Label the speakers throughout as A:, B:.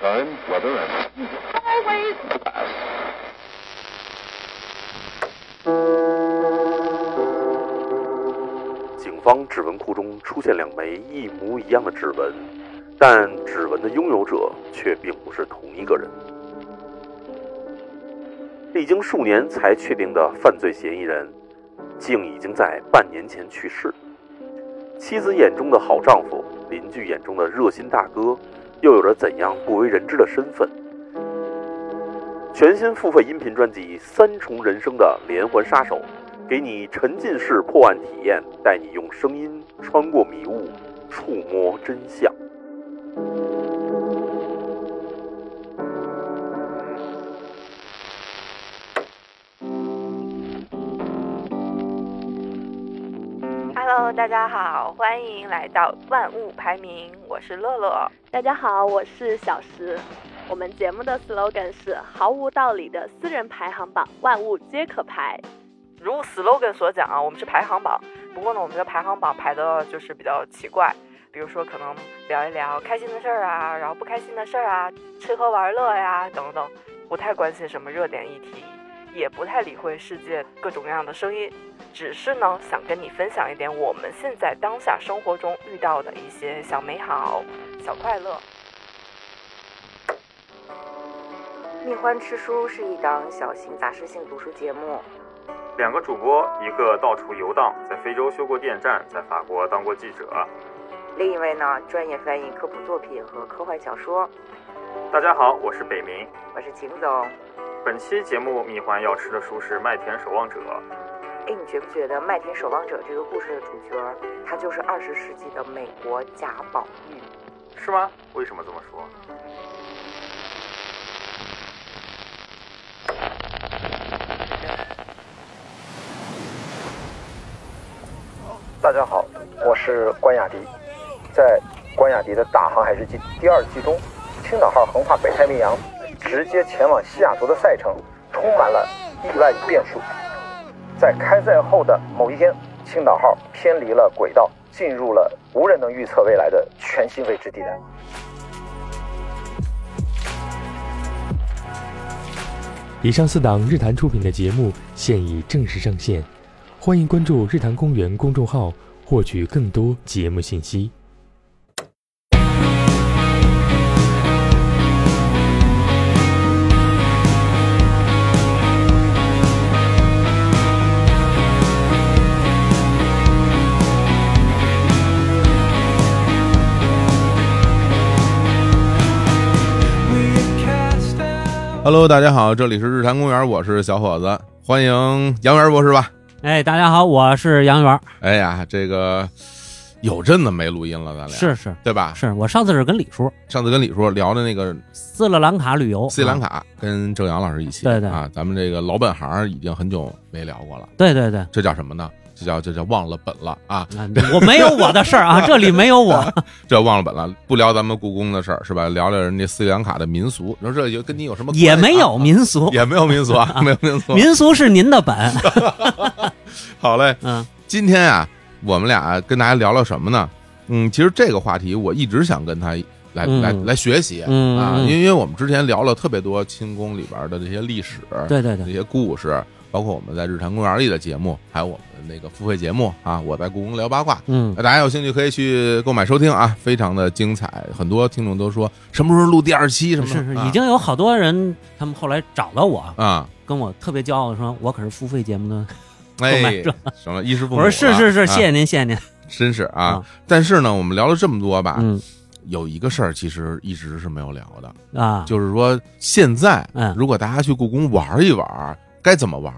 A: time, weather, and
B: Always
A: the past.
C: “警方指纹库中出现两枚一模一样的指纹，但指纹的拥有者却并不是同一个人。历经数年才确定的犯罪嫌疑人，竟已经在半年前去世。妻子眼中的好丈夫，邻居眼中的热心大哥，又有着怎样不为人知的身份？全新付费音频专辑《三重人生的连环杀手》，给你沉浸式破案体验，带你用声音穿过迷雾，触摸真相。
D: Hello，大家好，欢迎来到万物排名，我是乐乐。
B: 大家好，我是小石。我们节目的 slogan 是“毫无道理的私人排行榜，万物皆可排
D: 如 slogan 所讲啊，我们是排行榜，不过呢，我们的排行榜排的就是比较奇怪，比如说可能聊一聊开心的事儿啊，然后不开心的事儿啊，吃喝玩乐呀等等，不太关心什么热点议题，也不太理会世界各种各样的声音，只是呢想跟你分享一点我们现在当下生活中遇到的一些小美好、小快乐。
E: 蜜獾吃书是一档小型杂志性读书节目，
F: 两个主播，一个到处游荡，在非洲修过电站，在法国当过记者。
E: 另一位呢专业翻译科普作品和科幻小说。
F: 大家好，我是北明。
E: 我是秦总。
F: 本期节目蜜獾要吃的书是《麦田守望者
E: 哎，你觉不觉得《麦田守望者》这个故事的主角儿，他就是二十世纪的美国贾宝玉？》，
F: 是吗？为什么这么说？
G: 大家好，我是关雅迪，在关雅迪的《大航海日记》第二季中，青岛号横跨北太平洋，直接前往西雅图的赛程充满了意外与变数。在开赛后的某一天，青岛号偏离了轨道，进入了无人能预测未来的全新未知地带。
H: 以上四档日坛出品的节目现已正式上线，欢迎关注日坛公园公众号获取更多节目信息。
I: Hello，大家好，这里是日坛公园，我是小伙子，欢迎杨元博士吧。
J: 哎，大家好，我是杨元。
I: 哎呀，这个有阵子没录音了，咱俩
J: 是是
I: 对吧？
J: 是，我上次是跟李叔
I: 上次跟李叔聊的那个
J: 斯里兰卡旅游，
I: 斯里兰
J: 啊，
I: 卡，跟郑阳老师一起，
J: 对对
I: 啊，咱们这个老本行已经很久没聊过了，
J: 对对对，
I: 这叫什么呢？这叫这叫忘了本了啊！
J: 啊我没有我的事儿啊，这里没有我，
I: 这忘了本了，不聊咱们故宫的事儿是吧？聊聊人家斯里兰卡的民俗，你说这有跟你有什么关系啊？
J: 也没有民俗，
I: 也没有民俗啊，没有民俗。
J: 民俗是您的本，
I: 好嘞，
J: 嗯
I: 今天啊，我们俩跟大家聊聊什么呢？嗯，其实这个话题我一直想跟他来、
J: 嗯
I: 来来学习、
J: 嗯
I: 啊，
J: 嗯
I: 因为因为我们之前聊了特别多清宫里边的这些历史、
J: 对对
I: 这
J: 对，
I: 些故事，包括我们在日坛公园里的节目，还有我们的那个付费节目啊，我在故宫聊八卦。
J: 嗯
I: 大家有兴趣可以去购买收听啊，非常的精彩。很多听众都说什么时候录第二期什么的
J: 是是，
I: 啊
J: 已经有好多人他们后来找到我，
I: 啊，
J: 跟我特别骄傲的说，我可是付费节目的，购
I: 哎
J: 买这，
I: 什么衣食父
J: 我
I: 母啊、
J: 说是是是，谢
I: 啊
J: 谢您谢谢您，
I: 真是啊
J: 啊。
I: 但是呢，我们聊了这么多吧，
J: 嗯
I: 有一个事儿其实一直是没有聊的，
J: 啊，
I: 就是说现在，
J: 嗯
I: 如果大家去故宫玩一玩，该怎么玩？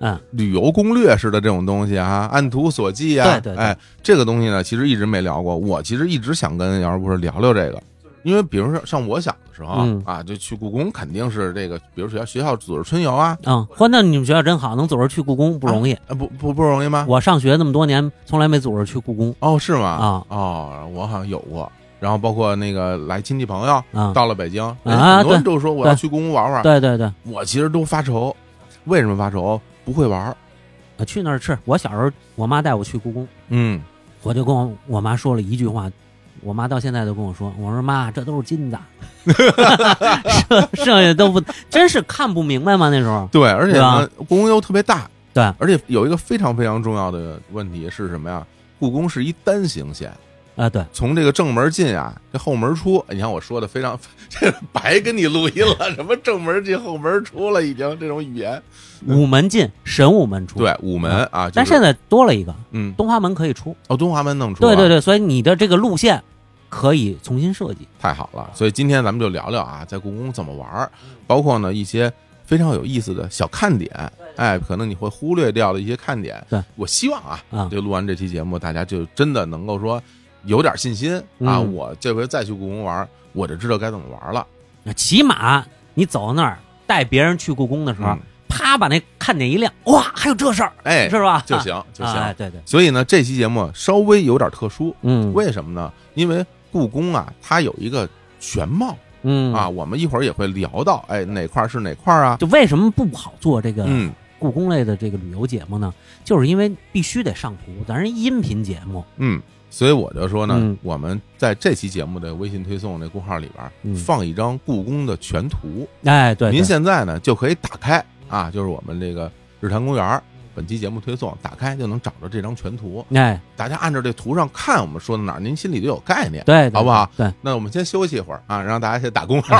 J: 嗯，
I: 旅游攻略似的这种东西啊，按图索骥啊，
J: 对对对
I: 哎，这个东西呢，其实一直没聊过。我其实一直想跟姚师博士聊聊这个，因为比如说像我小的时候、
J: 嗯
I: 啊，就去故宫肯定是这个，比如学校学校组织春游啊，
J: 嗯，欢那你们学校真好，能组织去故宫不容 易，
I: 啊不不不容易吗？
J: 我上学那么多年从来没组织去故宫
I: 哦，是吗？
J: 啊
I: 哦，我好像有过。然后包括那个来亲戚朋友
J: 啊，
I: 到了北京，人家很多人都说我要去故宫玩玩，
J: 对对对，
I: 我其实都发愁，为什么发愁？不会玩儿。
J: 啊去那儿吃，我小时候我妈带我去故宫。
I: 嗯
J: 我就跟我我妈说了一句话，我妈到现在都跟我说，我说妈，这都是金子，剩剩下都不，真是看不明白嘛那时候。
I: 对，而且呢
J: 吧，
I: 故宫又特别大，
J: 对
I: 而且有一个非常非常重要的问题是什么呀？故宫是一单行线，
J: 啊对，
I: 从这个正门进啊，这后门出。你看我说的非常， 这白跟你录音了，什么正门进后门出了，已经这种语言。
J: 午门进，神武门出。
I: 对，午门啊，
J: 但
I: 就是
J: 现在多了一个
I: 嗯，
J: 东华门可以出。
I: 哦，东华门弄出了，
J: 对对对，所以你的这个路线可以重新设计。
I: 太好了。所以今天咱们就聊聊啊，在故宫怎么玩儿，包括呢一些非常有意思的小看点，哎，可能你会忽略掉的一些看点。
J: 对，
I: 我希望啊，
J: 啊
I: 就录完这期节目，大家就真的能够说有点信心啊，
J: 嗯
I: 我这回再去故宫玩儿，我就知道该怎么玩儿了。
J: 那起码你走到那儿带别人去故宫的时候，
I: 嗯
J: 啪把那看点一亮，哇，还有这事儿，
I: 哎，
J: 是吧？
I: 就行就
J: 啊哎
I: 行。
J: 对对，
I: 所以呢，这期节目稍微有点特殊，
J: 嗯，
I: 为什么呢？因为故宫啊，它有一个全貌
J: 嗯
I: 啊，，我们一会儿也会聊到，哎，哪块儿是哪块儿啊？
J: 就为什么不好做这个
I: 嗯，
J: 故宫类的这个旅游节目呢？就是因为必须得上图，咱是音频节目，
I: 嗯，所以我就说呢，
J: 嗯
I: 我们在这期节目的微信推送那公号里边儿
J: 嗯
I: 放一张故宫的全图，
J: 哎，对，
I: 您
J: 对
I: 现在呢就可以打开啊，就是我们这个日坛公园儿本期节目推送，打开就能找着这张全图，
J: 哎，
I: 大家按照这图上看我们说的哪儿，您心里就有概念。
J: 对，对
I: 好不好？
J: 对，
I: 那我们先休息一会儿啊，让大家先打工号。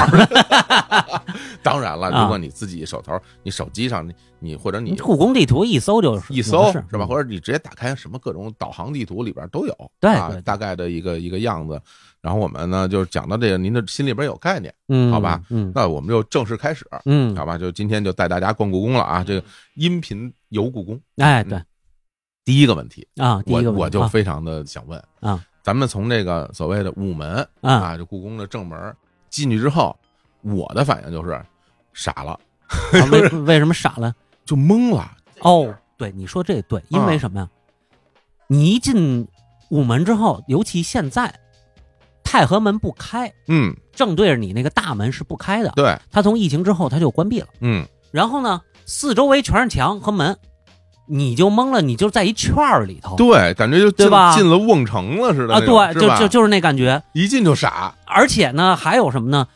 I: 当然了，
J: 啊
I: 如果你自己手头、你手机上、你你或者你
J: 故宫地图一搜就是
I: 一搜
J: 是嗯
I: 是吧？或者你直接打开什么各种导航地图里边都有，
J: 对
I: 啊
J: 对对
I: 大概的一个一个样子。然后我们呢，就是讲到这个，您的心里边有概念，
J: 嗯，
I: 好吧，
J: 嗯
I: 那我们就正式开始，
J: 嗯，
I: 好吧？就今天就带大家逛故宫了啊，这个音频游故宫。嗯
J: 哎，对
I: 第一个问题，
J: 啊，第一个
I: 我我
J: 问题
I: 就
J: 啊
I: 非常的想问
J: 啊，
I: 咱们从这个所谓的午门
J: 啊，
I: 啊，就故宫的正门进去之后，我的反应就是傻了，
J: 啊为为什么傻了？
I: 就懵了。
J: 哦，对，你说这对，因为什么呀？你一进午门之后，尤其现在，太和门不开，
I: 嗯，
J: 正对着你那个大门是不开的。
I: 对，
J: 它从疫情之后它就关闭了。
I: 嗯，
J: 然后呢，四周围全是墙和门，你就懵了，你就在一圈儿里头。
I: 对，感觉就进
J: 对吧
I: 进了瓮城了似的
J: 啊，
I: 那种
J: 对，
I: 是
J: 就
I: 吧
J: 就就是那感觉。
I: 一进就傻。
J: 而且呢，还有什么呢？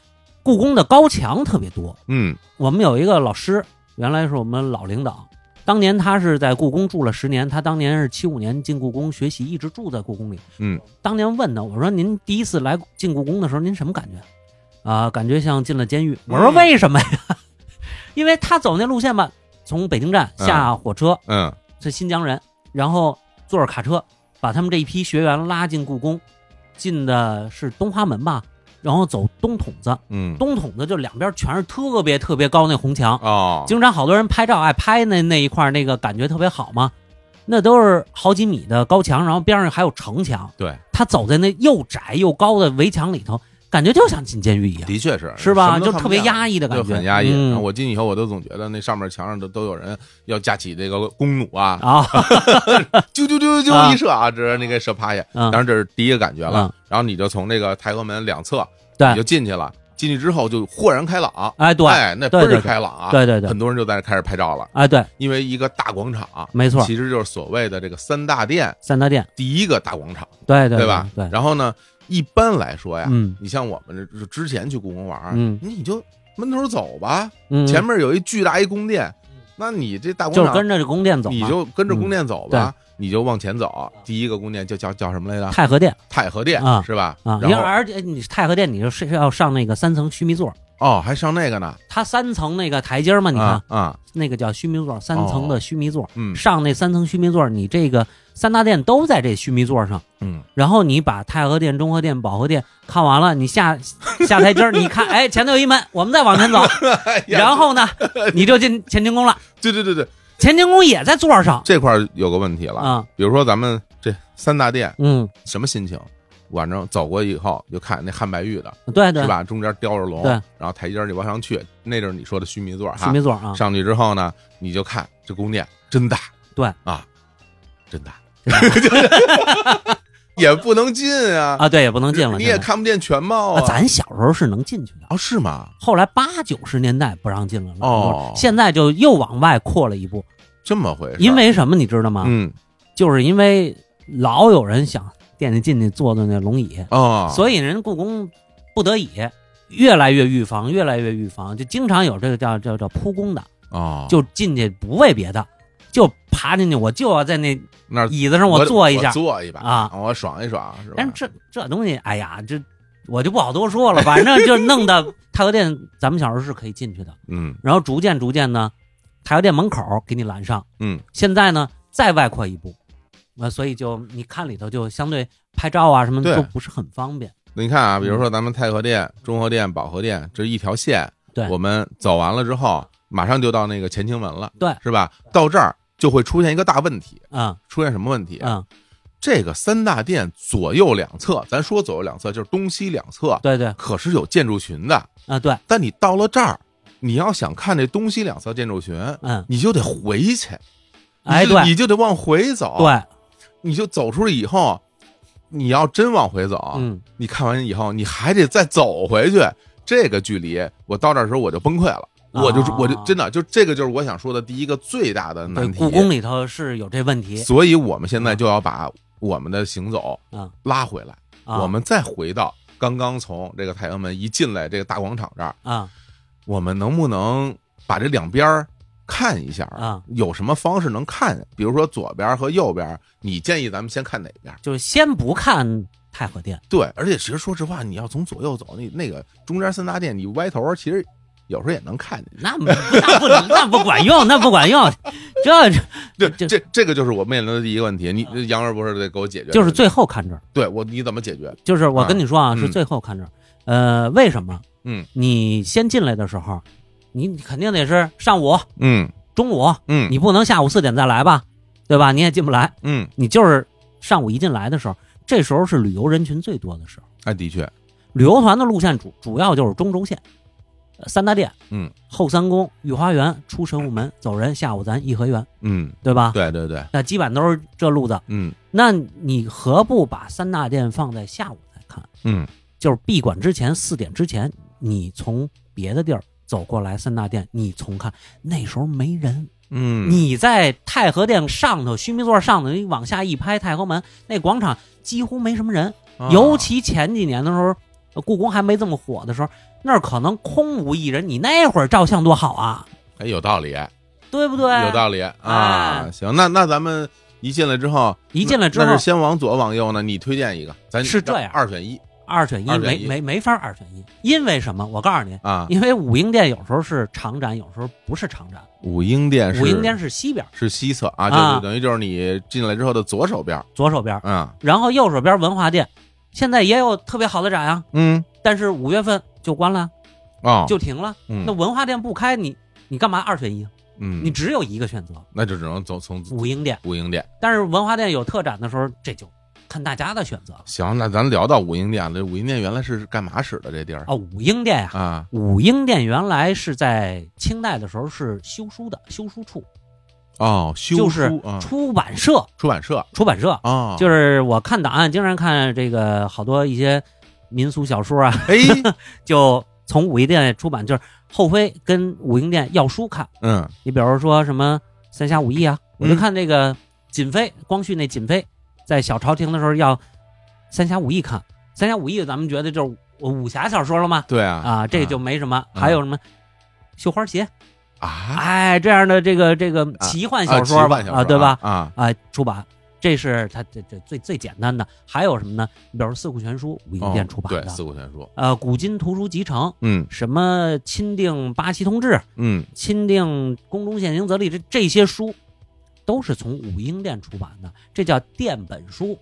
J: 故宫的高墙特别多。
I: 嗯
J: 我们有一个老师，原来是我们老领导，当年他是在故宫住了十年，他当年是七五年进故宫学习，一直住在故宫里。
I: 嗯，
J: 当年问他，我说您第一次来进故宫的时候，您什么感觉？啊、感觉像进了监狱。我
I: 嗯
J: 说为什么呀？ 因为他走那路线吧，从北京站下啊火车，
I: 嗯
J: 是新疆人，然后坐着卡车把他们这一批学员拉进故宫，进的是东华门吧，然后走东筒子，
I: 嗯
J: 东筒子就两边全是特别特别高那红墙，
I: 哦，
J: 经常好多人拍照爱拍那那一块儿那个感觉特别好嘛，那都是好几米的高墙，然后边上还有城墙，
I: 对，
J: 他走在那又窄又高的围墙里头，感觉就像进监狱一样，
I: 的确是
J: 是吧？
I: 什么都
J: 就
I: 看
J: 特
I: 不
J: 别
I: 见
J: 压抑的感
I: 就
J: 觉，
I: 很压抑。然后
J: 嗯
I: 我进去以后，我都总觉得那上面墙上都都有人要架起这个弓弩啊，
J: 啊，
I: 啾啾啾啾
J: 啊
I: 一射啊，这那个射趴下。
J: 嗯
I: 当然这是第一个感觉了
J: 嗯。
I: 然后你就从这个太和门两侧，
J: 对
I: 你就进去了。进去之后就豁然开朗，
J: 哎对
I: 哎，那倍
J: 对对
I: 儿
J: 对
I: 开朗啊！
J: 对对对
I: 很多人就在那开始拍照了，
J: 哎对，
I: 因为一个大广场，
J: 没错，
I: 其实就是所谓的这个三大殿
J: 三大殿，
I: 第一个大广场，
J: 对对
I: 吧？
J: 对，
I: 然后呢，一般来说呀，
J: 嗯
I: 你像我们这之前去故宫玩儿，
J: 嗯
I: 你就闷头走吧，
J: 嗯，
I: 前面有一巨大一宫殿，那你这大
J: 就
I: 广
J: 是跟
I: 场，
J: 着这宫殿走嘛，
I: 你就跟着宫殿走吧，你就往前走。第一个宫殿就叫叫什么来着？
J: 太和殿
I: 太和殿
J: 啊
I: 是吧？
J: 啊，
I: 然
J: 因为
I: 后
J: 而且你太和殿你就是要上那个三层须弥座，
I: 哦，还上那个呢，
J: 它三层那个台阶儿嘛，你看、
I: 啊啊，
J: 那个叫须弥座，三层的须弥座，
I: 嗯
J: 上那三层须弥座，你这个三大殿都在这须弥座上，
I: 嗯，
J: 然后你把太和殿、中和殿、保和殿看完了，你下 下台阶儿，你看，哎，前头有一门，我们再往前走，然后呢，你就进乾清宫了，
I: 对对对对，
J: 乾清宫也在座上
I: 这块儿有个问题了，
J: 啊，
I: 比如说咱们这三大殿
J: 嗯，
I: 什么心情？反正走过以后就看那汉白玉的，
J: 对对
I: 是，吧？中间雕着龙，
J: 对
I: 然后台阶儿你往上去，那就是你说的须弥座
J: 须
I: 哈
J: 弥。座啊，
I: 上去之后呢，你就看这宫殿真大，
J: 对
I: 啊，真大，
J: 真的
I: 也不能进啊，
J: 啊，对，也不能进了，
I: 你也
J: 现在
I: 看不见全貌
J: 啊
I: 啊。
J: 咱小时候是能进去的。
I: 哦，是吗？
J: 后来八九十年代不让进了，
I: 哦
J: 现在就又往外扩了一步，
I: 这么回事儿？
J: 因为什么你知道吗？
I: 嗯
J: 就是因为老有人想惦记进去坐坐那龙椅，
I: 啊，
J: 所以人故宫不得已越来越预防，越来越预防，就经常有这个叫叫叫扑宫的，
I: 啊，
J: 就进去不为别的，就爬进去，我就要在那
I: 那儿
J: 椅子上
I: 我
J: 坐一下
I: 我。坐一把
J: 啊，
I: 我爽一爽是吧？
J: 但是这这东西，哎呀，这我就不好多说了，反正就 弄的太和殿，咱们小时候是可以进去的，
I: 嗯
J: 然后逐渐逐渐呢，太和殿门口给你拦上，
I: 嗯
J: 现在呢再外扩一步，啊、所以就你看里头就相对拍照啊什么
I: 对
J: 的都不是很方便。嗯
I: 那你看啊，比如说咱们太和殿、中和殿、保和殿这一条线，
J: 对
I: 我们走完了之后，马上就到那个乾清门了，
J: 对
I: 是吧？到这儿就会出现一个大问题，
J: 嗯
I: 出现什么问题？啊
J: 嗯，
I: 这个三大殿左右两侧，咱说左右两侧就是东西两侧，
J: 对对啊、
I: 可是有建筑群的。
J: 啊对，
I: 但你到了这儿，你要想看这东西两侧建筑群，
J: 嗯，
I: 你就得回去，你
J: 哎
I: 就
J: 对
I: 你就得往回走，，
J: 对，
I: 你就走出来以后，你要真往回走，
J: 嗯，
I: 你看完以后，你还得再走回去，这个距离，我到这儿的时候我就崩溃了，我就
J: 啊
I: 我就真的就这个就是我想说的第一个最大的
J: 对，
I: 难题。
J: 故宫里头是有这问题
I: 所以我们现在就要把我们的行走
J: 啊
I: 拉回来，
J: 啊，
I: 我们再回到刚刚从这个太阳门一进来这个大广场这儿，
J: 啊
I: 我们能不能把这两边儿看一下
J: 啊？
I: 有什么方式能看？比如说左边儿和右边儿，你建议咱们先看哪边儿？
J: 就是先不看太和殿，
I: 对，而且其实说实话，你要从左右走，那那个中间三大殿，你歪头儿，其实有时候也能看见。
J: 那那不那不管用，那不管用，这
I: 对，
J: 这
I: 这这个就是我面临的第一个问题，你杨儿博士得给我解决。
J: 就是最后看这儿。
I: 对我你怎么解决？
J: 就是我跟你说啊，
I: 嗯
J: 是最后看这儿。呃，为什么？
I: 嗯，
J: 你先进来的时候，你你肯定得是上午、
I: 嗯
J: 中午，
I: 嗯
J: 你不能下午四点再来吧，对吧？你也进不来，
I: 嗯，
J: 你就是上午一进来的时候，这时候是旅游人群最多的时候。
I: 哎，的确，
J: 旅游团的路线主主要就是中轴线，呃三大殿，
I: 嗯，
J: 后三宫、御花园、出神武门，走人。下午咱颐和园，
I: 嗯，
J: 对吧？
I: 对对对，
J: 那基本都是这路子。
I: 嗯
J: 那你何不把三大殿放在下午再看？
I: 嗯
J: 就是闭馆之前四点之前，
I: 啊
J: 你从别的地儿走过来三大殿，你重看，那时候没人。
I: 嗯，
J: 你在太和殿上头须弥座上头，你往下一拍太和门那广场几乎没什么人，
I: 啊
J: 尤其前几年的时候，呃故宫还没这么火的时候，那儿可能空无一人。你那会儿照相多好啊，
I: 哎有道理，
J: 对不对？
I: 有道理啊。
J: 哎
I: 行，那那咱们一进来之后，
J: 一进来之后
I: 那是先往左往右呢？你推荐一个，咱
J: 是这样
I: 二选一
J: 二选一，
I: 二选
J: 没
I: 一
J: 没没法二选一，因为什么？我告诉你，
I: 啊。
J: 因为武英殿有时候是长展，有时候不是长展。
I: 武英殿是
J: 武英殿是西边
I: 是西侧啊，
J: 啊
I: 就是等于就是你进来之后的左手边，
J: 左手边，
I: 啊，
J: 然后右手边文化殿，现在也有特别好的展啊，
I: 嗯
J: 但是五月份就关了，
I: 哦，
J: 就停了。
I: 嗯
J: 那文化殿不开，你你干嘛二选一？
I: 嗯，
J: 你只有一个选择，
I: 那就只能走从
J: 武英殿。
I: 武英殿。
J: 但是文化殿有特展的时候，这就看大家的选择了。
I: 行，那咱聊到武英殿了，这武英殿原来是干嘛使的这地儿
J: 哦，武英殿呀、
I: 啊？
J: 武英殿原来是在清代的时候是修书的，修书处
I: 哦，修书
J: 就是
I: 啊，
J: 出版社，
I: 出版社
J: 出版社。
I: 啊，
J: 就是是我看档案，经常看这个好多一些民俗小说啊，
I: 哎，
J: 就从武英殿出版，就是后妃跟武英殿要书看。
I: 嗯
J: 你比如说什么三侠五义啊，我就
I: 嗯
J: 看那个瑾妃，光绪那瑾妃在小朝廷的时候要三侠五义看。三侠五义咱们觉得就是武武侠小说了吗？
I: 对啊
J: 啊，这就没什么。
I: 嗯
J: 还有什么绣花鞋，
I: 啊
J: 哎，这样的这个这个奇幻小说吧
I: 啊奇幻，小
J: 啊，对吧？
I: 啊，
J: 啊，出版。这是它这这最最简单的，还有什么呢？你比如说《四库全书》，武英殿
I: 哦
J: 出版
I: 对
J: 的，
I: 《四库全书》，
J: 呃，《古今图书集成》，
I: 嗯
J: 什么钦定八旗同志、
I: 嗯
J: 钦定宫中现行则例，这这些书都是从武英殿出版的，这叫殿本书。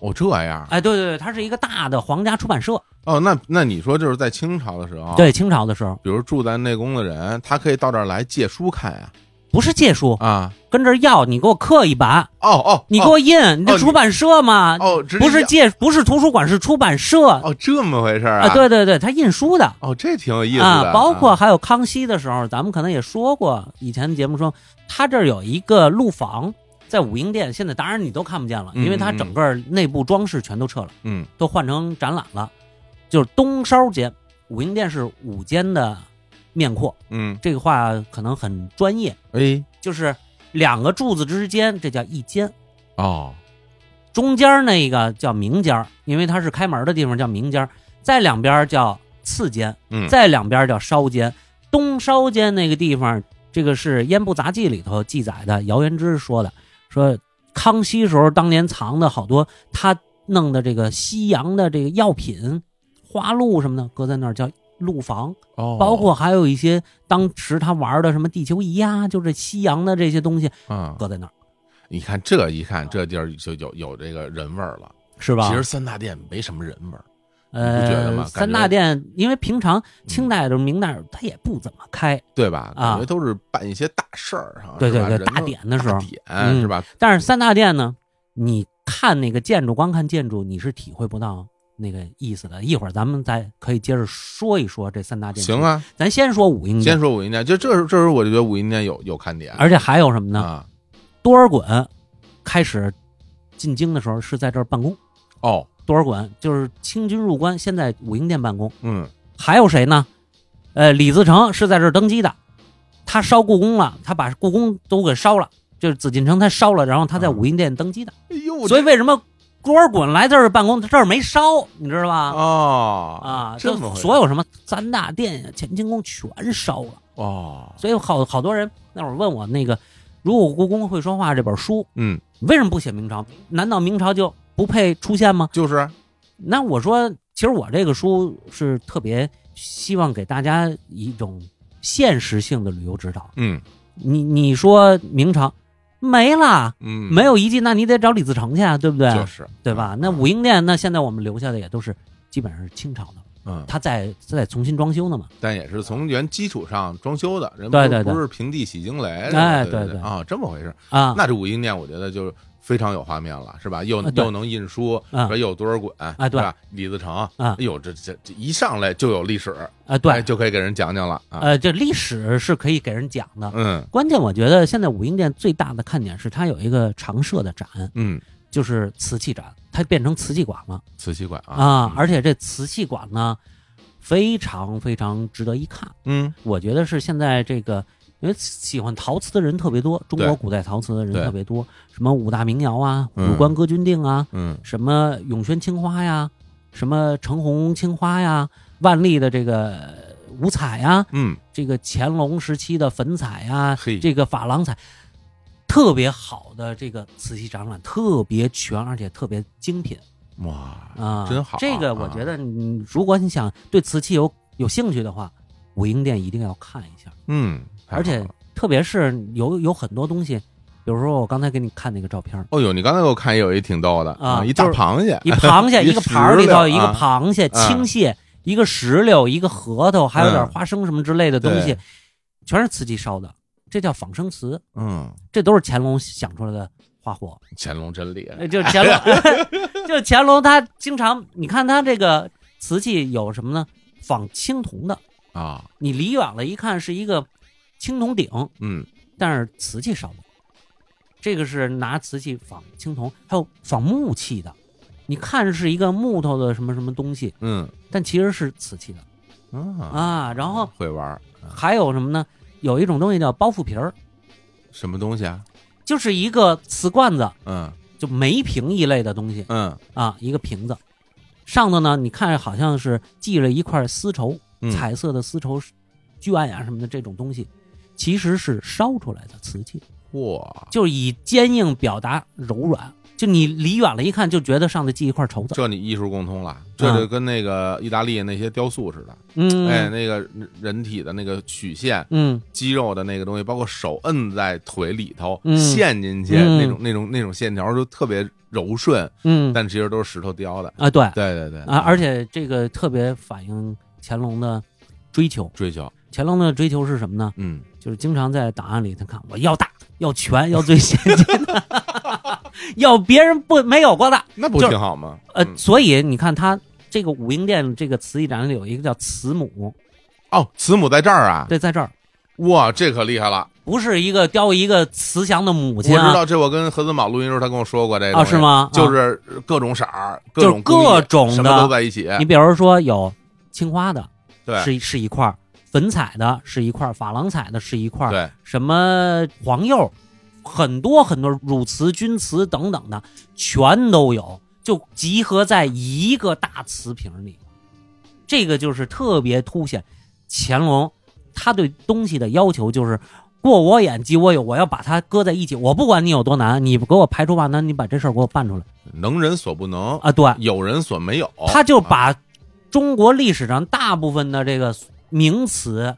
I: 哦这样
J: 哎，对对对，它是一个大的皇家出版社。
I: 哦，那那你说就是在清朝的时候，，啊
J: 对，清朝的时候
I: 比如住在内宫的人，他可以到这儿来借书看呀
J: 不是借书，
I: 啊，
J: 跟这儿要，你给我刻一版，
I: 哦哦，
J: 你给
I: 哦
J: 我印，你
I: 哦
J: 这
I: 你
J: 出版社嘛，
I: 哦，直接
J: 不是
I: 要
J: 借，不是图书馆，是出版社
I: 哦这么回事儿
J: 啊。对对对，它印书的。
I: 哦，这挺有意思的，
J: 啊，包括
I: 啊
J: 还有康熙的时候，咱们可能也说过，以前的节目说他这儿有一个陆房，在武英殿，现在当然你都看不见了，
I: 嗯
J: 因为它整个内部装饰全都撤了，
I: 嗯
J: 都换成展览了，就是东稍间，武英殿是午间的面阔，
I: 嗯，
J: 这个话可能很专业，
I: 哎
J: 就是两个柱子之间，这叫一间，
I: 哦，
J: 中间那个叫明间儿，因为它是开门的地方叫明间儿，在两边叫次间，
I: 嗯，
J: 在两边叫烧间。东烧间那个地方，这个是《烟部杂记》里头记载的，姚元之说的，说康熙时候当年藏的好多他弄的这个西洋的这个药品、花露什么的，搁在那儿叫露房。
I: 哦，
J: 包括还有一些当时他玩的什么地球仪呀、就这西洋的这些东西
I: 啊，
J: 搁在那儿，
I: 你看这一看这地儿就有有这个人味儿了。
J: 是吧？
I: 其实三大殿没什么人味儿，你不觉得吗
J: 呃，
I: 感觉
J: 三大殿，因为平常
I: 嗯
J: 清代的明代它也不怎么开，
I: 对吧？感觉
J: 啊
I: 都是办一些大事儿哈，
J: 对
I: 是
J: 对
I: 吧
J: 对，
I: 人
J: 大
I: 都
J: 典的时候
I: 大，
J: 嗯
I: 典是吧？
J: 但是三大殿呢，你看那个建筑，光看建筑，你是体会不到那个意思的。一会儿咱们再可以接着说一说这三大殿。
I: 行，啊，
J: 咱先说武英
I: 先
J: 殿，
I: 说武英殿，就这时候这时候我就觉得武英殿有有看点，
J: 而且还有什么呢？
I: 啊，
J: 多尔衮开始进京的时候是在这儿办公，
I: 哦，
J: 多尔衮就是清军入关，先在武英殿办公。
I: 嗯，
J: 还有谁呢？呃，李自成是在这儿登基的，他烧故宫了，他把故宫都给烧了，就是紫禁城他烧了，然后他在
I: 嗯
J: 武英殿登基的。
I: 哎呦，
J: 所以为什么多尔衮来这儿办公，他这儿没烧，你知道吧？
I: 哦
J: 啊，
I: 这
J: 这
I: 么回事
J: 所有什么三大殿呀、乾清宫全烧了。
I: 哦，
J: 所以好好多人那会儿问我那个《如果故宫会说话》这本书，
I: 嗯，
J: 你为什么不写明朝？难道明朝就不配出现吗？
I: 就是啊
J: 那我说，其实我这个书是特别希望给大家一种现实性的旅游指导。
I: 嗯
J: 你你说明朝没了，
I: 嗯，
J: 没有遗迹，那你得找李自成去啊，对不对？
I: 就是
J: 对吧？那
I: 武
J: 武英殿，那现在我们留下的也都是基本上是清朝的，
I: 嗯，
J: 它在在重新装修呢嘛。
I: 但也是从原基础上装修的，人
J: 对
I: 不是
J: 对对
I: 不是平地起惊雷，
J: 哎
I: 对
J: 对对
I: 啊，这么回事。
J: 啊，
I: 那这武英殿，我觉得就是非常有画面了，是吧？又
J: 啊对
I: 又能印书，
J: 啊
I: 是吧又有多少滚，
J: 对
I: 是吧？李自成，
J: 啊
I: 哎呦，这这这一上来就有历史，
J: 啊
I: 哎
J: 对，
I: 就可以给人讲讲了啊。
J: 呃，这历史是可以给人讲的。
I: 嗯
J: 关键我觉得现在武英殿最大的看点是它有一个常设的展，
I: 嗯，
J: 就是瓷器展，它变成瓷器馆了
I: 瓷器馆啊
J: 啊，而且这瓷器馆呢，非常非常值得一看。
I: 嗯
J: 我觉得是现在这个，因为喜欢陶瓷的人特别多，中
I: 对
J: 国古代陶瓷的人
I: 对
J: 特别多，什么五大名窑啊，
I: 嗯
J: 五官歌君定啊，
I: 嗯
J: 什么永宣青花呀，什么程红青花呀，万历的这个呃五彩呀，
I: 嗯，
J: 这个乾隆时期的粉彩啊呀
I: 嘿，
J: 这个珐琅彩，特别好的这个瓷器展览，特别全，而且特别精品
I: 哇
J: 啊，
I: 真好啊。
J: 这个我觉得你，如果你想对瓷器有有兴趣的话，武英殿一定要看一下，
I: 嗯，太好
J: 而且
I: 了
J: 特别是有有很多东西，比如说我刚才给你看那个照片儿。
I: 哦呦，你刚才给我看也有一挺逗的
J: 啊
I: 一大
J: 就是
I: 螃蟹，
J: 一 螃蟹，
I: 一
J: 一个盘儿里头
I: 石榴
J: 一个
I: 啊
J: 螃蟹、
I: 啊
J: 青蟹，一个石榴，一个核桃，还有点
I: 嗯
J: 花生什么之类的东西
I: 对，
J: 全是瓷器烧的，这叫仿生瓷，
I: 嗯，
J: 这都是乾隆想出来的花火。
I: 乾隆真厉害
J: 呃，就乾隆， 就乾隆他经常，你看他这个瓷器有什么呢？仿青铜的，
I: 啊，
J: 你离远了一看是一个青铜鼎，
I: 嗯
J: 但是瓷器烧的，这个是拿瓷器仿青铜，还有仿木器的。你看是一个木头的什么什么东西，
I: 嗯
J: 但其实是瓷器的
I: 啊
J: 啊。然后
I: 会玩儿
J: 还有什么呢？有一种东西叫包袱皮儿，
I: 什么东西啊？
J: 就是一个瓷罐子，
I: 嗯
J: 就梅瓶一类的东西
I: 嗯
J: 啊，一个瓶子，上头呢，你看好像是系了一块丝绸，
I: 嗯，
J: 彩色的丝绸绢呀、什么的这种东西，其实是烧出来的瓷器。
I: 哇，
J: 就是以坚硬表达柔软。就你离远了一看，就觉得上头系一块绸子。
I: 这你艺术共通了，这就跟那个意大利那些雕塑似的，
J: 嗯，
I: 哎，那个人体的那个曲线、
J: 嗯，
I: 肌肉的那个东西，包括手摁在腿里头、
J: 嗯
I: 陷进去
J: 嗯
I: 那种那种那种线条，就特别柔顺，
J: 嗯
I: 但其实都是石头雕的。
J: 啊，对
I: 对对对，
J: 啊，而且这个特别反映乾隆的追求。
I: 追求，
J: 乾隆的追求是什么呢？
I: 嗯，
J: 就是经常在档案里他看我要大，要全，要最先进 的，要别人不没有过的。
I: 那不
J: 就是
I: 挺好吗？
J: 呃，
I: 嗯
J: 所以你看他这个武英殿这个瓷器展里有一个叫慈母，
I: 哦，慈母在这儿啊，
J: 对，在这儿
I: 哇，这可厉害了！
J: 不是一个雕一个慈祥的母
I: 我
J: 亲
I: 知
J: 啊
I: 道，这我跟何子宝录音的时候，他跟我说过这个
J: 啊，是？吗？啊
I: 就是各种色儿，各
J: 就是
I: 种工艺
J: 各种
I: 什么
J: 的
I: 都在一起，
J: 你比如说有青花的，
I: 对
J: 是是一块儿；粉彩的是一块儿；珐琅彩的是一块儿；
I: 对，
J: 什么黄釉、很多很多汝词、钧词等等的，全都有，就集合在一个大瓷瓶里。这个就是特别凸显乾隆他对东西的要求，就是过我眼及我有，我要把它搁在一起。我不管你有多难，你给我排除万难，你把这事儿给我办出来
I: 能人所不能，
J: 啊！对，
I: 有人所没有。
J: 他就把中国历史上大部分的这个名词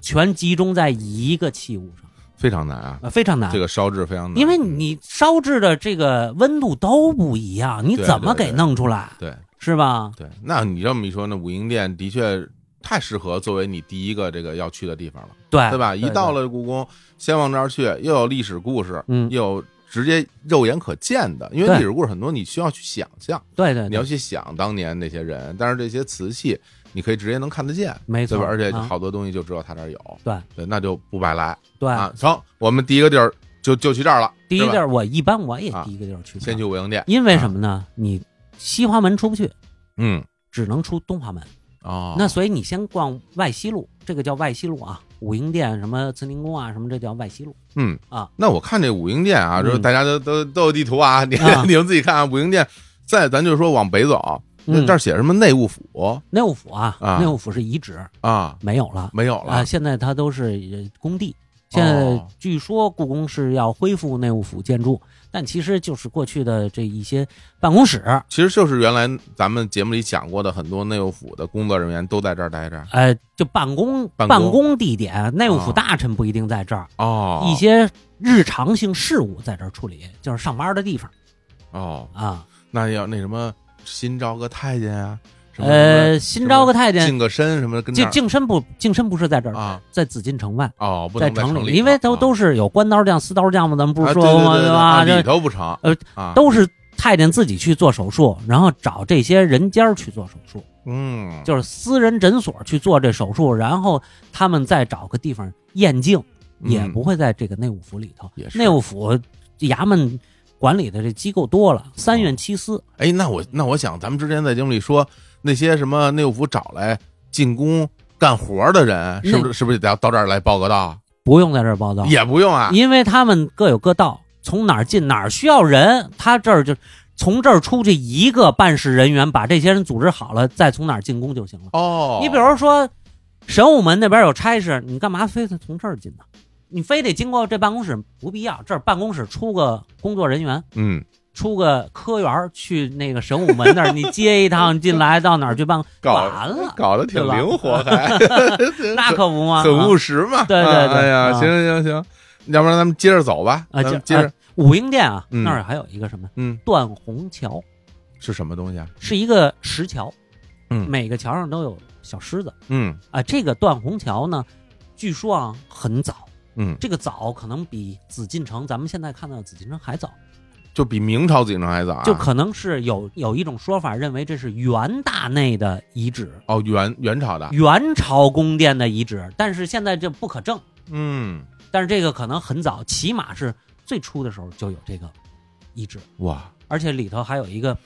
J: 全集中在一个器物上，
I: 非常难啊，
J: 呃非常难。
I: 这个烧制非常难，嗯
J: 因为你烧制的这个温度都不一样，你
I: 对
J: 怎么
I: 对
J: 给
I: 对
J: 弄出来，
I: 对
J: 是吧？
I: 对。那你这么一说，那武英殿的确太适合作为你第一个这个要去的地方了。
J: 对，
I: 对吧？一到，了故宫，先往这儿去，又有历史故事，
J: 嗯
I: 又有直接肉眼可见的，因为
J: 对
I: 历史故事很多，你需要去想象，
J: 对对，
I: 你要去想当年那些人，但是这些瓷器你可以直接能看得见，
J: 没
I: 对
J: 错
I: 吧？而且
J: 啊
I: 好多东西就知道他这儿有，
J: 对
I: 对，那就不白来
J: 对。
I: 啊。成，我们第一个地儿就就去这儿了，
J: 第一
I: 是吧
J: 地儿我一般我也
I: 啊
J: 第一个地儿去看，
I: 先去武英殿，
J: 因为什么呢？你西华门出不去，
I: 嗯，
J: 只能出东华门。
I: 哦，
J: 那所以你先逛外西路，这个叫外西路啊，武英殿什么慈宁宫啊，什么这叫外西路。
I: 嗯
J: 啊，
I: 那我看这武英殿啊，
J: 嗯
I: 就是大家都都都有地图啊，你
J: 啊
I: 你们自己看啊，武英殿。再咱就说往北走，那
J: 嗯
I: 这儿写什么内务府
J: 内务府啊，
I: 啊
J: 内务府是遗址，
I: 啊？
J: 没有了
I: 没有了
J: 啊，现在它都是呃工地。现在
I: 哦
J: 据说故宫是要恢复内务府建筑，但其实就是过去的这一些办公室，
I: 其实就是原来咱们节目里讲过的很多内务府的工作人员都在这儿待着
J: 呃，就办公
I: 办公
J: 地点，内务府
I: 哦
J: 大臣不一定在这儿，
I: 哦
J: 一些日常性事务在这儿处理，就是上班的地方
I: 哦，
J: 啊。
I: 那要那什么新招个太监啊，什么
J: 呃，新招个太监，
I: 净个身什么的跟这
J: 净
I: 儿
J: 净身不净身不是在这儿，
I: 啊
J: 在紫禁城外，
I: 哦，不
J: 在
I: 能城
J: 里，因为都都
I: 是
J: 是有官刀匠、私刀匠嘛，咱们不是
I: 啊
J: 说
I: 对对
J: 过吗？
I: 对对啊
J: 吧？
I: 里
J: 这
I: 头不成
J: 呃
I: 啊
J: 都是太监自己去做手术，然后找这些人家儿去做手术，
I: 嗯
J: 就是私人诊所去做这手术，然后他们再找个地方验镜，也
I: 嗯
J: 不会在这个内务府里头。
I: 也是
J: 内务府衙门管理的这机构多了，三院七司，
I: 哎，那我那我想咱们之前在节目里说那些什么内务府找来进宫干活的人，是不是是不是得要到这儿来报个到？
J: 不用在这儿报道，
I: 也不用啊，
J: 因为他们各有各道，从哪儿进哪儿需要人，他这儿就从这儿出去一个办事人员，把这些人组织好了，再从哪儿进宫就行了。
I: 哦，
J: 你比如说，神武门那边有差事，你干嘛非得从这儿进呢？你非得经过这办公室，不必要。这儿办公室出个工作人员，
I: 嗯，
J: 出个科员儿去那个神武门那儿，你接一趟进来，到哪儿去办？
I: 搞
J: 完了，
I: 搞得挺
J: 对吧
I: 灵 活，还
J: 那可不嘛。
I: 很务
J: 啊
I: 实嘛。
J: 对对
I: 啊
J: 对
I: 哎呀，
J: 啊
I: 行行行，要不然咱们接着走吧。
J: 啊，
I: 咱
J: 就
I: 们接着
J: 啊，武英殿啊，
I: 嗯
J: 那儿还有一个什么
I: 嗯，
J: 断虹桥，
I: 是什么东西啊？
J: 是一个石桥，
I: 嗯
J: 每个桥上都有小狮子
I: 嗯
J: 啊。这个断虹桥呢，据说啊很早，
I: 嗯，
J: 这个早可能比紫禁城咱们现在看到的紫禁城还早，
I: 就比明朝紫禁城还早啊。
J: 就可能是有有一种说法认为这是元大内的遗址，
I: 哦，元元朝的，
J: 元朝宫殿的遗址，但是现在这不可证。
I: 嗯，
J: 但是这个可能很早，起码是最初的时候就有这个遗址，
I: 哇，
J: 而且里头还有一个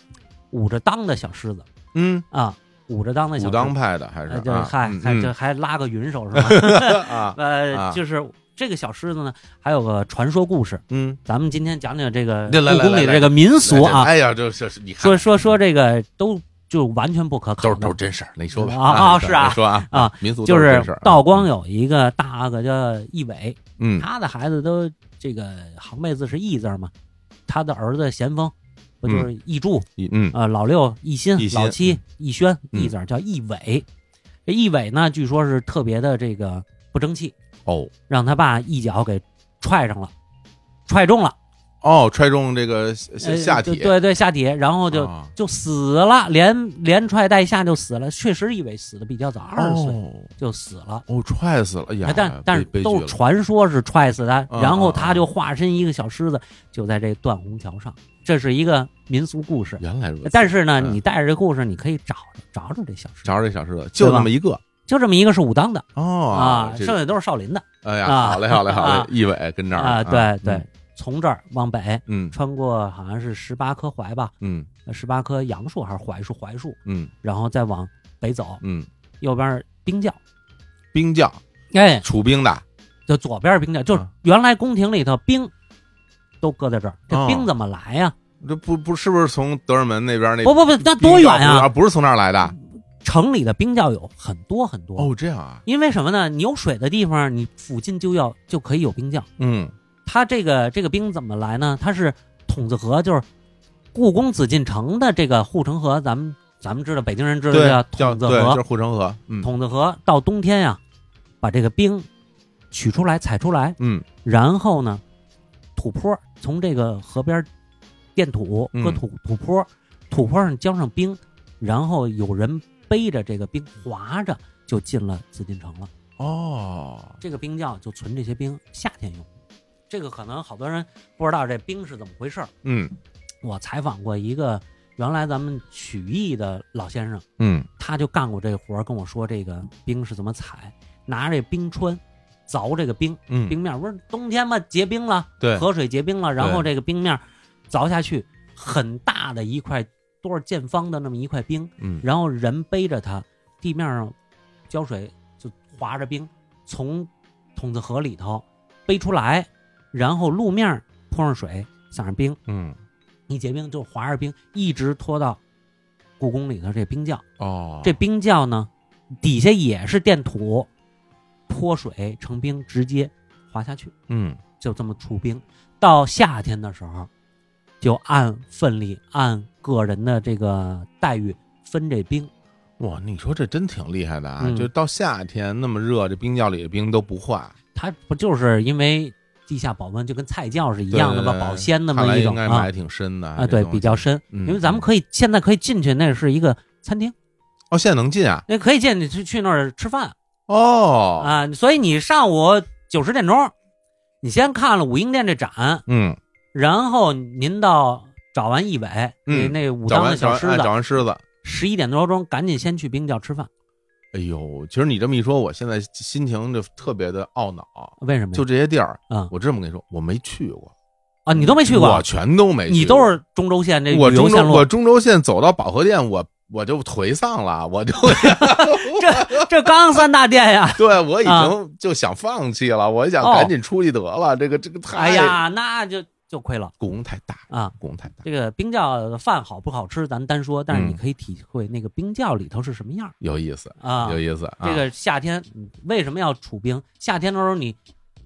J: 舞着裆的小狮子
I: 嗯，
J: 啊，舞着裆的小
I: 武
J: 狮子
I: 当派的还是
J: 呃就是
I: 啊
J: 嗨
I: 嗯，
J: 还这
I: 嗯
J: 还拉个云手是吧？
I: 啊，啊
J: 呃，就是这个小狮子呢，还有个传说故事。
I: 嗯，
J: 咱们今天讲讲这个
I: 来来来
J: 故宫里
I: 来
J: 这个民俗啊，
I: 哎呀，这这是你看
J: 说说说这个都就完全不可
I: 都
J: 考
I: 是都是
J: 的。
I: 真事儿，那你说吧
J: 啊啊是啊
I: 你说啊
J: 啊，
I: 民俗都
J: 就是是
I: 真事儿
J: 道光有一个大阿哥叫义伟，
I: 嗯
J: 他的孩子都这个行辈字是义字嘛，他的儿子咸丰不就是义柱
I: 嗯嗯
J: 啊，老六义新
I: 义，新
J: 老七义轩，
I: 嗯
J: 义字儿叫义伟。这义伟呢，据说是特别的这个不争气，
I: 哦
J: 让他爸一脚给踹上了，踹中了
I: 哦，踹中这个下
J: 呃
I: 下下体，
J: 就对对下体，然后就、
I: 啊
J: 就死了，连连踹带吓就死了。确实，以为死的比较早，二十岁
I: 哦
J: 就死了。
I: 哦，踹死了，哎呀
J: 哎，但但是
I: 悲
J: 都
I: 悲剧
J: 是
I: 了
J: 传说是踹死他，
I: 啊
J: 然后他就化身一个小狮子，就在这断虹桥上。这是一个民俗故事，
I: 原来如此。
J: 但是呢，
I: 嗯
J: 你带着这故事，你可以找着找找这小狮子，
I: 瞧着这小狮子，就那么一个
J: 就这么一个是武当的
I: 哦
J: 啊，
I: 这
J: 剩下都是少林的
I: 哎呀，
J: 啊
I: 好嘞，好嘞，好嘞
J: 啊，
I: 一伟跟这儿了
J: 啊。对对，，从这儿往北
I: 嗯
J: 穿过好像是十八棵槐吧，呃
I: 嗯
J: 十八棵杨树还是槐树，槐树，
I: 嗯
J: 然后再往北走，
I: 嗯，
J: 右边儿冰窖，
I: 兵将
J: 哎，
I: 楚兵的
J: 就左边儿冰窖，就是
I: 啊
J: 原来宫廷里头冰都搁在这儿，这
I: 哦
J: 冰怎么来呀、
I: 这不不是不是从德尔门那边那
J: 不不不，那多远
I: 哎冰窖
J: 呀、
I: 啊？不是从那儿来的
J: 城里的冰窖有很多很多，
I: 哦，这样啊，
J: 因为什么呢？你有水的地方，你附近就要就可以有冰窖。
I: 嗯
J: 它这个这个冰怎么来呢？它是筒子河，就是故宫紫禁城的这个护城河，咱们咱们知道，北京人知
I: 对
J: 道
I: 叫
J: 筒子
I: 对就是
J: 河。
I: 护城河，嗯
J: 筒子河到冬天呀、把这个冰取出来、采出来，
I: 嗯
J: 然后呢，土坡从这个河边垫土，
I: 嗯
J: 搁土土坡，土坡上浇上冰，然后有人背着这个冰划着就进了紫禁城了。
I: 哦，
J: 这个冰窖就存这些冰，夏天用。这个可能好多人不知道这冰是怎么回事儿。
I: 嗯
J: 我采访过一个原来咱们曲艺的老先生，
I: 嗯
J: 他就干过这活儿，跟我说这个冰是怎么采，拿着这冰川凿这个冰，
I: 嗯，
J: 冰面儿不是冬天嘛结冰了，
I: 对，
J: 河水结冰了，然后这个冰面儿凿下去，很大的一块多少见方的那么一块冰，
I: 嗯
J: 然后人背着它，地面上浇水就滑着冰从筒子河里头背出来，然后路面泼上水，撒上冰，
I: 嗯
J: 一结冰就滑着冰，一直拖到故宫里头这冰 窖。
I: 哦，
J: 这冰窖呢，底下也是垫土，泼水成冰，直接滑下去，
I: 嗯
J: 就这么出冰。到夏天的时候，就按分力，按个人的这个待遇分这冰。
I: 哇，你说这真挺厉害的啊！
J: 嗯
I: 就到夏天那么热，这冰窖里的冰都不化，
J: 它不就是因为地下保温就跟菜窖是一样的
I: 对
J: 吗？
I: 对对
J: 保鲜那
I: 看
J: 么
I: 来
J: 一种
I: 应该埋
J: 啊
I: 得挺深的
J: 啊，对，比较深，
I: 嗯
J: 因为咱们可以现在可以进去，那是一个餐厅，
I: 哦，现在能进啊？
J: 那可以进去去去那儿吃饭
I: 哦，
J: 啊。所以你上午九十点钟，你先看了武英殿这展，
I: 嗯，
J: 然后您到找完义伟，那
I: 嗯
J: 那武
I: 找
J: 当
I: 完
J: 的
I: 找
J: 小
I: 完
J: 狮
I: 哎找
J: 子，
I: 完狮子，
J: 十一点多钟赶紧先去冰窖吃饭，
I: 哎呦，其实你这么一说，我现在心情就特别的懊恼。
J: 为什么呀？
I: 就这些地儿，
J: 嗯
I: 我这么跟你说，我没去过
J: 啊，你都没去
I: 我
J: 过，
I: 全都没去过。
J: 你都是中轴线这
I: 我
J: 旅游
I: 中
J: 线
I: 轴，
J: 路，
I: 我中轴线走到保和店，我我就颓丧了，我就
J: 这这刚三大殿呀。
I: 对我已
J: 啊
I: 经就想放弃了，我想
J: 哦
I: 赶紧出去得了。这个这个太，
J: 哎呀，那就就亏了
I: 故宫太大，
J: 啊！
I: 故宫太大，
J: 这个冰窖的饭好不好吃，咱单说，但是
I: 嗯
J: 你可以体会那个冰窖里头是什么样儿
I: 有意思，
J: 啊。
I: 有意思啊。
J: 这个夏天嗯为什么要储冰？夏天的时候你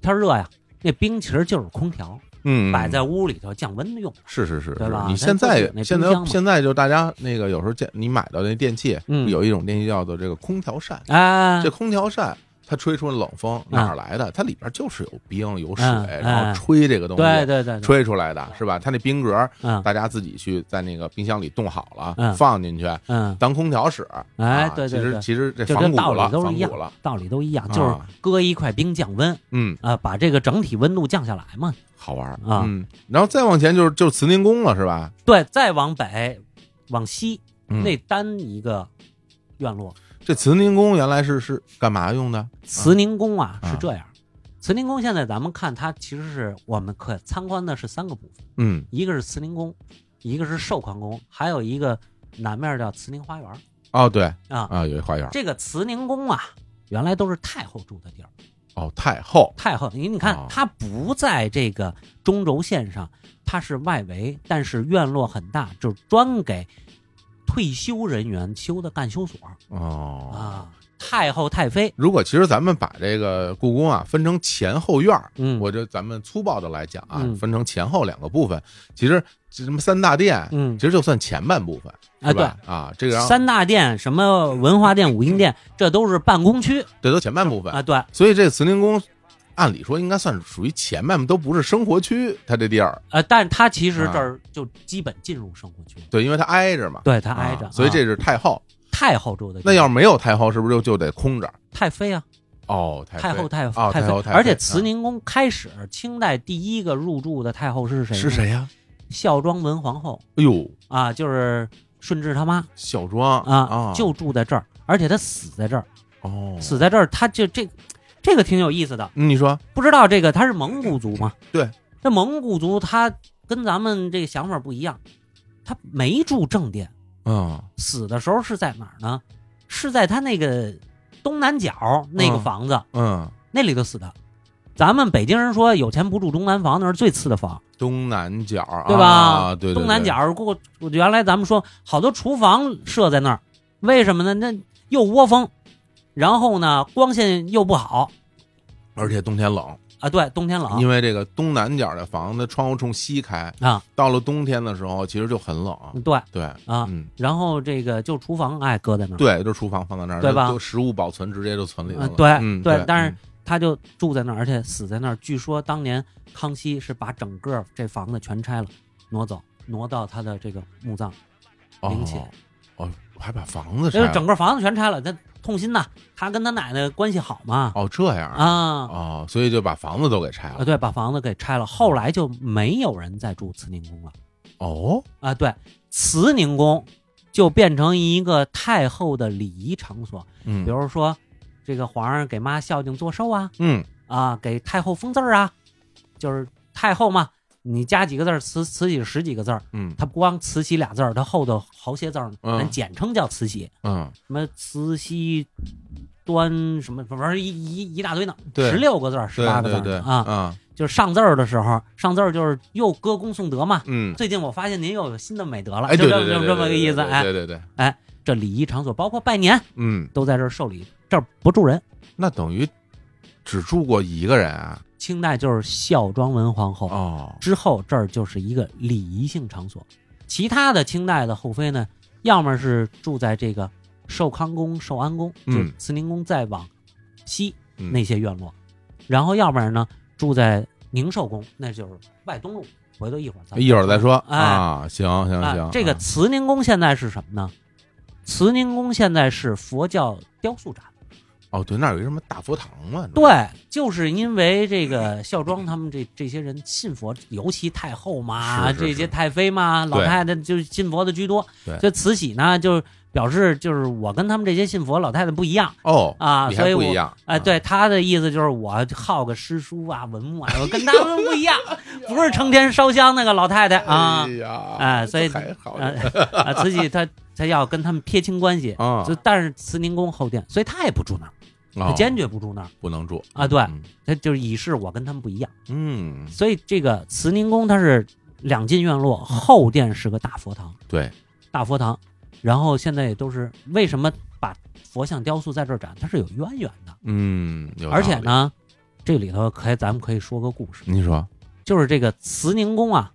J: 天热呀，那冰其实就是空调，
I: 嗯，
J: 摆在屋里头降温用。
I: 是是是，
J: 对
I: 是
J: 吧
I: 你
J: 咱
I: 现
J: 自己
I: 在
J: 那
I: 现
J: 冰
I: 在
J: 箱嘛
I: 现在就大家那个有时候见你买到那电器，
J: 嗯
I: 有一种电器叫做这个空调扇，
J: 啊
I: 这，空调扇。它吹出冷风哪儿来的？它里边就是有冰有水，
J: 嗯
I: 然后
J: 嗯
I: 吹这个东西，
J: 对对对，对，
I: 吹出来的是吧？它那冰格，
J: 嗯
I: 大家自己去在那个冰箱里冻好了，
J: 嗯
I: 放进去
J: 嗯，
I: 当空调使。
J: 哎
I: 啊，
J: 对对
I: 其
J: 对
I: 实。其实这
J: 就
I: 仿
J: 跟
I: 古
J: 道
I: 了，
J: 理都
I: 仿
J: 是一
I: 古了
J: 样，，道理都一样，
I: 啊
J: 就是搁一块冰降温
I: 嗯，
J: 啊，把这个整体温度降下来嘛。
I: 好玩儿
J: 啊
I: 嗯，然后再往前就是就是慈宁宫了，是吧？
J: 对，再往北，往西
I: 嗯
J: 那单一个院落，
I: 这慈宁宫原来是是干嘛用的？
J: 慈宁宫啊
I: 啊
J: 是这样，慈宁宫现在咱们看它其实是我们可参观的是三个部分，
I: 嗯，
J: 一个是慈宁宫，一个是寿康宫，还有一个南面叫慈宁花园
I: 哦对
J: 啊。
I: 啊，有一花园。
J: 这个慈宁宫啊，原来都是太后住的地儿，
I: 哦，太后。
J: 太后，你你
I: 哦
J: 看它不在这个中轴线上，它是外围，但是院落很大，就是专给退休人员修的干休所
I: 哦。
J: 啊。太后、太妃，
I: 如果其实咱们把这个故宫啊分成前后院儿，
J: 嗯，
I: 我就咱们粗暴的来讲啊，
J: 嗯
I: 分成前后两个部分。其实这什么三大殿，
J: 嗯
I: 其实就算前半部分，
J: 啊
I: 是吧？啊，这个然后
J: 三大殿，什么文化殿、武英殿，这都是办公区
I: 这都前半部分
J: 啊。对，
I: 所以这慈宁宫，按理说应该算是属于前半，都不是生活区，它这地儿，
J: 呃，但它其实
I: 啊
J: 这儿就基本进入生活区了，
I: 对，因为它挨着嘛，
J: 对，它挨着。
I: 啊所以这
J: 啊
I: 是太后。
J: 太后住的地方，
I: 那要是没有太后，是不是就就得空着？
J: 太妃啊，
I: 哦，
J: 太后、
I: 妃
J: 太
I: 哦
J: 太
I: 太后
J: 妃，
I: 太
J: 而且
I: 妃
J: 慈宁宫开始，清代第一个入住的太后是谁？
I: 是？谁呀、
J: 孝庄文皇后
I: 哎呦，
J: 啊，就是顺治他妈
I: 孝庄
J: 啊，
I: 啊，
J: 就住在这儿，而且她死在这儿，
I: 哦，
J: 死在这儿，她就这这个挺有意思的。
I: 嗯你说
J: 不知道这个他是蒙古族嘛？
I: 对，
J: 这蒙古族他跟咱们这个想法不一样，他没住正殿，
I: 嗯，
J: 死的时候是在哪儿呢？是在他那个东南角那个
I: 嗯
J: 房子、
I: 嗯，
J: 那里头死的。咱们北京人说有钱不住东南房，那是最次的房，
I: 东南角啊，
J: 对吧？
I: 对对对
J: 东南角，过原来咱们说好多厨房设在那儿，为什么呢？那又窝风，然后呢光线又不好
I: 而且冬天冷，
J: 啊，对，冬天冷
I: 因为这个东南角的房子窗户冲西开，
J: 啊，
I: 到了冬天的时候其实就很冷。
J: 对，
I: 对
J: 啊
I: 嗯，
J: 然后这个就厨房哎搁在那儿，
I: 对，就厨房放在那儿，
J: 对吧
I: 就食物保存直接就存里头
J: 啊
I: 了。
J: 对、
I: 嗯
J: 对
I: 对，
J: 但是他就住在那儿，而且死在那儿。据说当年康熙是把整个这房子全拆了，挪走，挪到他的这个墓葬，
I: 嗯
J: 陵寝
I: 哦，哦，还把房子
J: 因
I: 拆
J: 为
I: 了
J: 整个房子全拆了，他痛心呐。他跟他奶奶关系好嘛，
I: 哦这样
J: 啊
I: 哦，所以就把房子都给拆
J: 啊，
I: 了。
J: 对，把房子给拆了，后来就没有人再住慈宁宫了
I: 哦，
J: 啊。对，慈宁宫就变成一个太后的礼仪场所，
I: 嗯，
J: 比如说这个皇上给妈孝敬做寿啊，
I: 嗯
J: 啊，给太后封字儿啊，就是太后嘛，你加几个字儿，慈慈禧十几个字儿，
I: 嗯
J: 它不光慈禧俩字儿，它后头好些字儿呢，
I: 嗯
J: 咱简称叫慈禧，
I: 嗯，
J: 什么慈禧端什么，反正一一一大堆呢，
I: 对
J: 十六个字儿，十
I: 对
J: 八个字
I: 对对
J: 儿呢啊，
I: 啊
J: 就是上字儿的时候，上字儿就是又歌功颂德嘛。
I: 嗯，
J: 最近我发现您又有新的美德了，
I: 哎，
J: 就
I: 对
J: 这
I: 对对，
J: 么就
I: 对
J: 这么个意思，
I: 对对
J: 哎，
I: 对对对，
J: 这礼仪场所包括拜年
I: 嗯，
J: 都在这儿受礼，这儿不住人。
I: 那等于只住过一个人啊？
J: 清代就是孝庄文皇后
I: 哦，
J: 之后，这儿就是一个礼仪性场所。其他的清代的后妃呢，要么是住在这个寿康宫、寿安宫，就
I: 嗯
J: 是慈宁宫再往西
I: 嗯
J: 那些院落，然后要不然呢住在宁寿宫，那就是外东路。回头一会儿咱
I: 一会儿再说
J: 哎
I: 啊，行行
J: 啊
I: 行，，
J: 这个
I: 啊
J: 慈宁宫现在是什么呢？慈宁宫现在是佛教雕塑 展。
I: 哦，对，那儿有一什么大佛堂嘛？是吧，
J: 对，就是因为这个孝庄他们这这些人信佛，尤其太后嘛，
I: 是是
J: 啊这些
I: 是
J: 太妃嘛，老
I: 对
J: 太太就是信佛的居多
I: 对。
J: 这慈禧呢，就表示就是我跟他们这些信佛老太太不一样。
I: 哦
J: 啊
I: 你
J: 所以
I: 还不一
J: 我
I: 样，
J: 哎，
I: 啊
J: 对，她的意思就是我好个诗书啊、文物 啊，我跟他们不一样，不是成天烧香那个老太太啊
I: 哎。呀，
J: 哎所以
I: 这还好
J: 啊啊，慈禧她她要跟他们撇清关系，
I: 啊
J: 就但是慈宁宫后殿，所以她也不住那儿，她
I: 哦
J: 坚决不住那儿，
I: 不能住
J: 啊对
I: 嗯
J: 她就是以示我跟他们不一样。
I: 嗯，
J: 所以这个慈宁宫它是两进院落，后殿是个大佛堂，
I: 对，
J: 大佛堂，然后现在也都是为什么把佛像雕塑在这儿展，它是有渊源的，
I: 嗯，有
J: 而且
I: 道理，
J: 呢，这里头可以咱们可以说个故事，
I: 你说，
J: 就是这个慈宁宫啊，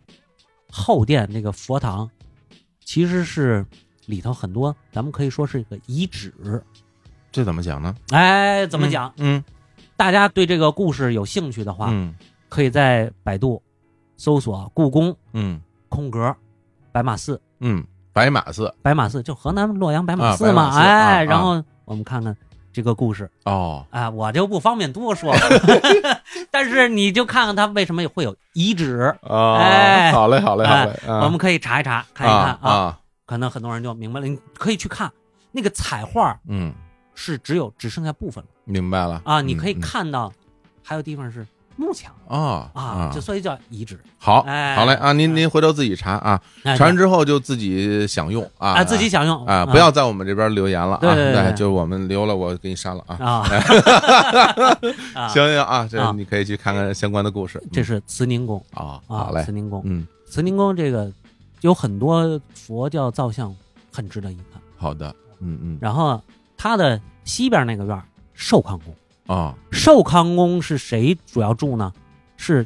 J: 后殿那个佛堂，其实是里头很多，咱们可以说是一个遗址。
I: 这怎么讲呢？
J: 哎，怎么
I: 嗯
J: 讲？？
I: 嗯
J: 大家对这个故事有兴趣的话，
I: 嗯
J: 可以在百度搜索“故宫
I: 嗯
J: 空格白马寺”。
I: 嗯，白马寺
J: 白马寺，就河南洛阳白马
I: 啊
J: 寺
I: 白
J: 嘛，
I: 马寺
J: 哎，
I: 啊啊
J: 然后我们看看这个故事，
I: 哦，
J: 哎，我就不方便多 说了，但是你就看看它为什么会有遗址，
I: 哦
J: 哎
I: 好嘞，好嘞，好
J: 哎
I: 嘞，啊
J: 我们可以查一查，看一看
I: 啊啊，
J: 可能很多人就明白了，你可以去看那个彩画
I: 嗯，
J: 是只有只剩下部分了
I: 明白了
J: 啊，你可以
I: 嗯嗯
J: 看到还有地方是木墙
I: 哦
J: 啊，就所以叫遗址，
I: 好，
J: 哎
I: 好嘞啊！您您回头自己查啊，
J: 哎
I: 查完之后就自己享用啊，
J: 啊自己享用
I: 啊，不要在我们这边留言了啊，
J: 对对对对
I: 就是我们留了，我给你删了啊。
J: 啊， 啊
I: 行，行啊，
J: 啊
I: 这你可以去看看相关的故事。
J: 这
I: 嗯
J: 是慈宁宫
I: 啊，
J: 啊
I: 好，嘞
J: 慈，宁宫，
I: 嗯，
J: 慈宁宫这个有很多佛教造像，很值得一看。
I: 好的，嗯嗯，
J: 然后啊它的西边那个院儿寿康宫，
I: 啊
J: 寿康宫是谁主要住呢？是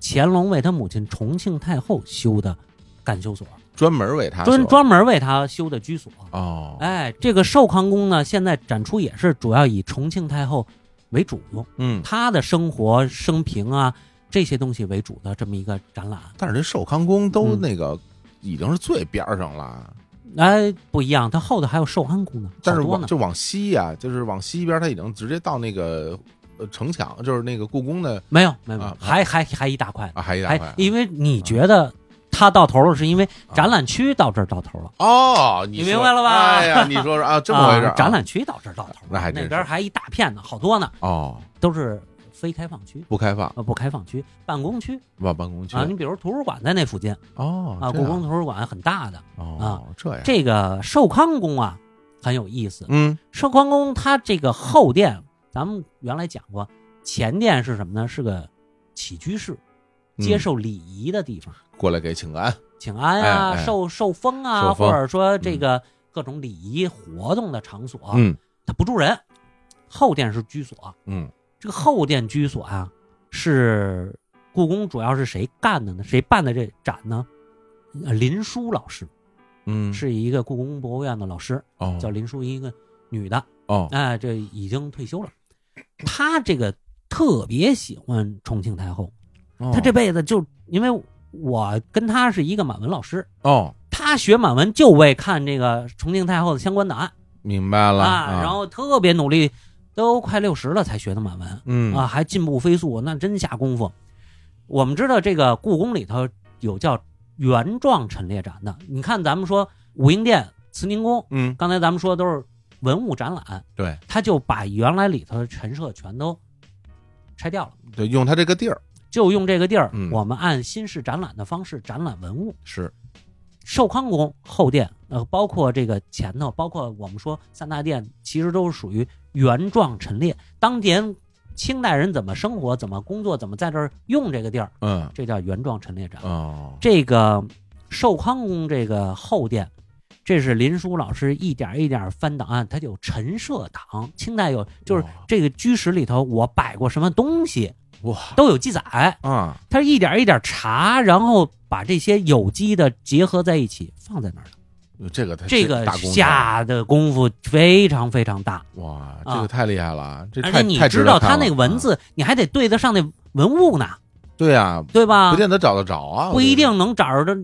J: 乾隆为他母亲重庆太后修的干休所，
I: 专门为他
J: 专
I: 所
J: 专门为他修的居所。
I: 哦，
J: 哎，这个寿康宫呢，现在展出也是主要以重庆太后为主用，
I: 嗯，
J: 她的生活、生平啊这些东西为主的这么一个展览。
I: 但是这寿康宫都
J: 嗯
I: 那个已经是最边儿上了，
J: 哎，不一样，它后头还有寿安宫呢，
I: 但是
J: 好多
I: 往
J: 呢。
I: 就往西呀，就是往西边，他已经直接到那个呃城墙，就是那个故宫的
J: 没有，没有，没有
I: 啊
J: 还还还一大块呢，
I: 啊，还一大块
J: 还。因为你觉得它到头了，是因为
I: 啊
J: 展览区到这儿到头了，
I: 哦，你
J: 你
I: 说
J: 明白了吧
I: 哎呀，你说说啊，这么回事儿
J: 啊
I: 啊？
J: 展览区到这儿到头了，
I: 那还真
J: 那
I: 是
J: 边还一大片呢，好多呢，
I: 哦，
J: 都是非开放区。
I: 不开放，
J: 呃，不开放区、办公区
I: 往办公区
J: 啊，你比如图书馆在那附近
I: 哦
J: 啊，
I: 这
J: 故
I: 样
J: 宫图书馆很大的。
I: 哦，这样
J: 这个寿康宫啊，很有意思。
I: 嗯
J: 寿康宫它这个后殿，咱们原来讲过，前殿是什么呢？是个起居室，
I: 嗯
J: 接受礼仪的地方，
I: 过来给请安，
J: 请安啊，
I: 哎哎
J: 受受封啊，
I: 受封
J: 或者说这个呃各种礼仪活动的场所，
I: 嗯
J: 它不住人。后殿是居所，
I: 嗯
J: 这个后殿居所啊，是故宫主要是谁干的呢？谁办的这展呢？呃林淑老师
I: 嗯，
J: 是一个故宫博物院的老师，
I: 哦
J: 叫林淑，一个女的，
I: 哦
J: 哎，这已经退休了。她这个特别喜欢重庆太后，
I: 哦
J: 她这辈子就因为我跟她是一个满文老师，
I: 哦，
J: 她学满文就为看这个重庆太后的相关档案
I: 明白了
J: 啊，然后特别努力，都快六十了才学的满文
I: 嗯
J: 啊，还进步飞速，那真下功夫。我们知道这个故宫里头有叫原状陈列展的，你看咱们说武英殿、慈宁宫，
I: 嗯
J: 刚才咱们说都是文物展览，
I: 对，
J: 他就把原来里头的陈设全都拆掉了，
I: 就用他这个地儿
J: 就用这个地儿，
I: 嗯
J: 我们按新式展览的方式展览文物。
I: 是
J: 寿康宫后殿，呃，包括这个前头，包括我们说三大殿，其实都是属于原状陈列。当年清代人怎么生活、怎么工作、怎么在这儿用这个地儿，
I: 嗯
J: 这叫原状陈列展。
I: 哦
J: 这个寿康宫这个后殿，这是林叔老师一点一点翻档案，它有陈设档，清代有，就是
I: 哇
J: 这个居室里头我摆过什么东西
I: 哇
J: 都有记载，
I: 啊
J: 它是一点一点查，然后把这些有机的结合在一起放在那儿的。
I: 这个太
J: 这个
I: 大功夫了
J: 下的功夫非常非常大，
I: 哇，
J: 啊
I: 这个太厉害了，这
J: 而
I: 太
J: 且你
I: 太值
J: 知
I: 得
J: 道
I: 看
J: 它
I: 了
J: 那个文字，你还得对得上那文物呢，
I: 啊对啊，
J: 对吧？
I: 不见得找得着啊，
J: 不
I: 我觉
J: 一
I: 得
J: 定能找着的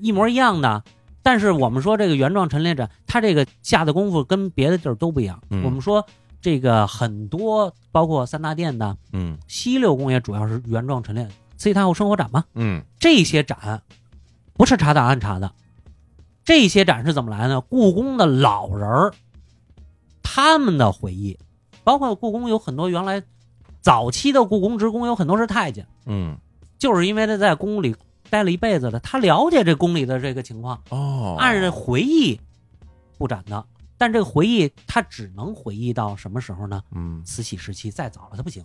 J: 一模一样的。但是我们说这个原状陈列展，它这个下的功夫跟别的地儿都不一样。
I: 嗯
J: 我们说这个很多，包括三大殿的
I: 嗯
J: 西六宫也主要是原状陈列，所以它有生活展嘛。
I: 嗯
J: 这些展不是查档案查的，这些展是怎么来呢？故宫的老人儿他们的回忆，包括故宫有很多原来早期的故宫职工有很多是太监。
I: 嗯
J: 就是因为他在宫里待了一辈子了，他了解这宫里的这个情况，
I: 哦，
J: 按着回忆布展的。但这个回忆，他只能回忆到什么时候呢？
I: 嗯
J: 慈禧时期，再早了他不行。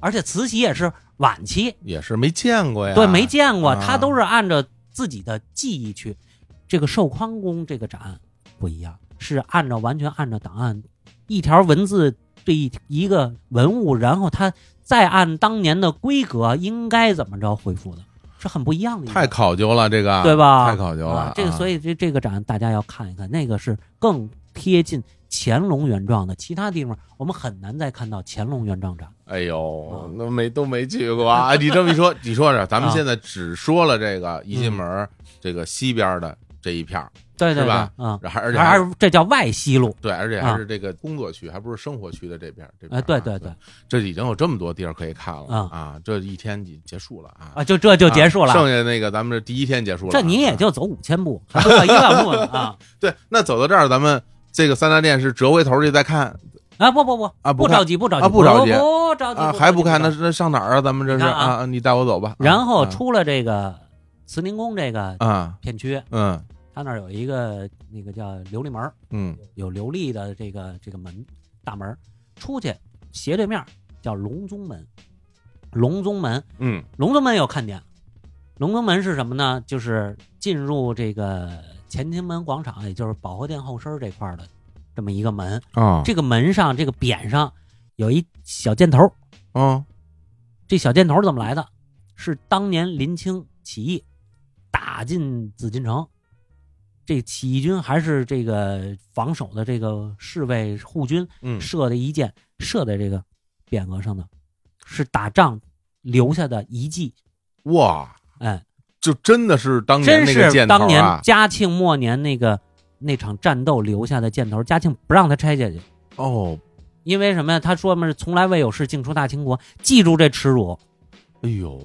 J: 而且慈禧也是晚期，
I: 也是没见过呀，
J: 对，没见过，
I: 啊
J: 他都是按照自己的记忆去。这个寿康宫这个展不一样，是按照完全按照档案，一条文字对一一个文物，然后他再按当年的规格应该怎么着恢复的，是很不一样的一个。
I: 太考究了，这个
J: 对吧？
I: 太考究了
J: 啊，这个所
I: 以
J: 以这这个展大家要看一看，那个是更贴近乾隆原状的，其他地方我们很难再看到乾隆原状展。
I: 哎呦
J: 啊，
I: 那没都没去过啊！ 你这么一说，你说说，咱们
J: 啊嗯
I: 现在只说了这个一进门儿这个西边的这一片儿，
J: 对对
I: 是
J: 对，
I: 吧
J: 啊、嗯，
I: 然后而且还
J: 而而这叫外西路。
I: 对，而且
J: 啊
I: 还是这个工作区，还不是生活区的这边儿。这边
J: 哎，
I: 儿
J: 对
I: 啊
J: 对对，，
I: 这已经有这么多地儿可以看了
J: 啊
I: 啊！这一天已结束了啊
J: 啊，，就这就结束了。
I: 剩下那个咱们这第一天结束了啊，
J: 这你也就走五千步，还不到一万步呢啊！
I: 对。那走到这儿，咱们这个三大殿是折回头去再看
J: 啊不不不
I: 啊不
J: 不
I: 看
J: 着急不着急
I: 啊不着急
J: 不着急
I: 啊，还不看那
J: 呢。
I: 那上哪儿啊？咱们这是
J: 你看啊
I: 啊，你带我走吧。啊
J: 然后
I: 啊
J: 出了这个慈宁宫这个
I: 啊，
J: 片区，
I: 嗯
J: 它那儿有一个那个叫琉璃门儿，
I: 嗯
J: 有琉璃的这个这个门大门儿，出去斜对面叫隆宗门，隆宗门
I: 嗯
J: 隆宗门有看点，隆宗门是什么呢？就是进入这个乾清门广场，也就是保和殿后身儿这块儿的这么一个门。
I: 啊
J: 这个门上这个匾上有一小箭头，
I: 啊
J: 这小箭头怎么来的？是当年临清起义打进紫禁城，这起义军还是这个防守的这个侍卫护军
I: 嗯
J: 射的一箭射在这个匾额上的，是打仗留下的遗迹。
I: 哇，
J: 哎，
I: 就真的是当年
J: 真
I: 那个
J: 是
I: 箭头
J: 当年
I: 啊！
J: 嘉庆末年那个那场战斗留下的箭头，嘉庆不让他拆下去，
I: 哦，
J: 因为什么呀？他说嘛，是从来未有事竟出大清国，记住这耻辱，
I: 哎呦，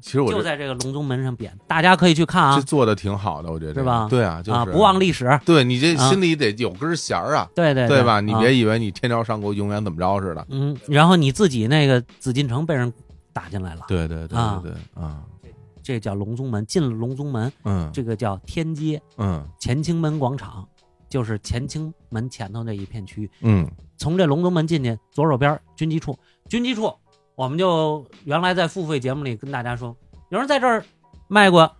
I: 其实我
J: 就
I: 这
J: 在这个隆宗门上匾，大家可以去看啊
I: 这做的挺好的，我觉得
J: 是吧
I: 对啊，就是
J: 啊，不忘。历史，
I: 对你这
J: 啊
I: 心里得有根弦儿啊，
J: 对对
I: 对吧？你别
J: 啊
I: 以为你天朝上国永远怎么着似的。
J: 嗯，然后你自己那个紫禁城被人打进来了，
I: 对对对
J: 啊
I: 对对啊，
J: 这叫隆宗门，进了隆宗门，
I: 嗯
J: 这个叫天街
I: 嗯
J: 乾清门广场，就是乾清门前头那一片区域。
I: 嗯
J: 从这隆宗门进去，左手边军机处，军机处我们就原来在付费节目里跟大家说，有人在这儿卖过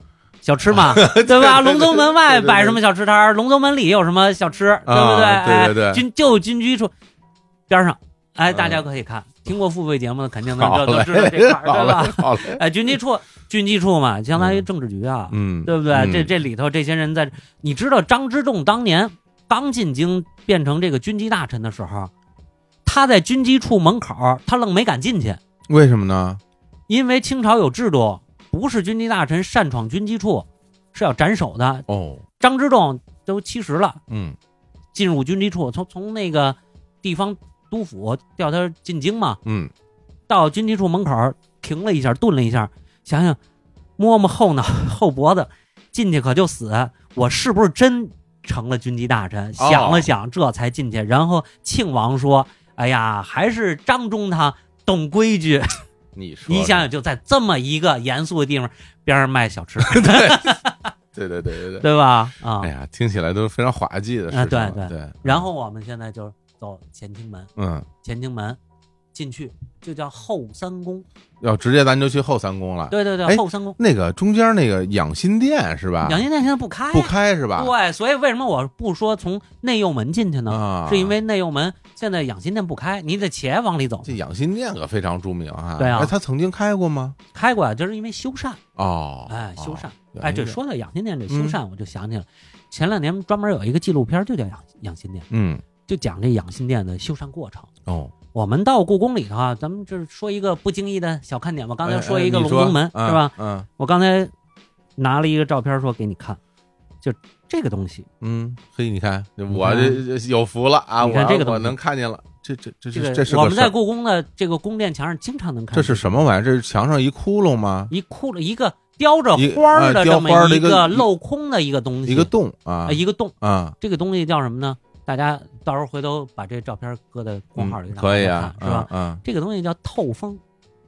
J: 小吃嘛， 对 吧？龙宗门外
I: 对对对
J: 摆什么小吃摊儿，龙宗门里有什么小吃，对不
I: 啊
J: 哎
I: 对对对
J: 军就军区处边上，哎，
I: 嗯
J: 大家可以看，听过付费节目的肯定 能
I: 好
J: 都
I: 嘞
J: 都知道这块，
I: 好
J: 儿，对
I: 嘞
J: 吧？，
I: 好嘞，
J: 哎，军机处，军机处嘛，相当于
I: 嗯
J: 政治局啊，
I: 嗯，
J: 对不对？
I: 嗯
J: 这这里头这些人在，你知道张之洞当年刚进京变成这个军机大臣的时候，他在军机处门口，他愣没敢进去，
I: 为什么呢？
J: 因为清朝有制度，不是军机大臣擅闯军机处是要斩首的。
I: 哦，
J: 张之洞都七十了，
I: 嗯
J: 进入军机处，从从那个地方督府调他进京嘛，
I: 嗯，
J: 到军机处门口停了一下，顿了一下，想想摸摸后脑 后脖子，进去可就死，我是不是真成了军机大臣？
I: 哦
J: 想了想，这才进去。然后庆王说：“哎呀，还是张中堂懂 规矩。
I: 你”说
J: 你想
I: 的
J: 想，就在这么一个严肃的地方边上卖小吃，
I: 对对对对对，
J: 对吧？啊、
I: 哎呀，听起来都是非常滑稽的事
J: 啊
I: 情了，
J: 对对
I: 对，
J: 然后我们现在就走前厅门，
I: 嗯，
J: 前厅门进去就叫后三宫。
I: 要直接咱就去后三宫了。
J: 对对
I: 哎
J: 对，后三宫。
I: 那个中间那个养心殿是吧？
J: 养心殿现在不开呀，
I: 不开是吧？
J: 对，所以为什么我不说从内右门进去呢？
I: 啊，
J: 是因为内右门现在养心殿不开，你得且往里走。
I: 这养心殿可非常著名啊。
J: 对啊
I: 哎，他曾经开过吗？
J: 开过啊，就是因为修缮，
I: 哦，
J: 哎，修缮
I: 哦，
J: 哎，
I: 养心
J: 这，
I: 殿
J: 说到养心殿这修
I: 嗯
J: 缮，我就想起了前两年专门有一个纪录片，就叫养养心殿，
I: 嗯，
J: 就讲这养心殿的修缮过程。
I: 哦，
J: 我们到故宫里头啊，咱们就是说一个不经意的小看点吧。刚才说一个
I: 哎哎
J: 龙
I: 你
J: 宫门、
I: 嗯
J: 是吧？
I: 嗯
J: 我刚才拿了一个照片说给你看，就这个东西，
I: 嗯，嘿，你看
J: 看
I: 我这有福了啊！
J: 你看
I: 我
J: 这个东西
I: 我能看见了，这这这是
J: 这个
I: 这是
J: 我
I: 个
J: 们在
I: 什
J: 故宫的这个宫殿墙上经常能看
I: 这
J: 见。
I: 是什么玩意儿？这是墙上一窟窿吗？
J: 一窟窿，一个雕着
I: 一
J: 花儿
I: 哎
J: 的
I: 雕
J: 这
I: 花儿
J: 么
I: 的一个
J: 个镂空的一个东西，
I: 一个洞啊
J: 啊，一个洞。
I: 啊，
J: 这个东西叫什么呢？大家到时候回头把这照片搁在公号里，
I: 嗯
J: 让
I: 可以
J: 大家
I: 啊，
J: 看是吧？
I: 嗯？嗯，
J: 这个东西叫透风，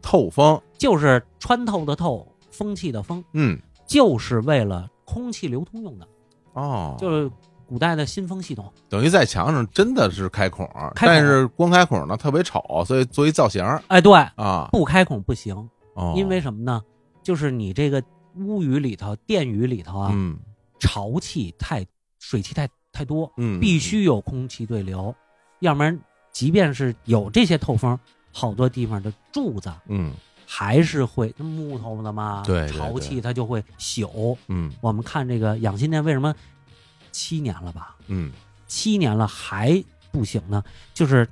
I: 透风，
J: 就是穿透的透，风气的风，
I: 嗯，
J: 就是为了空气流通用的，
I: 哦，
J: 就是古代的新风系统。
I: 等于在墙上真的是开孔，
J: 开孔
I: 但是光开孔呢特别丑，所以做一造型儿
J: 哎，对，
I: 啊，
J: 不开孔不行，
I: 哦
J: 因为什么呢？就是你这个屋宇里头、殿宇里头啊，
I: 嗯
J: 潮气太、水气太太多，
I: 嗯
J: 必须有空气对流，要不然即便是有这些透风，好多地方的柱子
I: 嗯
J: 还是会木头的嘛，
I: 对对
J: 啊潮
I: 对
J: 气它就会朽。
I: 嗯
J: 我们看这个养心殿为什么七年了吧，
I: 嗯
J: 七年了还不行呢？就是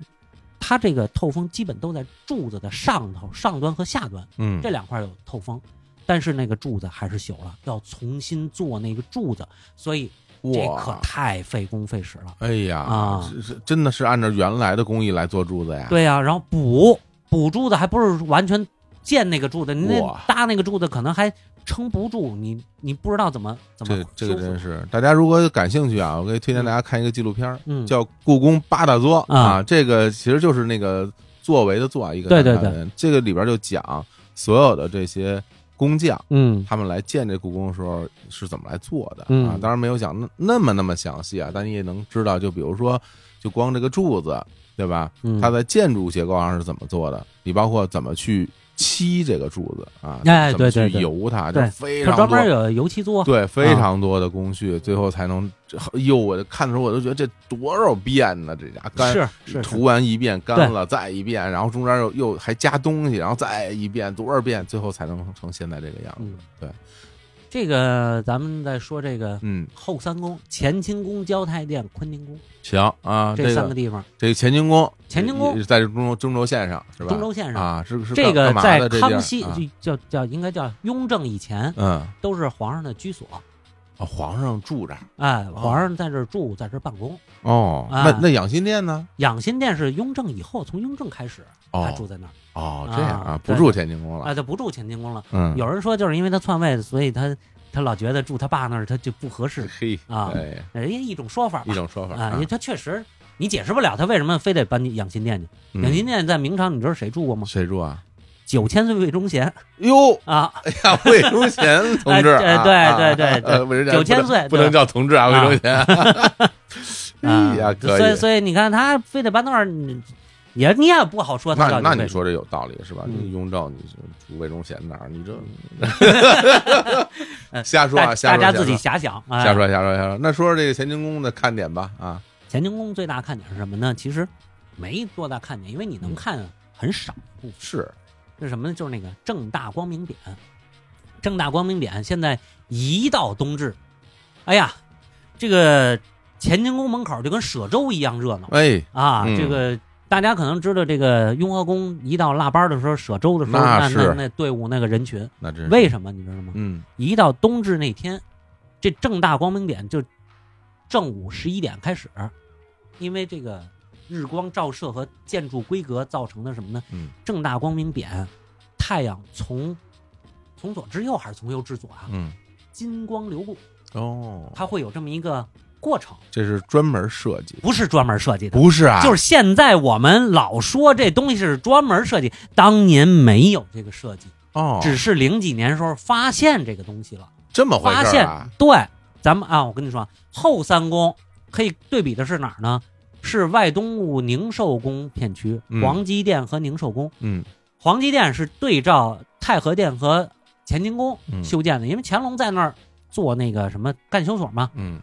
J: 它这个透风基本都在柱子的上头、上端和下端
I: 嗯，
J: 这两块有透风。但是那个柱子还是朽了，要重新做那个柱子，所以这可
I: 哇，
J: 太费工费时了。
I: 哎呀，
J: 啊
I: 是是真的是按照原来的工艺来做柱子呀，，
J: 对呀、啊然后补补柱子还不是完全建那个柱子，你那
I: 哇
J: 搭那个柱子可能还撑不住，你你不知道怎么怎么
I: 这这个
J: 修复
I: 真是，大家如果感兴趣啊，我可以推荐大家看一个纪录片儿，
J: 嗯
I: 叫《故宫八大作》
J: 啊
I: 啊，这个其实就是那个作为的作啊，一个
J: 对对
I: 男的
J: 对
I: 人，这个里边就讲所有的这些工匠。
J: 嗯
I: 他们来建这故宫的时候是怎么来做的、
J: 嗯
I: 啊？当然没有讲那那么那么详细啊，但你也能知道，就比如说，就光这个柱子，对吧？
J: 嗯，
I: 它在建筑结构上是怎么做的？你包括怎么去漆这个柱子啊？
J: 哎
I: 怎么
J: 对对
I: 去
J: 对
I: 油它，
J: 对
I: 这非
J: 他
I: 常
J: 专门
I: 多。
J: 有啊油漆做，
I: 对，非常多的工序，最后才能，这哎呦，我看的时候我都觉得这多少遍呢？这家干
J: 是是是
I: 涂完一遍干
J: 对
I: 了再一遍，然后中间又又还加东西，然后再一遍多少遍，最后才能成现在这个样子。
J: 嗯
I: 对，
J: 这个咱们再说这个
I: 嗯，
J: 后三宫：乾清宫、交泰殿、坤宁宫
I: 行啊，这
J: 这三
I: 个
J: 个地方，
I: 这个乾清宫，
J: 乾清宫
I: 也是在中州中轴线上是吧？
J: 中轴线上。
I: 啊，是是
J: 这
I: 干
J: 个
I: 干嘛
J: 在
I: 的这地儿
J: 康熙
I: 啊
J: 就叫叫应该叫雍正以前
I: 嗯，
J: 都是皇上的居所，
I: 哦皇上住这儿
J: 哎，皇上在这儿住，在这儿办公。
I: 哦，
J: 啊
I: 那那养心殿呢？
J: 养心殿是雍正以后，从雍正开始，他住
I: 哦
J: 在那儿。
I: 哦，这样
J: 啊
I: 不住乾清宫
J: 啊，
I: 了，
J: 他不住乾清宫了。
I: 嗯，
J: 有人说，就是因为他篡位，所以他他老觉得住他爸那儿他就不合适，
I: 嘿
J: 啊
I: 哎
J: 人家一种说法吧
I: 一种说法
J: 啊，因为他确实你解释不了他为什么非得搬去养心殿去。
I: 嗯
J: 养心殿在明朝，你知道谁住过吗？
I: 谁住啊？
J: 九千岁魏忠贤
I: 哟，
J: 啊，
I: 哎呀，魏忠贤 同志啊，
J: 哎对对对对
I: 啊，魏忠贤
J: 九千
I: 不能
J: 岁
I: 不能
J: 对
I: 叫同志啊，魏
J: 啊
I: 忠贤，哎呀，
J: 啊，
I: 可
J: 所以
I: 以，
J: 所以你看他非得搬到那儿，你嗯也你也不好说他
I: 那
J: 到底
I: 那你
J: 为
I: 说这有道理是吧？
J: 嗯
I: 你雍正，你是魏忠贤哪儿？你 这
J: 嗯
I: 瞎说啊，
J: 大
I: 瞎
J: 大
I: 说，
J: 家自己
I: 瞎
J: 遐想
I: 说
J: 啊。
I: 瞎说，瞎说，瞎说。那说说这个乾清宫的看点吧，啊，
J: 乾清宫最大看点是什么呢？其实没多大看点，因为你能看啊很少。
I: 是
J: 是什么呢？就是那个正大光明匾。正大光明匾现在一到冬至，哎呀，这个乾清宫门口就跟舍粥一样热闹
I: 哎，
J: 啊！
I: 嗯
J: 这个大家可能知道，这个雍和宫一到腊八的时候，舍粥的时候，
I: 那
J: 那
I: 是
J: 那那队伍那个人群，
I: 那真是
J: 为什么你知道吗？
I: 嗯
J: 一到冬至那天，这正大光明匾就正午十一点开始，因为这个日光照射和建筑规格造成的什么呢？
I: 嗯
J: 正大光明匾，太阳从从左至右还是从右至左啊？
I: 嗯
J: 金光流过，
I: 哦，
J: 它会有这么一个过程，
I: 这是专门设计的，
J: 不是专门设计的。
I: 不是啊，
J: 就是现在我们老说这东西是专门设计，当年没有这个设计，
I: 哦，
J: 只是零几年时候发现这个东西了。
I: 这么回
J: 发
I: 事儿
J: 现
I: 啊，
J: 对，咱们啊，我跟你说啊，后三宫可以对比的是哪儿呢？是外东路宁寿宫片区
I: 嗯，
J: 黄鸡殿和宁寿宫。
I: 嗯
J: 黄鸡殿是对照太和殿和乾清宫
I: 嗯
J: 修建的，因为乾隆在那儿做那个什么干休所嘛。
I: 嗯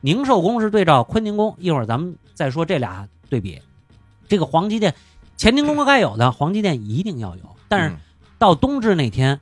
J: 宁寿宫是对照坤宁宫，一会儿咱们再说这俩对比。这个黄鸡殿，乾清宫该有的，黄鸡殿一定要有，但是
I: 嗯
J: 到冬至那天，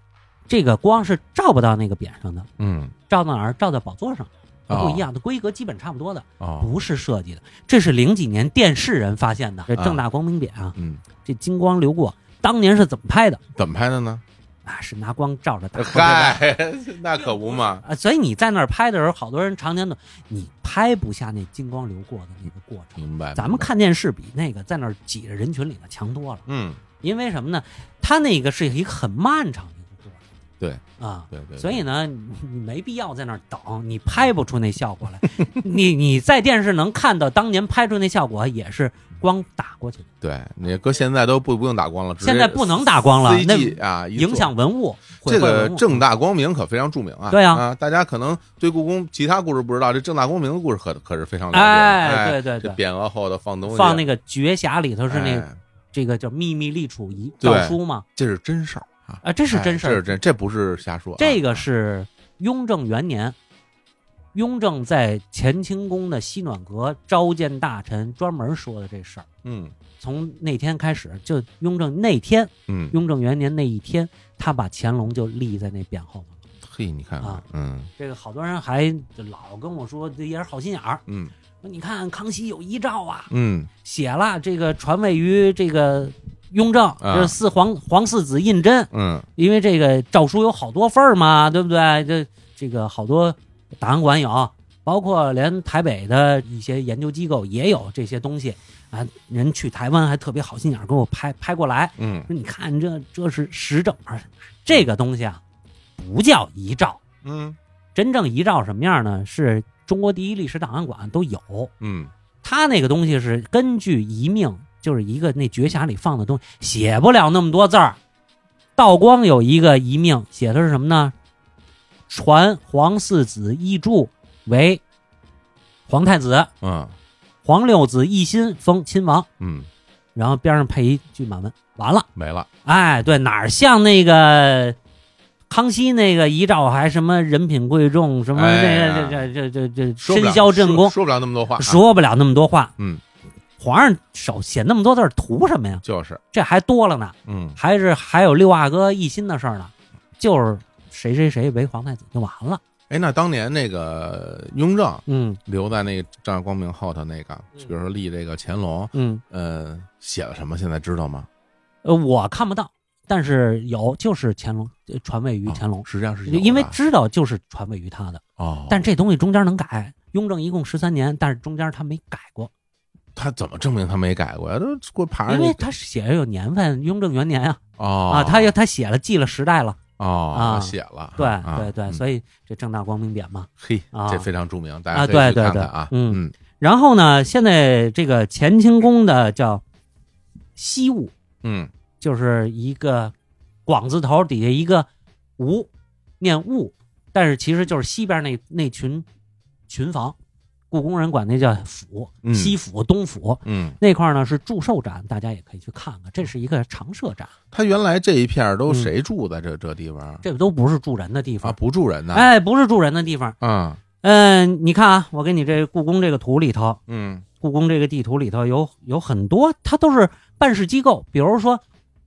J: 这个光是照不到那个匾上的。
I: 嗯
J: 照到哪儿？照到宝座上，
I: 哦
J: 不一样的规格，基本差不多的，
I: 哦
J: 不是设计的。这是零几年电视人发现的，这
I: 啊
J: 正大光明匾啊，
I: 嗯，
J: 这金光流过，当年是怎么拍的
I: 怎么拍的呢？
J: 啊？是拿光照着打。
I: 嗨， 那可不嘛，
J: 啊，所以你在那儿拍的时候，好多人常年的你拍不下那金光流过的那个过程。
I: 明白？
J: 咱
I: 明
J: 们
I: 白，
J: 看电视比那个在那儿挤着人群里的强多了，
I: 嗯，
J: 因为什么呢？它那个是一个很漫长的一个过程。
I: 对
J: 啊，
I: 对对，
J: 所以
I: 呢，
J: 呢，你你没必要在那儿等，你拍不出那效果来。 你你在电视能看到当年拍出那效果，也是光打过去的，
I: 对，你搁现在都不不用打光了，直接
J: 现在不能打光了
I: CG 啊，一做
J: 影响文物，毁
I: 这
J: 坏
I: 个
J: 文物
I: 正大光明可非常著名啊！
J: 对
I: 啊，
J: 啊
I: 大家可能对故宫其他故事不知道，这正大光明的故事可可是非常了解的。
J: 哎
I: 哎，
J: 对对
I: 这
J: 对
I: 匾额后头放东西，
J: 放那个绝匣里头是那
I: 哎
J: 这个叫秘密立储遗
I: 对
J: 诏书嘛？
I: 这是真事儿啊！
J: 啊，这
I: 这
J: 是真事
I: 这
J: 儿
I: 是。真，这不是瞎说啊。
J: 这个是雍正元年，雍正在乾清宫的西暖阁召见大臣，专门说的这事儿。
I: 嗯
J: 从那天开始，就雍正那天，
I: 嗯，
J: 雍正元年那一天，他把乾隆就立在那匾后头了。
I: 嘿，你看看
J: 啊，
I: 嗯
J: 这个好多人还老跟我说，这也是好心眼儿。
I: 嗯
J: 说你看康熙有遗诏啊，
I: 嗯，
J: 写了这个传位于这个雍正，
I: 啊
J: 就是四皇皇四子胤禛，
I: 嗯
J: 因为这个诏书有好多份儿嘛，对不对？这这个好多档案馆有，包括连台北的一些研究机构也有这些东西啊。人去台湾还特别好心眼儿给我拍拍过来，
I: 嗯
J: 说你看这这是实证，而这个东西啊，不叫遗诏。
I: 嗯
J: 真正遗诏什么样呢？是中国第一历史档案馆都有，
I: 嗯，
J: 他那个东西是根据遗命，就是一个那绝匣里放的东西，写不了那么多字儿。道光有一个遗命，写的是什么呢？传皇四子奕柱为皇太子，
I: 嗯
J: 皇六子奕欣封亲王，
I: 嗯，
J: 然后边上配一句满文，完了。
I: 没了，
J: 哎，对，哪儿像那个康熙那个遗诏，还什么人品贵重，什么这
I: 哎
J: 个这这这这这
I: 说不了
J: 身销正
I: 说
J: 宫，
I: 说不了那么多话啊，
J: 说不了那么多话。
I: 嗯，
J: 皇上手写那么多字儿图什么呀？
I: 就是
J: 这还多了呢，
I: 嗯
J: 还是还有六阿哥一心的事儿呢，就是谁谁谁为皇太子就完了。
I: 哎，那当年那个雍正
J: 嗯
I: 留在那个正大光明后头那个，比如说立这个乾隆，
J: 嗯，
I: 呃，写了什么？现在知道吗？
J: 呃，我看不到，但是有就是乾隆呃传位于
I: 啊
J: 乾隆，
I: 实际上是有的
J: 因为知道就是传位于他的，
I: 哦，
J: 但这东西中间能改。雍正一共十三年，但是中间他没改过，
I: 他怎么证明他没改过呀？都给我爬上
J: 因
I: 去
J: 为他写着有年份，雍正元年啊
I: 哦
J: 啊，他又他写了记了时代了，
I: 哦
J: 啊
I: 写了，
J: 对
I: 啊
J: 对对，
I: 嗯
J: 所以这正大光明匾嘛，
I: 嘿，
J: 啊
I: 这非常著名，大
J: 啊
I: 家可以去
J: 对对
I: 看看
J: 对
I: 啊，
J: 嗯然后呢，现在呃这个乾清宫的叫西务，
I: 嗯
J: 就是一个广字头底下一个吴，念务，但是其实就是西边那那群群房，故宫人管那叫府，
I: 嗯
J: 西府、东府
I: 嗯，
J: 那块儿呢是祝寿展，大家也可以去看看，这是一个常设展，
I: 他原来这一片儿都谁住的？这这地方
J: 嗯这都不是住人的地
I: 啊，
J: 方，
I: 不住人呐。
J: 哎，不是住人的地方。
I: 嗯
J: 嗯、你看啊，我给你这故宫这个图里头，
I: 嗯
J: 故宫这个地图里头有有很多，它都是办事机构，比如说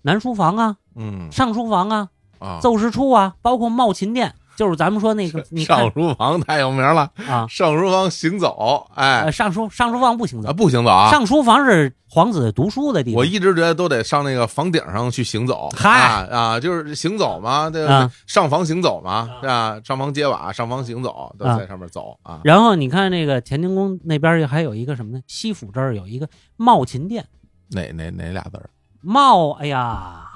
J: 南书房啊、
I: 嗯
J: 上书房啊、
I: 啊，
J: 奏事处啊，包括茂琴殿，就是咱们说那个你看
I: 上书房太有名了，
J: 啊，
I: 上书房行走，
J: 呃，
I: 哎
J: 上书上书房不行
I: 啊
J: 走，
I: 不行走啊，
J: 上书房是皇子读书的地方。
I: 我一直觉得都得上那个房顶上去行走，
J: 嗨
I: 啊啊，就是行走嘛，对吧
J: 啊？
I: 上房行走嘛，啊，上房揭瓦，上房行走，都在上面走啊，
J: 然后你看那个乾清宫那边还有一个什么呢？西府这儿有一个茂琴殿，
I: 哪哪哪俩字儿？啊
J: 茂，哎呀，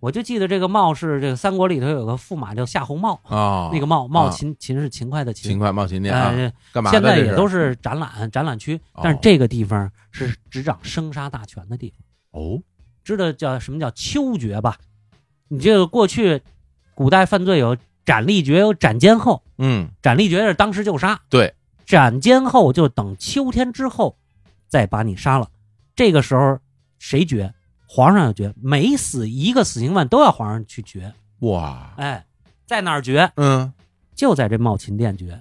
J: 我就记得这个茂是这个三国里头有个驸马叫夏侯茂，
I: 啊，
J: 那个茂茂
I: 啊
J: 秦秦是勤快的
I: 勤
J: 勤，
I: 快冒勤殿啊，
J: 哎，
I: 干嘛的
J: 现
I: 这
J: 在
I: 是？
J: 也都是展览展览区
I: 哦，
J: 但是这个地方是执掌生杀大权的地方，
I: 哦，
J: 知道叫什么叫秋决吧？你这个过去古代犯罪有斩立决，有斩监候，
I: 嗯，
J: 斩立决是当时就杀，
I: 对，
J: 斩监后就等秋天之后再把你杀了。这个时候谁决？皇上要决，每死一个死刑犯都要皇上去决。
I: 哇，
J: 哎，在哪儿决？
I: 嗯
J: 就在这茂勤殿决。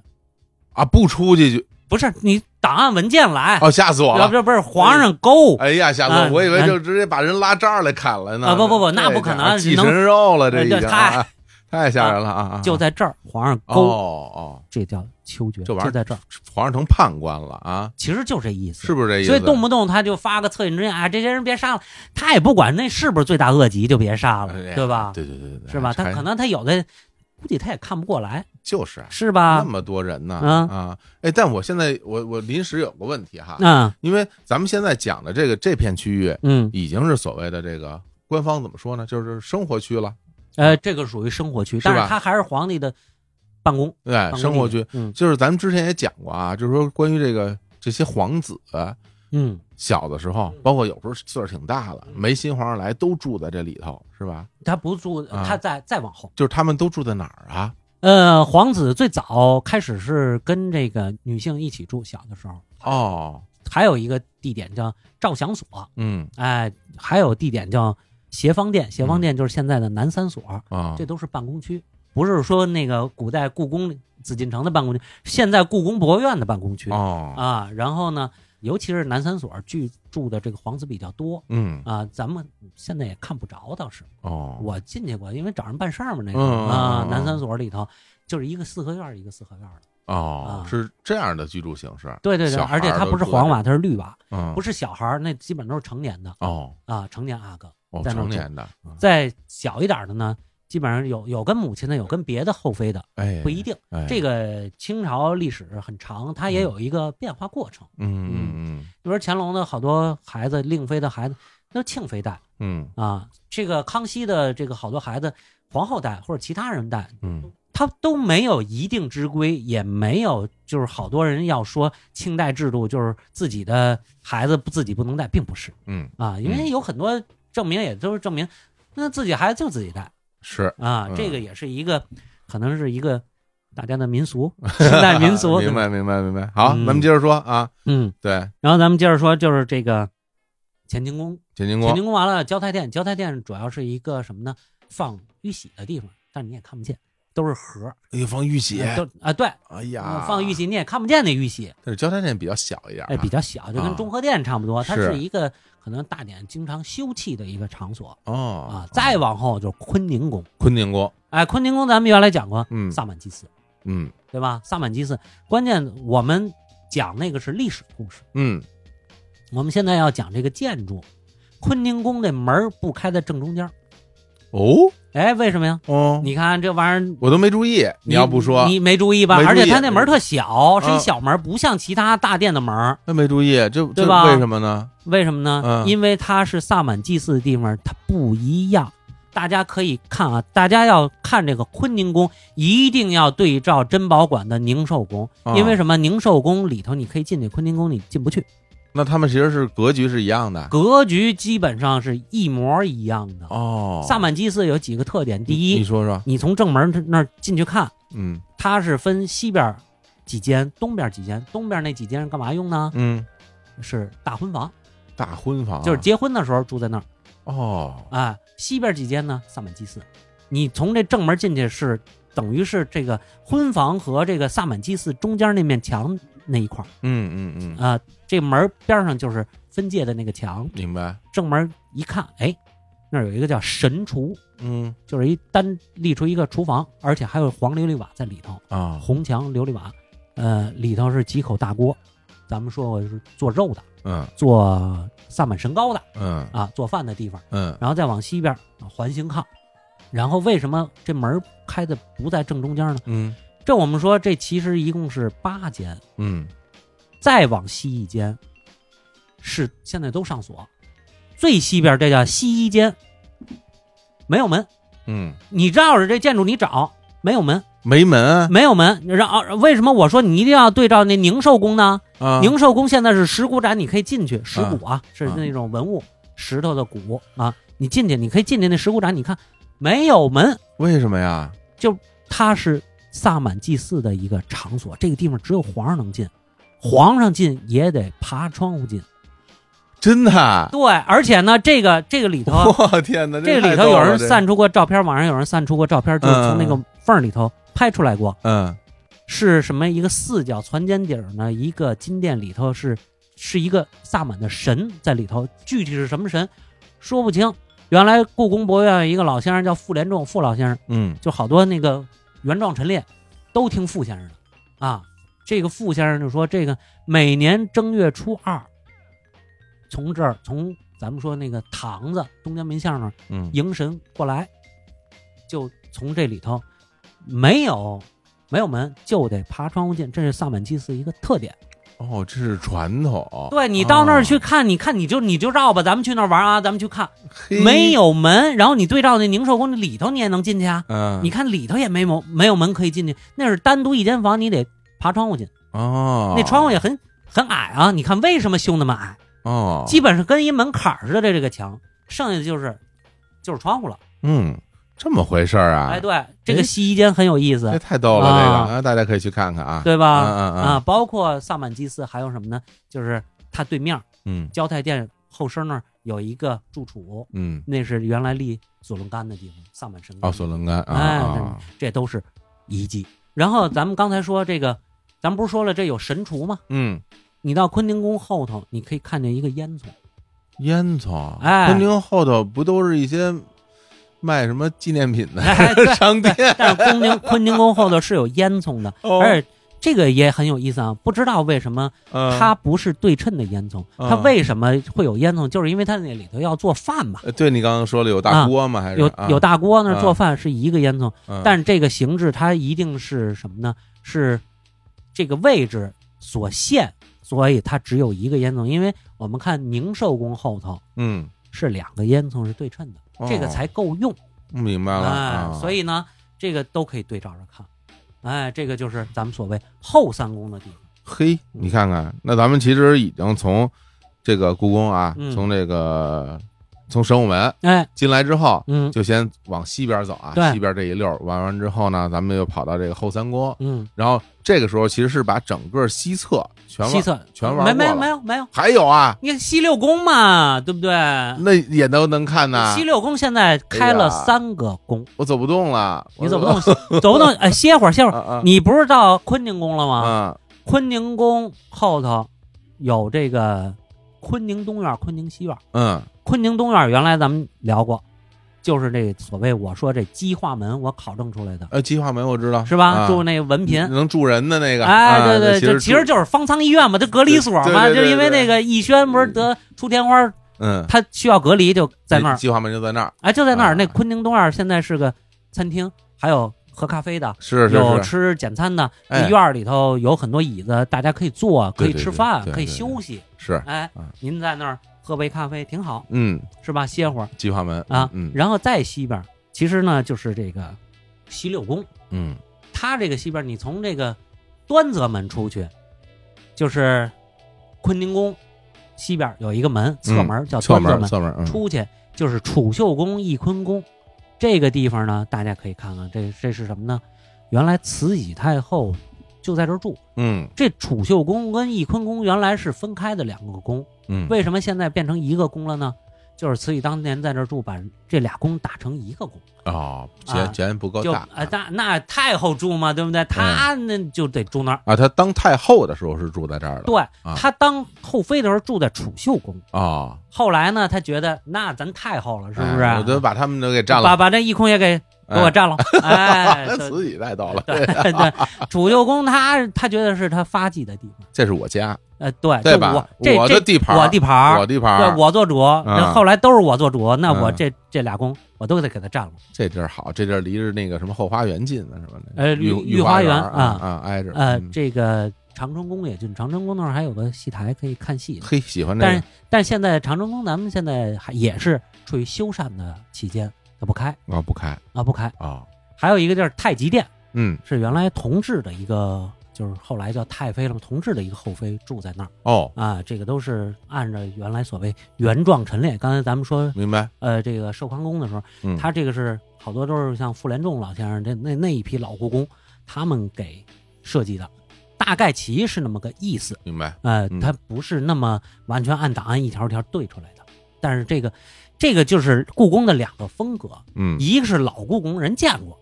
I: 啊，不出去就
J: 不是你档案文件来，
I: 哦，吓死我了！
J: 要不不是皇上勾。
I: 哎呀，吓死
J: 啊
I: 我！我以为
J: 啊
I: 就直接把人拉栅儿来砍了呢。
J: 啊不不不
I: 这
J: 那不可能
I: 寄
J: 能
I: 人肉了，这
J: 哎
I: 已
J: 对
I: 经
J: 太
I: 啊太吓人了啊！啊
J: 就在这儿，皇上
I: 哦
J: 勾，
I: 哦，
J: 这叫秋决，
I: 这
J: 就
I: 玩意儿
J: 在这儿，
I: 皇上成判官了啊，
J: 其实就这意思，
I: 是不是这意思？
J: 所以动不动他就发个恻隐之言，哎，这些人别杀了，他也不管那是不是罪大恶极，就别杀了，
I: 哎呀
J: 啊对吧？
I: 对对对对对，
J: 是吧？他
I: 还
J: 可能他有的，估计他也看不过来，
I: 就是啊
J: 是
I: 那
J: 吧？
I: 么多人呢
J: 嗯
I: 啊！哎，但我现在我我临时有个问题哈，
J: 嗯
I: 因为咱们现在讲的这个这片区域
J: 嗯，
I: 已经是所谓的这个官方怎么说呢，就是生活区了，
J: 呃，这个属于生活区，但
I: 吧
J: 是他还是皇帝的办公
I: 哎，生活区，，
J: 办公地嗯
I: 就是咱们之前也讲过啊，就是说关于这个这些皇子。
J: 嗯嗯，
I: 小的时候，包括有时候岁数挺大了，没新皇上来，都住在这里头，是吧？
J: 他不住，
I: 啊
J: 他再再往后，
I: 就是他们都住在哪儿啊？
J: 呃，皇子最早开始是跟这个女性一起住，小的时候，
I: 哦，
J: 还有一个地点叫照相所，
I: 嗯
J: 哎，还有地点叫协方殿，协方殿就是现在的南三所，
I: 啊，
J: 这都是办公区，不是说那个古代故宫紫禁城的办公区，现在故宫博物院的办公区、
I: 哦，
J: 啊。然后呢，尤其是南三所居住的这个皇子比较多
I: 嗯
J: 啊，咱们现在也看不着，倒是
I: 哦，
J: 我进去过，因为找人办事儿嘛，那个、
I: 嗯
J: 啊
I: 嗯，嗯
J: 南三所里头就是一个四合院儿一个四合院儿的，
I: 哦，
J: 啊
I: 是这样的居住形式。
J: 对对对，
I: 小孩儿
J: 而且它
I: 都
J: 不是
I: 住在
J: 黄
I: 这儿，
J: 瓦，它是绿瓦，
I: 嗯，
J: 不
I: 是
J: 是小孩儿，那基本都是成年的
I: 哦，
J: 啊，成年阿哥。
I: 哦，
J: 在那儿
I: 成
J: 住
I: 年的，
J: 再小一点的呢，基本上有有跟母亲的，有跟别的后妃的，
I: 哎，
J: 不一定。
I: 哎，
J: 这个清朝历史很长，它也有一个变化过程。
I: 嗯嗯
J: 比如说乾隆的好多孩子，令妃的孩子那都庆妃带
I: 嗯
J: 啊，这个康熙的这个好多孩子，皇后带或者其他人带，
I: 嗯嗯，
J: 他都没有一定之规，也没有就是好多人要说清代制度就是自己的孩子不自己不能带，并不是
I: 嗯，
J: 啊，因为有很多证明也都是证明，那自己孩子就自己带。
I: 是
J: 啊
I: 嗯，
J: 这个也是一个，可能是一个大家的民俗，清代民 俗。
I: 明白明白明白。好，
J: 嗯
I: 咱们接着说啊，
J: 嗯，
I: 对，
J: 然后咱们接着说，就是这个乾清宫，
I: 乾清
J: 乾
I: 宫
J: 清宫完了，交泰殿，交泰殿主要是一个什么呢？放玉玺的地方，但你也看不见，都是盒，
I: 哎放玉玺，
J: 都啊对，
I: 哎呀，
J: 放玉，玺你也看不见那玉玺，
I: 但是交泰殿比较小一点啊，
J: 哎，比较小，就
I: 啊
J: 跟中和殿差不多，它
I: 是
J: 是一个可能大典经常休憩的一个场所
I: 哦
J: 啊。再往后就是坤宁宫，
I: 坤宁宫，
J: 哎，坤宁宫咱们原来讲过，
I: 嗯
J: 萨满祭祀。
I: 嗯
J: 对吧？萨满祭祀，关键我们讲那个是历史故事，
I: 嗯，
J: 我们现在要讲这个建筑。坤宁宫这门儿不开在正中间儿，
I: 哦
J: 哎，为什么呀？
I: 哦，
J: 你看这玩意儿，
I: 我都没注意，你要不说
J: 你，你没注意吧？
I: 没注意
J: 而且它那门儿特小，是
I: 嗯
J: 一小门儿，不像其他大殿的门儿。
I: 那没注意，这这
J: 对吧
I: 为什么呢？
J: 为什么呢？
I: 嗯
J: 因为它是萨满祭祀的地方，它不一样。大家可以看啊，大家要看这个坤宁宫，一定要对照珍宝馆的宁寿宫，
I: 啊
J: 因为什么？宁寿宫里头你可以进去，坤宁宫你进不去。
I: 那他们其实是格局是一样的
J: 格局基本上是一模一样的。
I: 哦。
J: 萨满祭祀有几个特点，第
I: 你
J: 一，
I: 说说，
J: 你从正门那儿进去看，
I: 嗯
J: 它是分西边
H: 几间，东边几间，东边那几间是干嘛用呢？
I: 嗯，啊
H: 是大婚房，
I: 大婚房
H: 就是结婚的时候住在那儿。
I: 哦，
H: 啊，西边几间呢？萨满祭祀。你从这正门进去是等于是这个婚房和这个萨满祭祀中间那面墙那一块儿
I: 嗯嗯嗯，
H: 啊，这门边上就是分界的那个墙。
I: 明白，
H: 正门一看，哎，那儿有一个叫神厨，
I: 嗯
H: 就是一单立出一个厨房，而且还有黄琉璃瓦在里头，
I: 啊，
H: 红墙琉璃瓦，呃，里头是几口大锅。咱们说过是做肉的，
I: 嗯
H: 做萨满神膏的
I: 嗯
H: 啊，做饭的地方。
I: 嗯
H: 然后再往西边啊环形靠。然后为什么这门开的不在正中间呢？
I: 嗯
H: 这我们说，这其实一共是八间，
I: 嗯，
H: 再往西一间是现在都上锁，最西边这叫西一间，没有门。
I: 嗯，
H: 你绕着这建筑你找，没有门，
I: 没门
H: 没有门。然后为什么我说你一定要对照那宁寿宫呢？
I: 啊，
H: 宁寿宫现在是石鼓展，你可以进去，石鼓啊是
I: 啊
H: 那种文物，石头的鼓啊，你进去，你可以进去那石鼓展，你看没有门，
I: 为什么呀？
H: 它是萨满祭祀的一个场所，这个地方只有皇上能进，皇上进也得爬窗户进。
I: 真的啊？
H: 对，而且呢，这个这个里头啊，
I: 我天哪，
H: 这个
I: 太
H: 里头
I: 逗
H: 有
I: 了
H: 人
I: 这
H: 散出过照片，网上有人散出过照片，就是从那个缝儿里头拍出来过，
I: 嗯
H: 是什么一个四角攒尖顶儿呢？一个金殿里头是是一个萨满的神在里头，具体是什么神说不清。原来故宫博物院有一个老先生叫傅连仲，傅老先生
I: 嗯
H: 就好多那个原状陈列都听傅先生的啊。这个傅先生就说，这个每年正月初二，从这儿从咱们说那个堂子东江门巷那儿
I: 嗯
H: 迎神过来，就从这里头没有没有门，就得爬窗户进，这是萨满祭祀一个特点。
I: 哦，这是传统。
H: 对你到那儿去
I: 哦
H: 看，你看你就你就绕吧，咱们去那儿玩啊，咱们去看，
I: 嘿
H: 没有门，然后你对照那宁寿宫里头你也能进去啊，
I: 嗯，
H: 你看里头也没有没有门可以进去，那是单独一间房，你得爬窗户进，
I: 哦，
H: 那窗户也很很矮啊，你看为什么修那么矮？
I: 哦，
H: 基本上跟一门槛儿似的这这个墙，剩下的就是就是窗户了。
I: 嗯，这么回事儿啊？
H: 哎，对，这个洗衣间很有意思，
I: 这太逗了，这
H: 啊
I: 个啊，大家可以去看看啊。
H: 对吧？
I: 嗯嗯嗯
H: 啊，包括萨满祭祀还有什么呢？就是它对面
I: 嗯
H: 交泰殿后身那儿有一个住处，
I: 嗯，
H: 那是原来立索伦干的地方，萨满神
I: 哦，
H: 干。
I: 索伦干啊
H: 哎
I: 啊，
H: 这都是遗迹。然后咱们刚才说这个，咱们不是说了这有神厨吗？
I: 嗯，
H: 你到昆宁宫后头，你可以看见一个烟囱，
I: 烟囱，
H: 哎
I: 昆明后头不都是一些卖什么纪念品的
H: 哎对
I: 商店？
H: 但是昆宁昆宁宫后头是有烟囱的，
I: 哦
H: 而且这个也很有意思啊。不知道为什么
I: 嗯
H: 它不是对称的烟囱，
I: 嗯
H: 它为什么会有烟囱？就是因为它那里头要做饭嘛，
I: 呃对你刚刚说了有大锅吗？还是
H: 有
I: 啊
H: 有，大锅那儿
I: 嗯
H: 做饭是一个烟囱，
I: 嗯
H: 但这个形制它一定是什么呢？是这个位置所限，所以它只有一个烟囱。因为我们看宁寿宫后头
I: 嗯，
H: 是两个烟囱是对称的，
I: 哦
H: 这个才够用。
I: 明白了
H: 哎
I: 啊。，
H: 所以呢，这个都可以对照着看。哎，这个就是咱们所谓后三宫的地方。
I: 嘿，你看看，那咱们其实已经从这个故宫啊，
H: 嗯
I: 从这个从神武门
H: 哎，
I: 进来之后，
H: 嗯
I: 就先往西边走啊，
H: 对
I: 西边这一溜儿玩完之后呢，咱们又跑到这个后三宫，
H: 嗯，
I: 然后这个时候其实是把整个西侧全玩
H: 西侧
I: 全玩过
H: 没没
I: 了
H: 没有没有，
I: 还有啊，
H: 你看西六宫嘛，对不对？
I: 那也都能看呐
H: 嗯西，六宫现在开
I: 哎
H: 了
I: 呀
H: 三个宫，
I: 我走不动了，
H: 你走不动，走不动，哎，歇会儿，歇会
I: 我
H: 儿。
I: 啊
H: 你不是到坤宁宫了
I: 啊
H: 吗？
I: 啊，
H: 坤宁宫后头有这个坤宁东院、坤宁西院。
I: 嗯
H: 坤宁东院原来咱们聊过，就是这所谓我说这鸡化门，我考证出来的，
I: 呃，计划门我知道
H: 嗯是吧？
I: 啊
H: 住那个文凭。
I: 能住人的那个，
H: 哎，
I: 啊
H: 对对，
I: 那
H: 这其实
I: 住
H: 就是方舱医院嘛，这隔离所嘛，
I: 对对对
H: 就
I: 对
H: 因为那个逸轩不是得出天花，
I: 嗯，
H: 他需要隔离，就在那儿，
I: 计划门就在那儿，
H: 哎，就在那
I: 啊
H: 儿。那昆宁东院现在是个餐厅，还有喝咖啡的，
I: 是是是，
H: 有吃简餐的。
I: 哎
H: 那院儿里头有很多椅子，大家可以坐，可
I: 对
H: 以
I: 对
H: 吃饭，
I: 对对
H: 可以
I: 对对
H: 休息。
I: 是，
H: 哎
I: 啊，
H: 您在那儿喝杯咖啡挺好，
I: 嗯，
H: 是吧？歇会儿
I: 计划门
H: 啊。
I: 嗯
H: 然后再西边儿，其实呢就是这个西六宫。
I: 嗯
H: 它这个西边，你从这个端泽门出去，就是坤宁宫西边有一个门，侧门叫
I: 侧
H: 端泽
I: 门
H: 门，
I: 侧门，嗯
H: 出去就是储秀宫、翊坤宫。这个地方呢，大家可以看看，这这是什么呢？原来慈禧太后就在这儿住。
I: 嗯
H: 这储秀宫跟翊坤宫原来是分开的两个宫，
I: 嗯，
H: 为什么现在变成一个宫了呢？就是慈禧当年在这儿住，把这俩宫打成一个宫，
I: 哦，
H: 啊
I: 钱钱不够
H: 就
I: 大
H: 啊，那那太后住嘛，对不对？她
I: 嗯
H: 那就得住那儿。
I: 啊，他当太后的时候是住在这儿的，
H: 对，她当后妃的时候住在储秀宫，
I: 啊，
H: 后来呢，她觉得那咱太后了，是不
I: 哎我
H: 是？
I: 就把他们都给占
H: 把
I: 了，
H: 把这翊坤也给给
I: 哎
H: 我占了，哎，
I: 慈禧带到了，
H: 对对，储秀宫她她觉得是她发迹的地方，
I: 这是我 家，
H: 呃，对，
I: 对
H: 这
I: 吧
H: 我这
I: 我的
H: 这
I: 地盘儿
H: 我地盘儿，
I: 我地盘
H: 对
I: 儿，
H: 我做主，那后来都是我做主，那我
I: 嗯
H: 这这俩宫我都得给他占了。
I: 这地儿好，这地儿离着那个什么后花园近呢，是吧？
H: 呃
I: 御
H: 御
I: 御
H: 御花
I: 园
H: 园
I: 啊
H: 啊
I: 啊，挨着，
H: 呃
I: 嗯，
H: 这个长春宫也近，长春宫那儿还有个戏台可以看戏。
I: 嘿，喜欢这
H: 但
I: 个
H: 是，但是现在长春宫咱们现在还也是处于修缮的期间，它不开
I: 啊，不开
H: 啊，不开。
I: 啊，
H: 还有一个地儿太极殿，
I: 嗯，
H: 是原来同治的一个，就是后来叫太妃了嘛，同治的一个后妃住在那儿
I: 哦，
H: 啊。这个都是按照原来所谓原状陈列。刚才咱们说，
I: 明白，
H: 呃，这个寿康宫的时候，
I: 嗯，
H: 他这个是好多都是像傅连仲老先生这那那一批老故宫，他们给设计的，大概其是那么个意思。
I: 明白，
H: 呃
I: 嗯，
H: 它不是那么完全按档案一条一条对出来的，但是这个这个就是故宫的两个风格，
I: 嗯
H: 一个是老故宫人见过，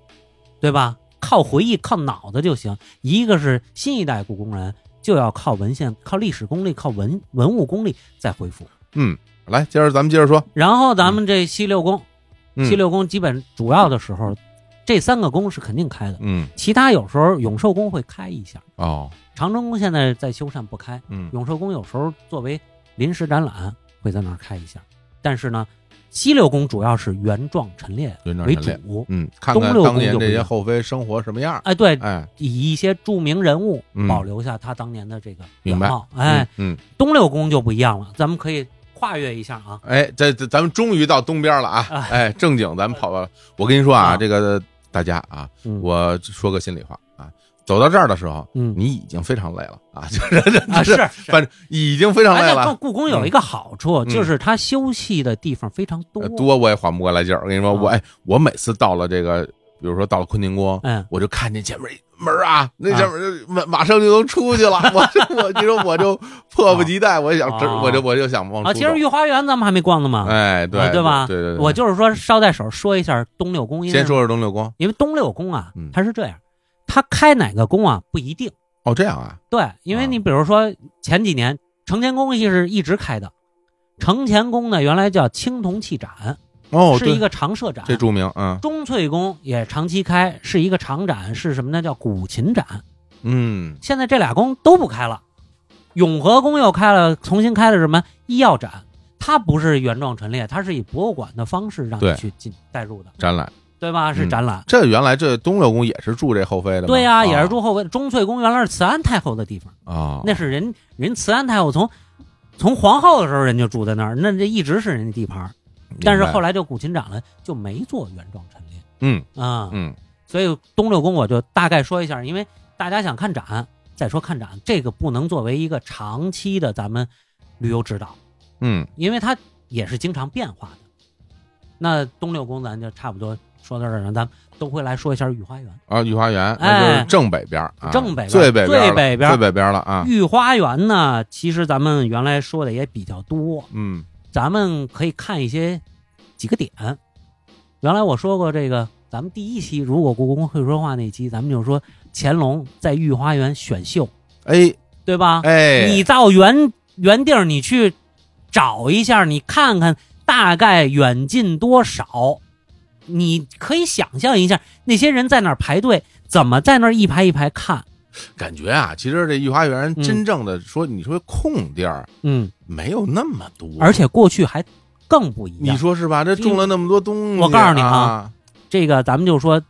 H: 对吧？靠回忆、靠脑子就行；一个是新一代故宫人就要靠文献、靠历史功力、靠文文物功力再恢复。
I: 嗯，来，接着咱们接着说，
H: 然后咱们这西六宫，
I: 嗯
H: 西，六宫基本主要的时候，这三个宫是肯定开的，
I: 嗯，
H: 其他有时候永寿宫会开一下，
I: 哦，
H: 长春宫现在在修缮不开，
I: 嗯，
H: 永寿宫有时候作为临时展览会在那儿开一下，但是呢，西六宫主要是原状陈列
I: 原状
H: 为
I: 陈列
H: 主。
I: 嗯，看
H: 东
I: 看
H: 六
I: 当
H: 宫
I: 年
H: 就
I: 这
H: 不一
I: 些
H: 样
I: 后妃生活什么样儿，
H: 哎，对，
I: 哎，
H: 以一些著名人物
I: 嗯
H: 保留下他当年的这个
I: 明
H: 原
I: 白
H: 貌。哎，
I: 嗯，
H: 东六宫就不一样了，咱们可以跨越一下啊。
I: 嗯，哎，这这咱们终于到东边了啊，哎，正经咱们跑到，我跟你说啊，
H: 啊
I: 这个大家啊，
H: 嗯，
I: 我说个心里话啊，走到这儿的时候，
H: 嗯
I: 你已经非常累了啊，就是
H: 啊是是
I: 反正已经非常累
H: 哎，那
I: 了。啊
H: 故宫有一个好处，
I: 嗯
H: 就是它休息的地方非常多
I: 呃。多我也缓不过来劲儿，我跟你说，
H: 啊
I: 我哎，我每次到了这个，比如说到了坤宁宫，
H: 嗯，
I: 我就看见前面一门儿啊，那前面就马马上就能出去了， 我就我你说我就迫不及待，我就想这，
H: 啊
I: 我就我就想往
H: 啊，
I: 出
H: 其实
I: 走
H: 御花园咱们还没逛呢嘛。
I: 哎，
H: 啊
I: 对
H: 对吧
I: 对对对，
H: 我就是说，捎带手说一下东六宫，因为
I: 先说说东六宫
H: 因为东六宫啊
I: 嗯，
H: 它是这样，它开哪个宫啊不一定。
I: 哦，这样啊，
H: 对，因为
I: 啊
H: 你比如说前几年承乾宫也是一直开的，承乾宫呢原来叫青铜器展，
I: 哦，
H: 是一
I: 对，
H: 个啊常设展。
I: 这著名，嗯
H: 中翠宫也长期开，是一个常展，是什么呢？叫古琴展。
I: 嗯，
H: 现在这俩宫都不开了，永和宫又开了，重新开了什么医药展？它不是原状陈列，它是以博物馆的方式让
I: 对
H: 你啊去进带入的，
I: 展览，
H: 对吧？是
I: 嗯
H: 展览。
I: 这原来这东六宫也是住这后妃的吗，
H: 对呀、
I: 啊
H: 也是住后妃。中翠宫原来是慈安太后的地方。
I: 啊，
H: 那是人人慈安太后从从皇后的时候人就住在那儿，那这一直是人家地盘儿。
I: 明白
H: 但是后来就古琴展了，就没做原状陈列
I: 嗯
H: 啊。
I: 嗯
H: 所以东六宫我就大概说一下，因为大家想看展，再说看展这个不能作为一个长期的咱们旅游指导，
I: 嗯，
H: 因为它也是经常变化的。那东六宫咱就差不多说到这儿了，咱们都回来说一下御花园。
I: 啊，御花园，那就是
H: 哎
I: 正北边儿啊，
H: 正北边儿
I: 最北边儿了，
H: 最北边儿
I: 最北边儿了啊，
H: 御花园呢，其实咱们原来说的也比较多，
I: 嗯
H: 咱们可以看一些几个点。原来我说过这个，咱们第一期如果故宫会说话那期，咱们就说乾隆在御花园选秀，
I: 哎
H: 对吧？
I: 哎，
H: 你到原原地儿，你去找一下，你看看大概远近多少，你可以想象一下那些人在那儿排队，怎么在那儿一排一排看。
I: 感觉啊，其实这御花园
H: 嗯
I: 真正的说，你说空地儿
H: 嗯，
I: 没有那么多，
H: 而且过去还更不一
I: 你
H: 样。
I: 说是吧？这种了那么多东西，
H: 我告诉你啊
I: 啊，
H: 这个咱们就说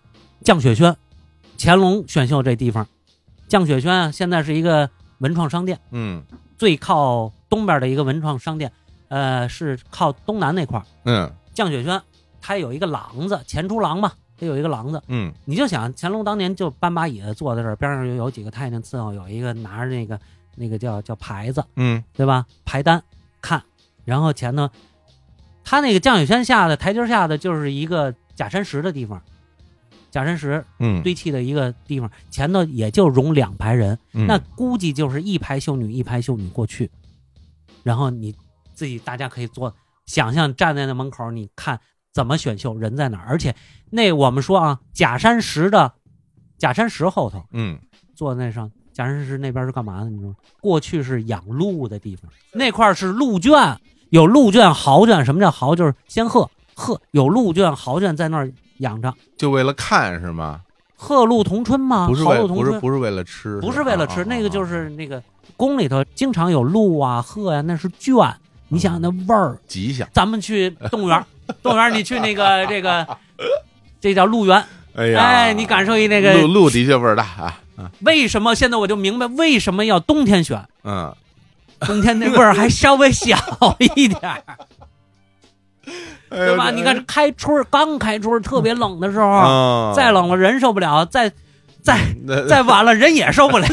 H: 降雪轩，乾隆选秀这地方，降雪轩啊，现在是一个文创商店，
I: 嗯
H: 最靠东边的一个文创商店，呃，是靠东南那块儿。
I: 嗯
H: 降雪轩它有一个廊子，前出廊嘛，它有一个廊子，
I: 嗯，
H: 你就想乾隆当年就搬把椅子坐在这儿，边上有有几个太监伺候，有一个拿着那个那个叫叫牌子，
I: 嗯
H: 对吧？排单看，然后前头他那个降雨山下的台阶下的就是一个假山石的地方，假山石
I: 嗯，
H: 堆砌的一个地方，前头也就容两排人，
I: 嗯
H: 那估计就是一排秀女一排秀女过去，然后你自己大家可以做想象站在那门口，你看怎么选秀，人在哪儿？而且那我们说啊，假山石的假山石后头
I: 嗯
H: 坐那上。假山石那边是干嘛的？你知道吗？过去是养鹿的地方，那块儿是鹿圈，有鹿圈、獁圈。什么叫獁？就是仙鹤，鹤有鹿圈、獁圈在那儿养着。
I: 就为了看是吗？
H: 鹤鹿同春吗？
I: 不是
H: 獁
I: 为
H: 鹿同
I: 不是
H: 春
I: 不是为了吃，
H: 不是为了
I: 啊
H: 吃，
I: 啊
H: 那个就
I: 啊
H: 是那个宫里头经常有鹿啊、鹤呀、那是圈。你想那味儿，
I: 吉祥。
H: 咱们去动物园儿，动物园儿你去那个这个，这叫鹿园，
I: 哎呀，
H: 哎，你感受一那个
I: 鹿鹿的确味儿大啊，
H: 为什么？现在我就明白为什么要冬天选，
I: 嗯，
H: 冬天那味儿还稍微小一点儿，对
I: 对 哎
H: 吧？你看开春儿刚开春儿特别冷的时候，
I: 啊，
H: 再冷了人受不了，再再
I: 嗯那
H: 再晚了人也受不了。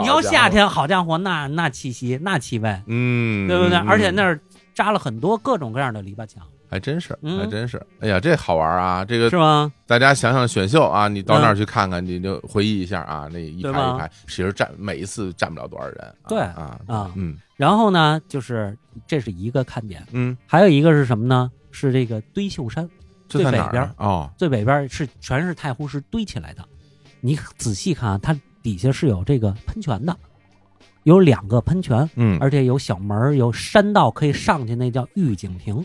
H: 你要
I: 好家伙
H: 夏天，好家伙，那那气息，那气味，
I: 嗯，
H: 对不对？
I: 嗯
H: 而且那儿扎了很多各种各样的篱笆墙，
I: 还真是，
H: 嗯
I: 还真是，哎呀，这好玩啊！这
H: 是
I: 个
H: 吗？
I: 大家想想选秀啊，你到
H: 嗯
I: 那儿去看看，你就回忆一下啊，那一排
H: 对吧
I: 一排，其实站每一次站不了多少人啊，
H: 对
I: 啊
H: 啊
I: 嗯
H: 然后呢，就是这是一个看点，
I: 嗯，
H: 还有一个是什么呢？是这个堆秀山，
I: 这在哪
H: 最北
I: 儿
H: 边
I: 啊
H: 儿
I: 哦，
H: 最北边是全是太湖石堆起来的。你仔细看啊，它底下是有这个喷泉的，有两个喷泉，
I: 嗯，
H: 而且有小门儿，有山道可以上去，那叫御景亭。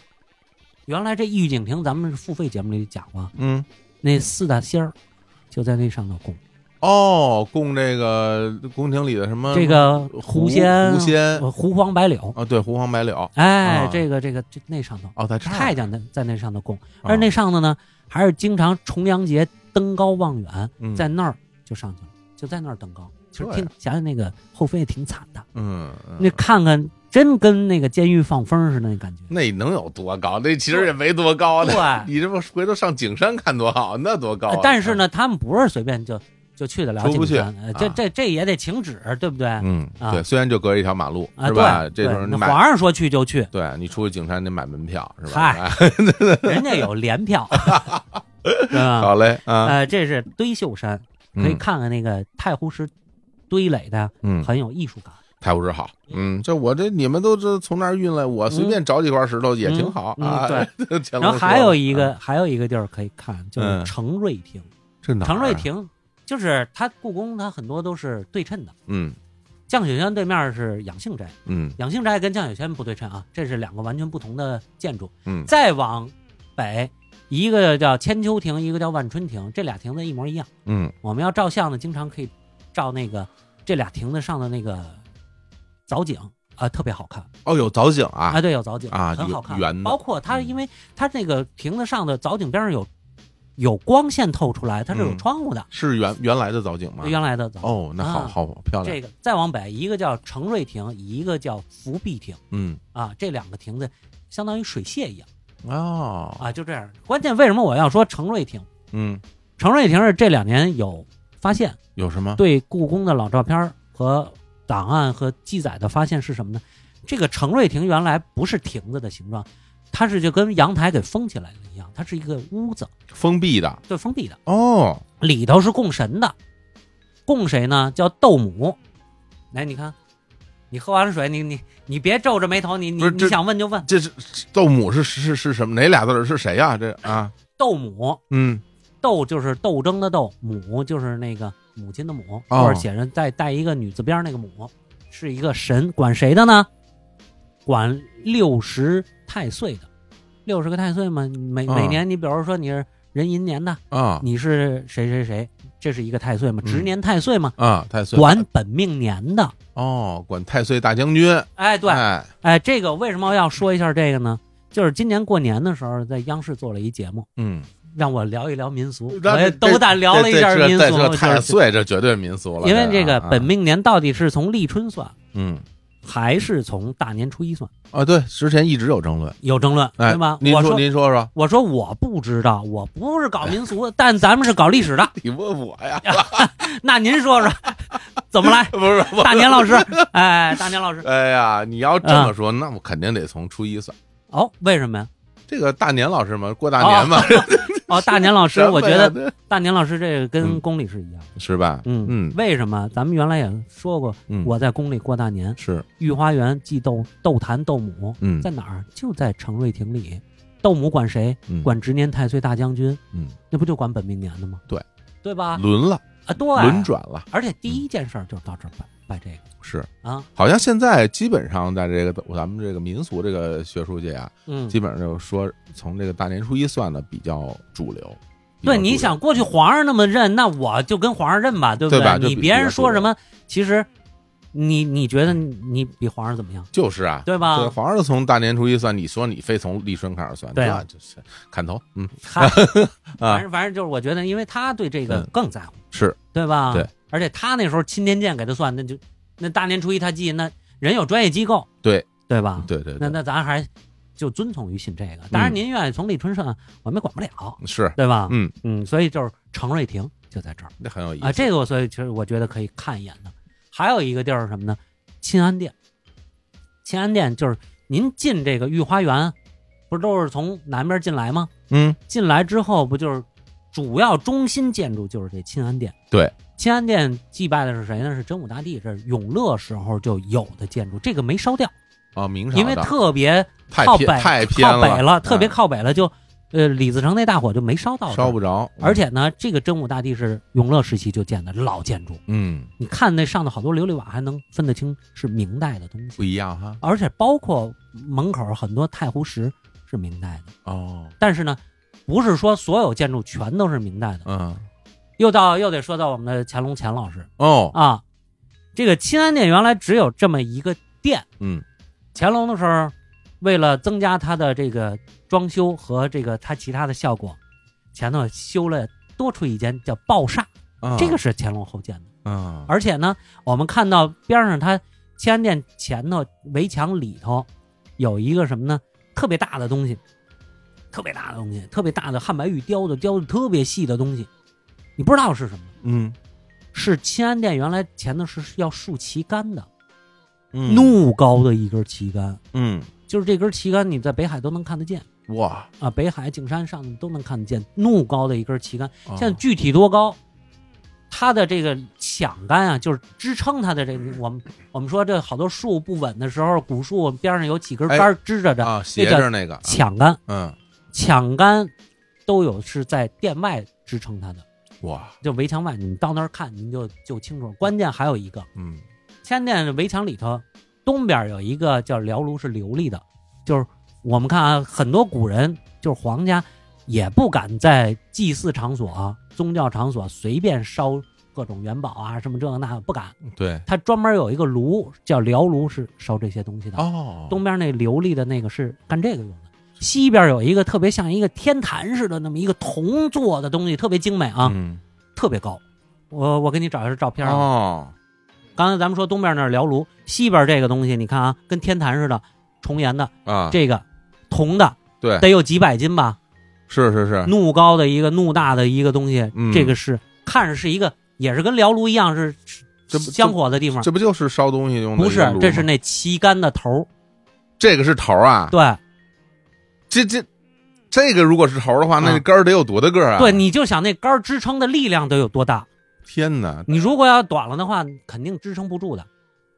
H: 原来这御景亭，咱们付费节目里讲过，
I: 嗯，
H: 那四大仙儿就在那上头供。
I: 哦，供这个宫廷里的什么
H: 这个
I: 狐
H: 狐仙、
I: 狐仙
H: 呃狐黄白柳，
I: 啊，对，狐黄白柳，
H: 哎，
I: 啊
H: 这个这个这那上头，
I: 哦，在这儿
H: 太监在在那上头供，
I: 啊
H: 而那上头呢，还是经常重阳节登高望远，
I: 嗯
H: 在那儿就上去了，就在那儿登高。其实
I: 对
H: 听想想那个后妃也挺惨的，
I: 嗯，嗯
H: 那看看真跟那个监狱放风似的那感觉。
I: 那能有多高？那其实也没多高的。
H: 对，
I: 你这不回头上景山看多好，那多高啊、
H: 呃但是呢，他们不是随便就就去得了
I: 出不去
H: 景山，呃这
I: 啊
H: 这这也得请旨，对不对？
I: 嗯，
H: 啊
I: 对，虽然就隔一条马路，
H: 啊，
I: 是吧？
H: 对，
I: 这时候
H: 对
I: 你
H: 那
I: 买，
H: 皇上说去就去，
I: 对你出去景山得买门票，是吧？
H: 嗨
I: 哎
H: 人家有联 票，对吧？
I: 好嘞啊，
H: 呃，这是堆秀山，可以看看那个太湖石堆垒的，
I: 嗯，嗯，
H: 很有艺术感。
I: 太湖石好，嗯，这我这你们都这从那儿运来，我随便找几块石头也
H: 嗯
I: 挺好
H: 嗯
I: 啊。 对，
H: 然后还有一
I: 啊
H: 个、还有一个地儿可以看，就
I: 嗯
H: 是程瑞亭。
I: 这哪儿啊
H: 程瑞，亭就是它故宫，它很多都是对称的。
I: 嗯
H: 降雪轩对面是养性斋，
I: 嗯
H: 养性斋跟降雪轩不对称啊，这是两个完全不同的建筑。
I: 嗯，
H: 再往北，一个叫千秋亭，一个叫万春亭，这俩亭子一模一样。
I: 嗯
H: 我们要照相呢，经常可以照那个这俩亭子上的那个藻井啊、特别好看
I: 哦，有藻井啊，
H: 啊。对，有藻井
I: 啊
H: 很好看。
I: 圆的
H: 包括它，
I: 嗯
H: 因为它那个亭子上的藻井边上有有光线透出来，它是有
I: 嗯
H: 窗户的。
I: 是原原来的藻井吗？
H: 原来的藻井
I: 哦，那好
H: 啊
I: 好漂亮，
H: 这个再往北，一个叫程瑞亭，一个叫福碧亭
I: 嗯
H: 啊，这两个亭子相当于水榭一样
I: 哦
H: 啊，就这样。关键为什么我要说程瑞亭？
I: 嗯，
H: 程瑞亭是这两年有发现，
I: 有什么？
H: 对故宫的老照片儿和档案和记载的发现是什么呢？这个程瑞亭原来不是亭子的形状，它是就跟阳台给封起来了一样，它是一个屋子，
I: 封闭的
H: 对，封闭的，
I: 哦，
H: 里头是供神的，供谁呢？叫斗母。来，你看，你喝完水，你你你别皱着眉头，你
I: 不
H: 你
I: 是这
H: 你想问就问，
I: 这是斗母是是是什么？哪俩字儿是谁呀、这啊，
H: 斗母，
I: 嗯
H: 斗就是斗争的斗，母就是那个母亲的母，
I: 哦
H: 或者写上带带一个女字边儿那个母，是一个神，管谁的呢？管六十太岁的，六十个太岁嘛，每
I: 嗯
H: 每年你比如说你是壬寅年的，
I: 啊
H: 你是谁谁谁，这是一个太岁嘛，
I: 嗯
H: 值年太岁嘛，
I: 啊，太岁
H: 管本命年的，
I: 哦，管太岁大将军，
H: 哎对，
I: 哎
H: 哎这个为什么要说一下这个呢？就是今年过年的时候，在央视做了一节目，
I: 嗯，
H: 让我聊一聊民俗，
I: 那
H: 我也
I: 这
H: 斗胆聊了一下
I: 这这
H: 民
I: 这
H: 俗，
I: 这
H: 就是
I: 太岁这绝对民俗了，
H: 因为这个
I: 啊
H: 本，命年到底是从立春算，
I: 嗯
H: 还是从大年初一算，
I: 啊，对，之前一直有争论，
H: 有争论，
I: 哎
H: 对吧，？
I: 您
H: 我
I: 说您说 说，
H: 我说我不知道，我不是搞民俗的，但咱们是搞历史的。
I: 你问我 呀？
H: 那您说说 怎么来？
I: 不是我，
H: 大嗯年老师，哎，大年老师，
I: 哎呀，你要这么说，那我肯定得从初一算。
H: 哦，为什么呀？
I: 这个大年老师嘛，过大年嘛，
H: 哦，大年 老师，我觉
I: 什
H: 得
I: 么呀
H: 大年老师这个跟
I: 嗯
H: 宫里是一样的。
I: 是吧？
H: 嗯
I: 嗯
H: 为什么？咱们原来也说过，
I: 嗯，
H: 我在宫里过大年，
I: 是
H: 御花园祭斗斗坛斗母，
I: 嗯
H: 在哪儿？就在承瑞亭里。斗母管谁？
I: 嗯
H: 管执年太岁大将军，
I: 嗯
H: 那不就管本命年的吗？
I: 对，
H: 对吧？
I: 轮了，
H: 啊，对，
I: 轮。转了，
H: 而且第一件事儿就到这儿办办这个
I: 是。
H: 啊，
I: 好像现在基本上在这个咱们这个民俗这个学术界啊，
H: 嗯
I: 基，本上就说从这个大年初一算的比较主流。比较
H: 对，
I: 主
H: 你
I: 流
H: 想过去皇上那么认，那我就跟皇上认吧，对不
I: 对吧就
H: 你
I: 比
H: 别
I: 比
H: 人
I: 较
H: 说
I: 主
H: 什
I: 流
H: 么，其实你你觉得你比皇上怎么样？
I: 就是啊，
H: 对吧
I: 对，皇上从大年初一算，你说你非从立春开始算，
H: 对啊
I: 那就是砍头，嗯
H: 他反
I: 啊，
H: 正反正就是，我觉得，因为他对这个
I: 嗯
H: 更在乎，
I: 是
H: 对吧？
I: 对，
H: 而且他那时候钦天监给他算，那就那大年初一他记，那人有专业机构，
I: 对
H: 对吧？
I: 对对
H: 那
I: 对，
H: 那咱还就遵从于信这个。当然，
I: 嗯
H: 您愿意从立春上，我们也管不了，
I: 是，
H: 对吧？
I: 嗯，
H: 嗯，所以就是程瑞亭就在这儿
I: 那很有意思
H: 啊，这个我所以其实我觉得可以看一眼的。还有一个地儿是什么呢？钦安殿，钦安殿就是您进这个御花园，不是都是从南边进来吗？
I: 嗯
H: 进来之后，不就是主要中心建筑就是这钦安殿？
I: 对，
H: 钦安殿祭拜的是谁呢？是真武大帝，这是永乐时候就有的建筑，这个没烧掉，
I: 啊，明朝
H: 因为
I: 的
H: 特别
I: 太
H: 靠北，
I: 偏太偏
H: 靠北
I: 了，
H: 特别
I: 嗯
H: 靠北了，就呃李自成那大火就没烧到，
I: 烧不。着，嗯
H: 而且呢，这个真武大帝是永乐时期就建的老建筑，
I: 嗯
H: 你看那上头好多琉璃瓦，还能分得清是明代的东
I: 不
H: 西，
I: 一样哈，
H: 而且包括门口很多太湖石是明代的。
I: 哦，
H: 但是呢，不是说所有建筑全都是明代的。
I: 嗯
H: 又到又得说到我们的乾隆乾老师
I: 哦，
H: 啊，这个钦安殿原来只有这么一个殿，
I: 嗯
H: 乾隆的时候，为了增加它的这个装修和这个它其他的效果，前头修了多出一间叫抱厦，
I: 啊
H: 这个是乾隆后建的。
I: 嗯
H: 而且呢，我们看到边上它乾安殿前头围墙里头有一个什么呢？特别大的东西，特别大的东西，特别大的汉白玉雕的，雕的特别细的东西，你不知道是什么，
I: 嗯
H: 是乾安殿原来前头是要竖旗杆的，
I: 嗯
H: 怒高的一根旗杆，
I: 嗯
H: 就是这根旗杆你在北海都能看得见
I: 哇，
H: 啊，北海、景山上都能看得见，怒高的一根旗杆。
I: 哦
H: 现在具体多高，它的这个抢杆啊，就是支撑它的这个，我们我们说这好多树不稳的时候，古树边上有几根杆儿支着着，
I: 啊斜着那个
H: 抢杆，
I: 嗯
H: 抢杆都有是在殿外支撑它的，
I: 哇
H: 就围墙外，你到那儿看您就就清楚了。关键还有一个，
I: 嗯
H: 千殿围墙里头东边有一个呃叫辽炉是琉璃的，就是我们看啊，很多古人就是皇家也不敢在祭祀场所、啊、宗教场所随便烧各种元宝啊，什么这个那个不敢。
I: 对
H: 他专门有一个炉叫辽炉，是烧这些东西的。
I: 哦
H: 东边那琉璃的那个是干这个用的。西边有一个特别像一个天坛似的那么一个铜做的东西，特别精美啊，
I: 嗯
H: 特别高。我我给你找一下照片啊。
I: 哦
H: 刚才咱们说东边那是辽炉，西边这个东西你看啊，跟天坛似的，重檐的，
I: 啊
H: 这个铜的
I: 对
H: 得有几百斤吧，
I: 是是是
H: 怒高的一个怒大的一个东西，
I: 嗯
H: 这个是看着是一个，也是跟辽炉一样是
I: 这不这
H: 香火的地方，
I: 这不就是烧东西用的
H: 不
I: 一个
H: 是
I: 炉吗？，
H: 这是那旗杆的头儿，
I: 这个是头儿啊，
H: 对
I: 这这这个如果是头儿的话，那
H: 啊
I: 根儿得有多大个儿啊？
H: 对，，你就想那杆儿支撑的力量得有多大，
I: 天哪，
H: 你如果要短了的话，肯定支撑不住的，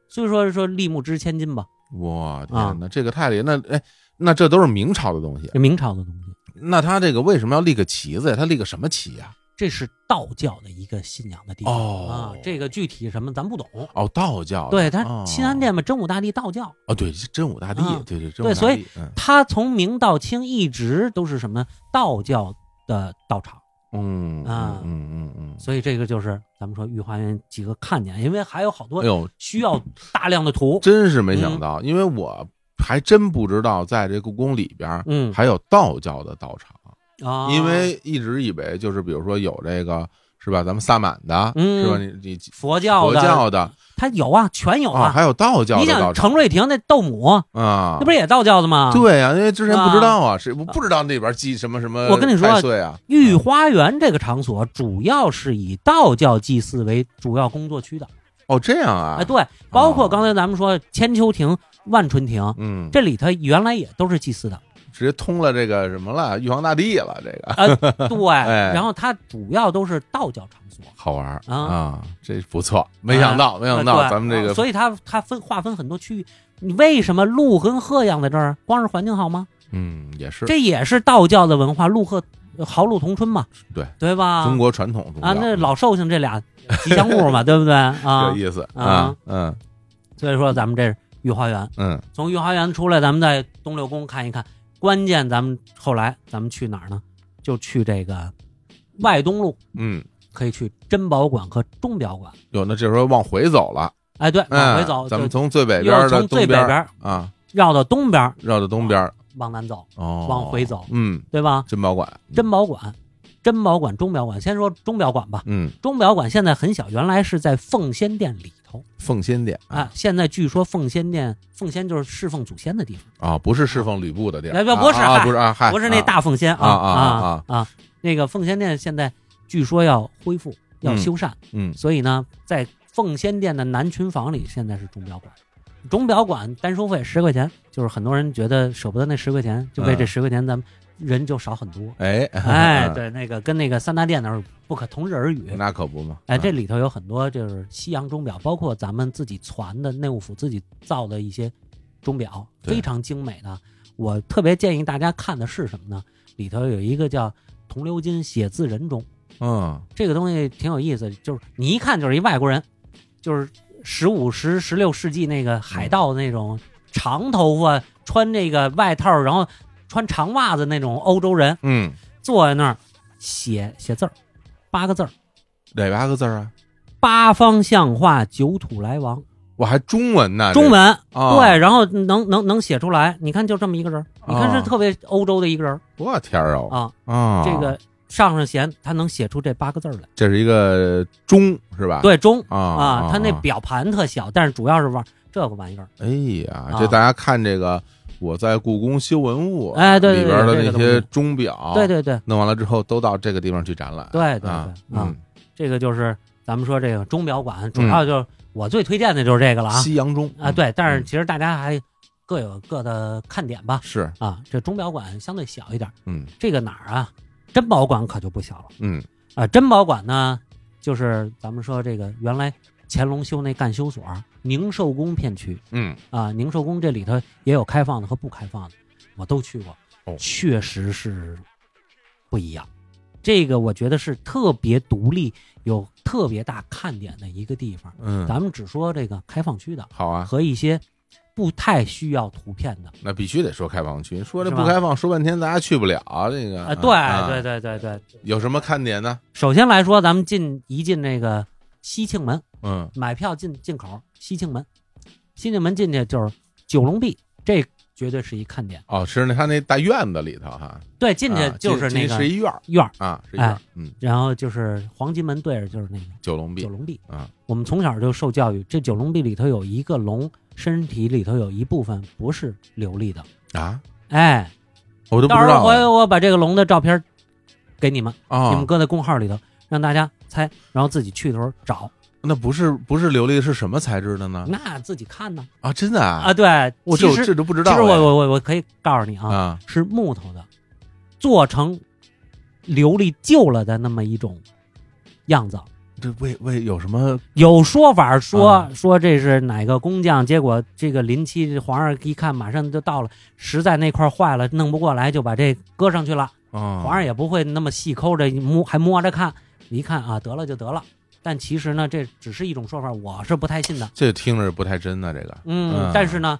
H: 所以说说立木支千斤吧，
I: 我
H: 啊
I: 天哪，这个太厉害！那哎，那这都是明朝的东西，啊
H: 这明朝的东西，
I: 那他这个为什么要立个旗子呀？他立个什么旗呀？
H: 这是道教的一个信仰的地方、
I: 哦
H: 啊，这个具体什么咱不懂。
I: 哦，道教的
H: 对，他
I: 哦
H: 钦安殿嘛，真武大帝道教，
I: 哦，对，真武大帝
H: 啊，
I: 对对，真武大
H: 对所以
I: 帝嗯
H: 他从明到清一直都是什么呢道教的道场，
I: 嗯
H: 啊
I: 嗯嗯嗯
H: 所以这个就是咱们说御花园几个看点，因为还有好
I: 嗯，
H: 多
I: 哎呦，
H: 需要大量的图，
I: 真是没
H: 嗯
I: 想到，因为我还真不知道，在这故宫里边儿
H: 嗯
I: 还有道教的道场。
H: 啊，
I: 因为一直以为就是比如说有这个是吧，咱们萨满的、
H: 嗯
I: 是吧？你你
H: 佛教
I: 佛
H: 的
I: 教的
H: 他有啊，全有
I: 啊，
H: 啊。
I: 还有道教
H: 你
I: 的
H: 想
I: 道
H: 程
I: 场
H: 瑞亭那斗母，
I: 啊，
H: 那不是也道教的吗？，
I: 对啊，因为之前不知
H: 啊
I: 道啊，是我不知道那边祭什么什么，
H: 我跟你说
I: 太岁啊，
H: 御花园这个场所主要是以道教祭祀为主要工作区的。
I: 哦这样啊，
H: 哎，，对，包括刚才咱们说千秋亭、万春亭，
I: 嗯，
H: 这里头原来也都是祭祀的。
I: 直接通了这个什么了，玉皇大帝了，这个哎
J: 啊， 对，然后它主要都是道教场所，
I: 好玩儿
J: 啊
I: 啊，这不错，没想到，没想
J: 呃
I: 到
J: 对
I: 咱们这个
J: 所以它它分划分很多区域。你为什么陆跟鹤养在这儿？光是环境好吗？
I: 嗯也是
J: 这也是道教的文化，陆鹤呃豪陆同春嘛，
I: 对
J: 对吧？
I: 中国传统宗教
J: 啊，那老寿星这俩吉祥物嘛，对不对啊
I: 有？意思
J: 啊
I: 啊，嗯
J: 所以说咱们这是御花园，
I: 嗯，
J: 从御花园出来，咱们在东六宫看一看。关键咱们后来咱们去哪儿呢？就去这个外东路，
I: 嗯，
J: 可以去珍宝馆和钟表馆。
I: 有那这时候往回走了，
J: 哎，对，往
I: 嗯
J: 回走，
I: 咱们
J: 就
I: 从最北边儿
J: 又
I: 的
J: 从最
I: 东
J: 北
I: 边
J: 边
I: 儿
J: 儿
I: 啊，
J: 绕到东边儿
I: 绕到东边儿
J: 往南走，
I: 哦，
J: 往回走
I: 嗯，
J: 对吧？
I: 珍宝馆，
J: 珍宝馆、珍宝馆、钟表馆，先说钟表馆吧。
I: 嗯，
J: 钟表馆现在很小，原来是在奉先殿里头
I: 奉先殿
J: 啊。现在据说奉先殿，奉先就是侍奉祖先的地方，
I: 啊，不是侍奉吕布的地儿，
J: 哎不
I: 啊
J: 不是
I: 啊
J: 嗨
I: 不是啊，嗨
J: 不是那
I: 啊
J: 大奉先
I: 啊
J: 啊
I: 啊
J: 啊啊！那个奉先殿现在据说要恢复、要修缮，
I: 嗯
J: 所以呢，在奉先殿的南群坊里现在是钟表馆。钟表馆单收费十块钱，就是很多人觉得舍不得那十块钱，就为这
I: 嗯
J: 十块钱咱们人就少很多。
I: 哎
J: 哎，
I: 嗯
J: 对，那个跟那个三大殿那儿不可同日而语。
I: 那可不嘛，
J: 哎，这
I: 嗯
J: 里头有很多就是西洋钟表，包括咱们自己传的内务府自己造的一些钟表，
I: 对
J: 非常精美的。我特别建议大家看的是什么呢？里头有一个叫铜鎏金写字人钟，
I: 嗯
J: 这个东西挺有意思，就是你一看就是一外国人，就是十五、十十六世纪那个海
I: 嗯
J: 盗那种长头发、穿那个外套，然后穿长袜子那种欧洲人，
I: 嗯，
J: 坐在那儿写写字儿，八个字儿：
I: 哪八个字儿啊？
J: 八方向化，九土来亡。
I: 我还中文呢，这
J: 中文、
I: 啊
J: 对，然后能能能写出来。你看，就这么一个人儿，你看是特别欧洲的一个人儿
I: 我天儿啊
J: 啊。
I: 啊，
J: 这个上上弦他能写出这八个字儿来，
I: 这是一个钟是吧？
J: 对中
I: 啊
J: 啊，他那表盘特小，但是主要是玩这个玩意儿。
I: 哎呀，
J: 啊
I: 这大家看这个，我在故宫修文物，
J: 哎对对对
I: 里边的那
J: 这个东
I: 些
J: 西
I: 钟表，
J: 对，对对
I: 弄完了之后都到这个地方去展览，
J: 对对对
I: 啊，
J: 啊
I: 嗯，
J: 这个就是咱们说这个钟表馆，主要就是我最推荐的就是这个了啊
I: 西洋钟
J: 啊对，但是
I: 嗯
J: 其实大家还各有各的看点吧
I: 是，
J: 啊。这钟表馆相对小一点，
I: 嗯
J: 这个哪儿啊？珍宝馆可就不小了。
I: 嗯
J: 啊，珍宝馆呢，就是咱们说这个原来乾隆修那干休所儿宁寿宫片区
I: 嗯，
J: 啊，宁寿宫这里头也有开放的和不开放的，我都去过，
I: 哦
J: 确实是不一样。这个我觉得是特别独立、有特别大看点的一个地方。
I: 嗯
J: 咱们只说这个开放区的
I: 好啊，
J: 和一些不太需要图片的
I: 那必须得说开放区，说这
J: 是
I: 不
J: 吧
I: 开放，说半天咱还去不了这个
J: 啊，对对，对对对。
I: 有什么看点呢？
J: 首先来说，咱们进一进那个西庆门，
I: 嗯
J: 买票进进口西庆门，西庆门进去就是九龙壁，这绝对是一看点。
I: 哦，是那他那大院子里头哈，
J: 对，进去
I: 啊
J: 就是
I: 进
J: 那
I: 进是
J: 个
I: 一院儿
J: 院儿，
I: 啊，是一院儿
J: 哎，
I: 嗯，
J: 然后就是黄金门对着就是那个
I: 九龙壁
J: 九，龙壁
I: 啊。
J: 我们从小就受教育，这九龙壁里头有一个龙，身体里头有一部分不是流利的。
I: 啊，
J: 哎，
I: 我都不
J: 到
I: 知
J: 时候
I: 道
J: 回
I: 啊
J: 我把这个龙的照片给你们，你
I: 啊
J: 们，搁在公号里头，让大家猜，然后自己去的时候找，
I: 那不是不是琉璃是什么材质的呢？
J: 那自己看呢。
I: 啊，真的啊
J: 嗯啊，，对，
I: 我
J: 其
I: 这
J: 实
I: 这都不知
J: 其
I: 道哎。
J: 实我我我我可以告诉你啊，
I: 啊，
J: 是木头的，做成琉璃旧了的那么一种样子。
I: 这为为有什么
J: 有说法说、
I: 啊
J: 说这是哪个工匠，结果这个临期皇上一看马上就到了，实在那块儿坏了弄不过来，就把这搁上去了。
I: 啊？
J: 皇上也不会那么细抠着摸，还摸着看，一看啊得了就得了。但其实呢，这只是一种说法，我是不太信的。
I: 这听着不太真呢，这个
J: 嗯，但是呢，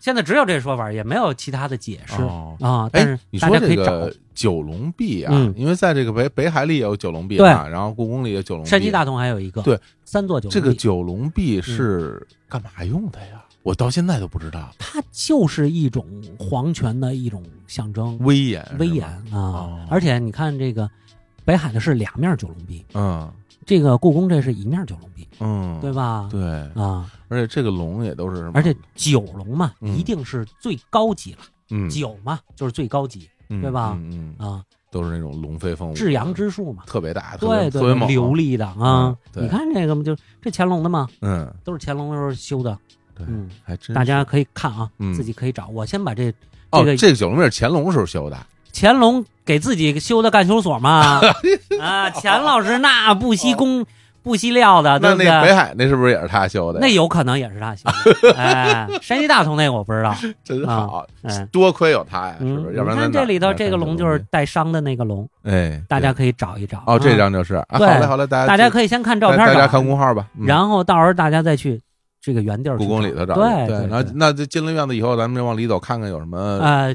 J: 现在只有这说法，也没有其他的解释。
I: 哦
J: 啊，但
I: 哎
J: 是，
I: 你
J: 大
I: 说
J: 家可
I: 这
J: 以找
I: 个九龙壁啊
J: 嗯，
I: 因为在这个北北海里也有九龙壁
J: 对
I: 嘛，然后故宫里也有九龙壁。
J: 山西大啊嗯同还有一个，
I: 对，
J: 三座九龙
I: 这个
J: 壁
I: 九龙壁是干嘛用的呀？我到现在都不知道，
J: 它就是一种皇权的一种象征，
I: 威严是吗
J: 威严啊、
I: 哦
J: 而且你看这个北海的是两面九龙壁，
I: 嗯
J: 这个故宫这是一面九龙壁，
I: 嗯，
J: 对吧？
I: 对，
J: 啊，
I: 而且这个龙也都是什么，
J: 而且九龙嘛，
I: 嗯
J: 一定是最高级了，
I: 嗯
J: 九嘛就是最高级
I: 嗯
J: 对吧
I: 嗯，嗯
J: 啊，
I: 都是那种龙飞凤舞，
J: 至阳之术嘛，
I: 特别大，特
J: 对
I: 别
J: 对
I: 特别
J: 对，
I: 猛，
J: 流利的啊
I: 嗯、对
J: 你看这个嘛，就这乾隆的嘛，
I: 嗯，
J: 都是乾隆的时候修的，
I: 对
J: 嗯。
I: 还真
J: 大
I: 是
J: 家可以看啊，
I: 嗯
J: 自己可以找。我先把这
I: 哦，
J: 这个
I: 这个九龙壁是乾隆时候修的，
J: 乾隆给自己修的干休所 嘛，啊，钱老师那不惜工不惜料的，啊对
I: 哦那
J: 不
I: 那北
J: 对？
I: 海那是不是也是他修的呀？
J: 那有可能也是他修 的，哎，山西大同那个我不知道，
I: 真好，
J: 嗯
I: 多亏有他呀，是不
J: 嗯，
I: 是？要不然
J: 你看
I: 咱哪
J: 这里头
I: 哪
J: 这个
I: 看
J: 龙就是带伤的那个龙，
I: 哎，
J: 大家
I: 对
J: 可以找一找。
I: 哦，这
J: 啊
I: 张就是，啊好
J: 对
I: 嘞好嘞，大家
J: 大家
I: 以
J: 可以先看照片
I: 大
J: 找
I: 家看公号吧，嗯
J: 然后到时候大家再去这个原地儿去
I: 故宫里头找去，
J: 对
I: 对，然后那这进了院子以后，咱们就往里走看看有什么
J: 呃，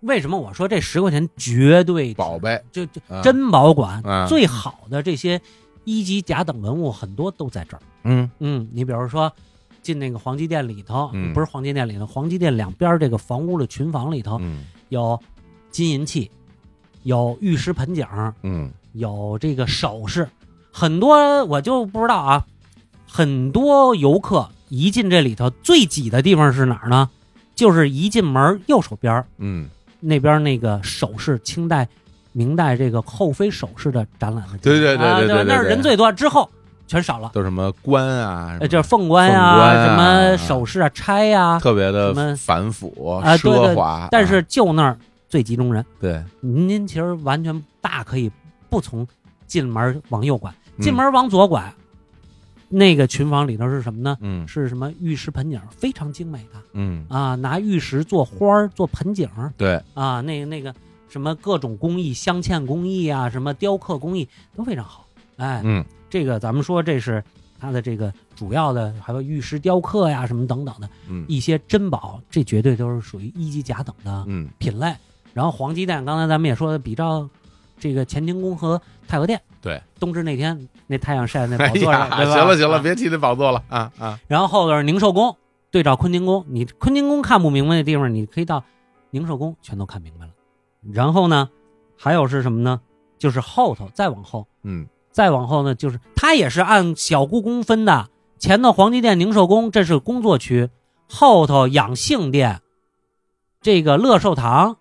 J: 为什么我说这十块钱绝对
I: 宝贝，
J: 就就
I: 嗯
J: 真保管、
I: 嗯
J: 最好的这些一级甲等文物很多都在这儿。
I: 嗯
J: 嗯，你比如说进那个黄鸡店里头，
I: 嗯
J: 不是黄鸡店里头，黄鸡店两边儿这个房屋的群房里头、
I: 嗯
J: 有金银器，有玉石盆景，
I: 嗯
J: 有这个首饰，很多我就不知道啊。很多游客一进这里头，最挤的地方是哪儿呢？就是一进门右手边儿
I: 嗯，
J: 那边那个首饰，清代、明代这个后妃首饰的展览的地方。
I: 对对对对
J: 啊
I: 对对
J: 那儿
I: 对
J: 人最多，之后全少了。
I: 都什么官啊，什
J: 呃，
I: 么
J: 这凤冠
I: 凤冠
J: 呀，
I: 啊
J: 什么首饰啊、钗呀，
I: 特别的
J: 什么
I: 繁复
J: 啊对
I: 奢
J: 对
I: 华，
J: 但
I: 啊
J: 是就那儿最集中人。
I: 对
J: 您您其实完全大可以不从进门往右拐，
I: 嗯
J: 进门往左拐，那个群房里头是什么呢？
I: 嗯
J: 是什么玉石盆景，非常精美的
I: 嗯
J: 啊，拿玉石做花儿、做盆景儿
I: 对，
J: 啊，那那个什么各种工艺，镶嵌工艺啊，什么雕刻工艺都非常好。哎，
I: 嗯
J: 这个咱们说这是它的这个主要的，还有玉石雕刻呀，什么等等的
I: 嗯
J: 一些珍宝，这绝对都是属于一级甲等的
I: 嗯
J: 品类。然后黄鸡蛋，刚才咱们也说的，比照这个乾清宫和太和殿。
I: 对，
J: 冬至那天那太阳晒在那
I: 哎
J: 宝座上，
I: 呀，
J: 对吧
I: 行了行了，
J: 啊
I: 别提那宝座了啊啊，
J: 然后后边是宁寿宫对照坤宁宫，你坤宁宫看不明白的地方，你可以到宁寿宫全都看明白了。然后呢，还有是什么呢？就是后头再往后，
I: 嗯
J: 再往后呢，就是它也是按小故宫分的，前头黄鸡殿、宁寿宫这是工作区，后头养性殿、这个乐寿堂、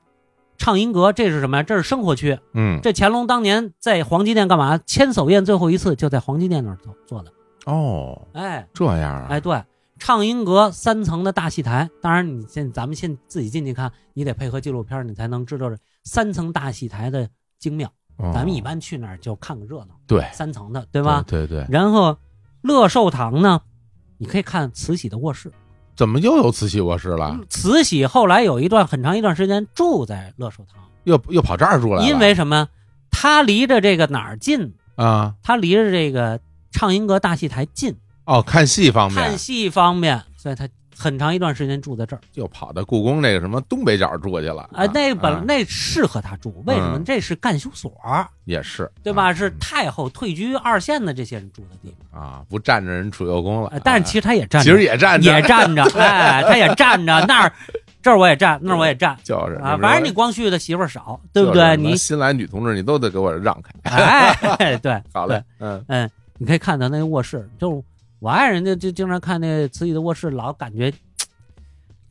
J: 畅音阁这是什么呀？这是生活区。
I: 嗯
J: 这乾隆当年在黄鸡殿干嘛？千叟宴最后一次就在黄鸡殿那儿做做的。
I: 哦，
J: 哎，
I: 这样啊，
J: 哎，对，畅音阁三层的大戏台，当然你现咱们现自己进去看，你得配合纪录片儿，你才能知道这三层大戏台的精妙。
I: 哦
J: 咱们一般去那儿就看个热闹，
I: 对
J: 三层的，对吧？
I: 对对，对
J: 然后乐寿堂呢，你可以看慈禧的卧室。
I: 怎么又有慈禧卧室了？
J: 慈禧后来有一段很长一段时间住在乐寿堂，
I: 又又跑这儿住来了？
J: 因为什么？她离着这个哪儿近？
I: 啊
J: 她离着这个畅音阁大戏台近，
I: 哦，看戏方面
J: 看戏方便，所以她很长一段时间住在这儿。
I: 又跑到故宫那个什么东北角住去了
J: 啊，那本、
I: 啊
J: 那适合他住，为什么？
I: 嗯
J: 这是干休所，
I: 也是
J: 对吧？
I: 啊
J: 是太后退居二线的这些人住的地方。
I: 啊，不占着人储秀宫了
J: 呃，但是
I: 实
J: 其实他也站
I: 嗯其
J: 着，
I: 实也占着
J: 也 站着，哎，他也站着，那儿这儿我也站，那儿我也站
I: 就是
J: 啊。反正你光绪的媳妇儿少，对不
I: 就是
J: 对？
I: 什么
J: 你
I: 新来女同志，你都得给我让开。
J: 哎，对，
I: 好嘞，嗯
J: 对，嗯，你可以看到那卧室，就我爱人就就经常看那慈禧的卧室，老感觉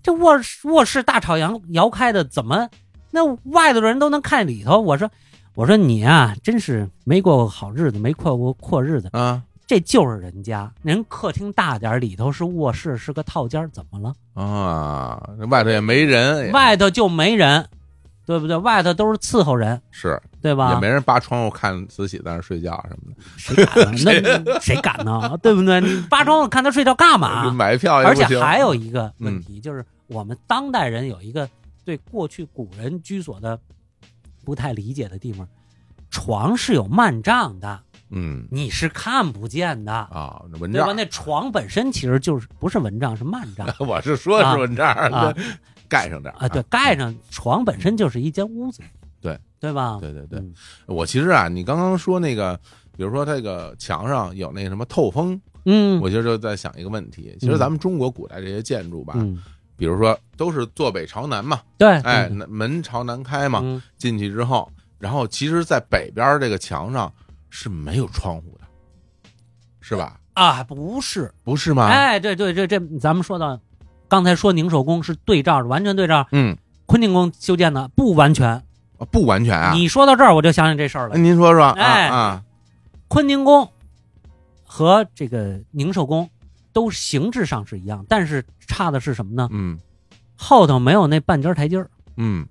J: 这卧室卧室大朝阳摇开的，怎么那外头的人都能看里头？我说我说你啊，真是没过过好日子，没过过阔日子，
I: 啊
J: 这就是人家，人客厅大点儿，里头是卧室，是个套间儿，怎么了？
I: 啊，那外头也没人，也
J: 外头就没人，对不对？外头都是伺候人，
I: 是
J: 对吧？
I: 也没人扒窗户看慈禧在那儿睡觉什么的，
J: 谁敢 呢？那谁敢呢？对不对？你扒窗户看他睡觉干
I: 就
J: 嘛？
I: 买票也
J: 而
I: 不
J: 且
I: 行嗯
J: 还有一个问题，就是我们当代人有一个对过去古人居所的不太理解的地方，床是有幔帐的，
I: 嗯
J: 你是看不见的，
I: 啊，那蚊
J: 对吧？
I: 帐
J: 那 床本身其实就是不是蚊帐，是幔帐
I: 我是说
J: 啊
I: 是蚊帐
J: 啊，
I: 盖上点儿
J: 啊。对，盖上床本身就是一间屋子，
I: 对
J: 对吧？
I: 对对对，
J: 嗯
I: 我其实啊，你刚刚说那个，比如说这个墙上有那个什么透风，
J: 嗯，
I: 我其实就在想一个问题。其实咱们中国古代这些建筑吧，
J: 嗯，
I: 比如说都是坐北朝南嘛，
J: 对，
I: 哎，
J: 对对
I: 南门朝南开嘛，
J: 嗯
I: 进去之后，然后其实，在北边这个墙上是没有窗户的，是吧？
J: 啊，不是，
I: 不是吗？
J: 哎，对对对，这咱们说到，刚才说宁寿宫是对照，完全对照
I: 嗯，
J: 坤宁宫修建的，不完全。
I: 啊不完全啊。
J: 你说到这儿，我就想起这事儿
I: 那
J: 了。
I: 您说说啊
J: 哎
I: 啊，
J: 坤宁宫和这个宁寿宫都形制上是一样，但是差的是什么呢？
I: 嗯，
J: 后头没有那半截台阶儿，
I: 嗯，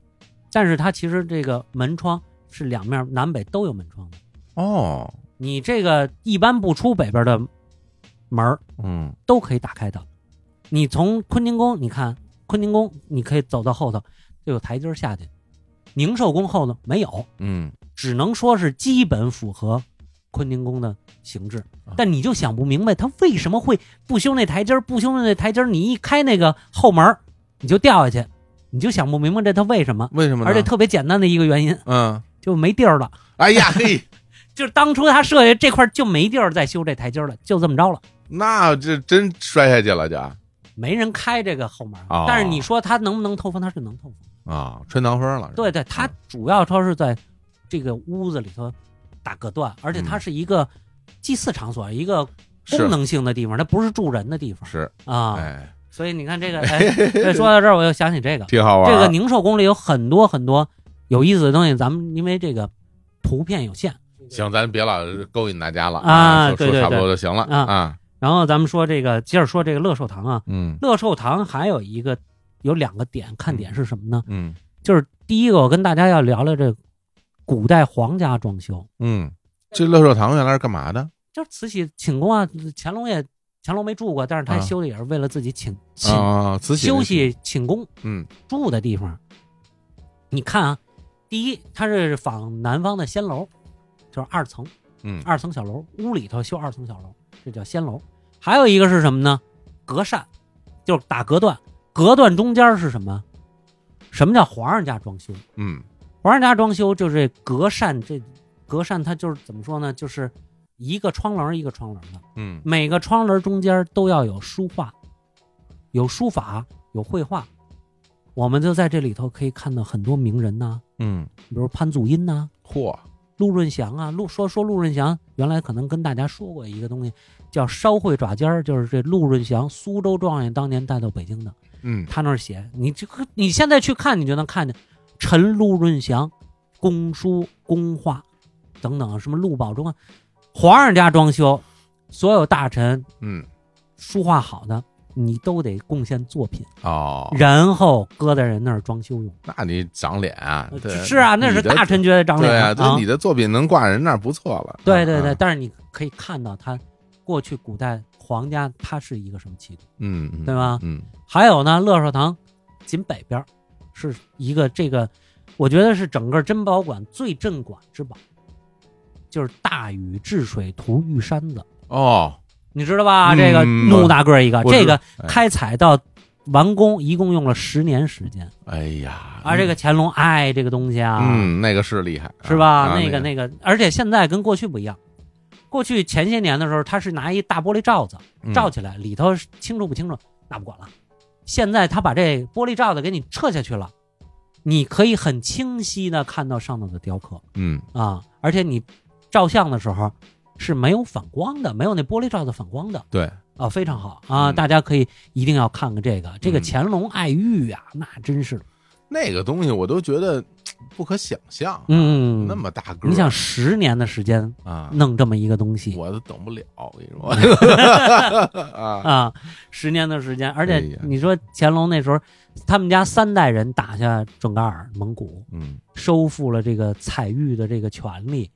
J: 但是它其实这个门窗是两面南北都有门窗的，
I: 哦，
J: 你这个一般不出北边的门儿
I: 嗯
J: 都可以打开的。你从坤宁宫，你看坤宁宫，你可以走到后头就有台阶儿下去，宁寿宫后头没有，
I: 嗯，
J: 只能说是基本符合坤宁宫的形制
I: 啊。
J: 但你就想不明白，他为什么会不修那台阶儿，不修那台阶儿，你一开那个后门儿你就掉下去，你就想不明白这他为什么。
I: 为什么呢？
J: 而且特别简单的一个原因，
I: 嗯，
J: 就没地儿了。
I: 哎 呀嘿，
J: 就是当初他设计这块儿就没地儿再修这台阶儿了，就这么着了，
I: 那这真摔下去了就
J: 没人开这个后门儿。
I: 哦
J: 但是你说他能不能透风？他是能透风。
I: 啊，穿堂风了。是吧
J: 对对，它主要它是在这个屋子里头打隔断，而且
I: 嗯
J: 它是一个祭祀场所，一个
I: 是
J: 功能性的地方，它不是住人的地方
I: 是，
J: 啊。
I: 哎，
J: 所以你看 这个，哎，这说到这儿我又想起这个，
I: 挺好玩
J: 这
I: 儿。
J: 个宁寿宫里有很多很多有意思的东西，咱们因为这个图片有限，
I: 行，咱别老勾引大家了
J: 啊
I: 说
J: 对
I: 说
J: 对
I: 差不
J: 对
I: 多就行了
J: 啊
I: 啊。
J: 然后咱们说这个，接着说这个乐寿堂啊，
I: 嗯
J: 乐寿堂还有一个有两个点，看点是什么呢？
I: 嗯
J: 就是第一个，我跟大家要聊聊这古代皇家装修。
I: 嗯，这乐寿堂原来是干嘛的？
J: 就是慈禧寝宫啊，乾隆也乾隆没住过，但是他
I: 啊
J: 修的也是为了自己寝寝、
I: 啊，慈禧那
J: 休
I: 是。
J: 息寝宫
I: 嗯
J: 住的地方。你看啊，第一，它是仿南方的仙楼，就是二层
I: 嗯
J: 二层小楼，屋里头修二层小楼，这叫仙楼。还有一个是什么呢？隔扇，就是打隔断，隔断中间是什么？什么叫皇上家装修？
I: 嗯
J: 皇上家装修就是隔扇，这隔扇它就是怎么说呢？就是一个窗棱儿一个窗棱儿的，
I: 嗯
J: 每个窗棱中间都要有书画，有书法，有绘画。我们就在这里头可以看到很多名人呐、
I: 嗯，
J: 比如潘祖英呐、
I: 嚯，
J: 陆润祥啊。陆说说陆润祥，原来可能跟大家说过一个东西，叫烧会爪尖儿，就是这陆润祥，苏州状元当年带到北京的，
I: 嗯
J: 他那儿写，你这个你现在去看，你就能看见陈陆润祥、公书、公画等等，什么陆宝中啊，皇上家装修，所有大臣
I: 嗯
J: 书画好的，你都得贡献作品，
I: 哦，
J: 然后搁在人那儿装修用。
I: 那你长脸啊
J: 呃？
I: 对
J: 是啊，那是
I: 你的
J: 大臣觉得长脸
I: 对
J: 啊
I: 啊，对你的作品能挂人那儿不错了。
J: 对对对
I: 啊，
J: 但是你可以看到他过去古代皇家他是一个什么气度。
I: 嗯，嗯
J: 对吧
I: 嗯
J: 还有呢，乐寿堂紧北边儿是一个这个，我觉得是整个珍宝馆最镇馆之宝，就是大禹治水图玉山子，
I: 哦，
J: 你知道
I: 嗯
J: 吧？啊这个那么大个儿一个，
I: 我知
J: 这个
I: 哎
J: 开采到完工一共用了十年时间。
I: 哎呀，
J: 而啊这个乾隆爱这个东西啊，
I: 嗯，那个是厉害，
J: 是吧？
I: 啊
J: 那个
I: 个
J: 那个，而且现在跟过去不一样，过去前些年的时候，他是拿一大玻璃罩子
I: 嗯
J: 罩起来，里头清楚不清楚那不管了。现在他把这玻璃罩子给你撤下去了，你可以很清晰的看到上头的雕刻
I: 嗯
J: 啊，而且你照相的时候是没有反光的，没有那玻璃罩子反光的。
I: 对，
J: 啊，非常好啊！
I: 嗯
J: 大家可以一定要看看这个，这个
I: 嗯
J: 乾隆爱玉啊，那真是，
I: 那个东西我都觉得嘖不可想象啊，
J: 嗯，
I: 那么大个儿，
J: 你想十年的时间
I: 啊，
J: 弄这么一个东西，
I: 我都等不了，我跟你说 啊，
J: 啊，十年的时间，而
I: 哎
J: 且
I: 呀
J: 你说乾隆那时候，他们家三代人打下准噶尔、蒙古，
I: 嗯
J: 收复了这个采玉哎的这个权利，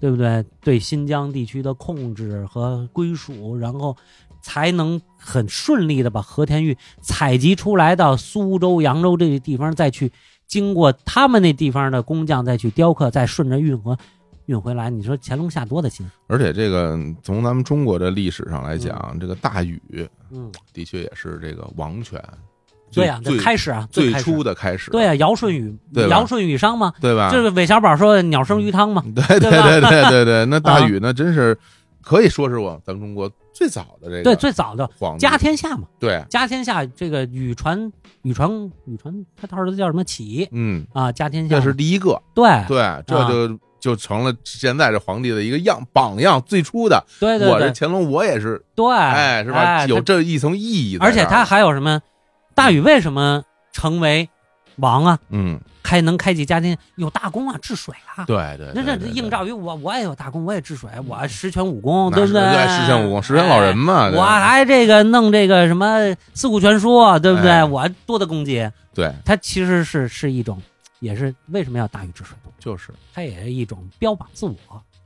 J: 对不对？对新疆地区的控制和归属，然后才能很顺利的把和田玉采集出来到苏州、扬州这个地方，再去经过他们那地方的工匠再去雕刻，再顺着运河运回来。你说乾隆下多大心？啊
I: 而且这个从咱们中国的历史上来讲，这个大禹
J: 嗯，
I: 的确也是这个王权，最
J: 对呀、这
I: 最
J: 开始啊，
I: 最
J: 开始
I: 初的开始，
J: 对啊呀、尧舜禹，
I: 对吧啊嗯
J: 尧舜禹商嘛，
I: 对吧？
J: 就是韦小宝说的“鸟生鱼汤”嘛。
I: 对对对对对对，那大
J: 啊
I: 禹呢，真是可以说是我咱们中国最早的这个
J: 对，最早的
I: 皇帝
J: 家天下嘛，
I: 对，
J: 家天下这个禹传禹传禹传，他他儿子叫什么起义
I: 嗯，
J: 啊？家天下
I: 这是第一个，
J: 对
H: 啊
I: 对，这
H: 嗯
I: 就就成了现在这皇帝的一个样榜样，最初的
J: 对对
I: 我这
J: 对
I: 乾隆我也是，
J: 对，
I: 哎，是吧？
J: 哎
I: 有
J: 他
I: 这一层意义在这儿，
J: 而且他还有什么？大禹为什么成为
H: 王啊，
I: 嗯，
H: 开能开启家庭有大功啊，治水啊。
I: 对对，
H: 那
I: 对
H: 那
I: 对
H: 映
I: 对
H: 照于我，我也有大功，我也治水，我十全武功，
I: 那
H: 对
I: 是
H: 不对？
I: 对，十全武功，十全老人嘛，
H: 哎。
I: 对
H: 我还这个弄这个什么四库全书，啊对不对？
I: 哎
H: 我多的功绩，
I: 对，
H: 它其实是是一种，也是为什么要大禹治水，
I: 就是
H: 它也是一种标榜自我，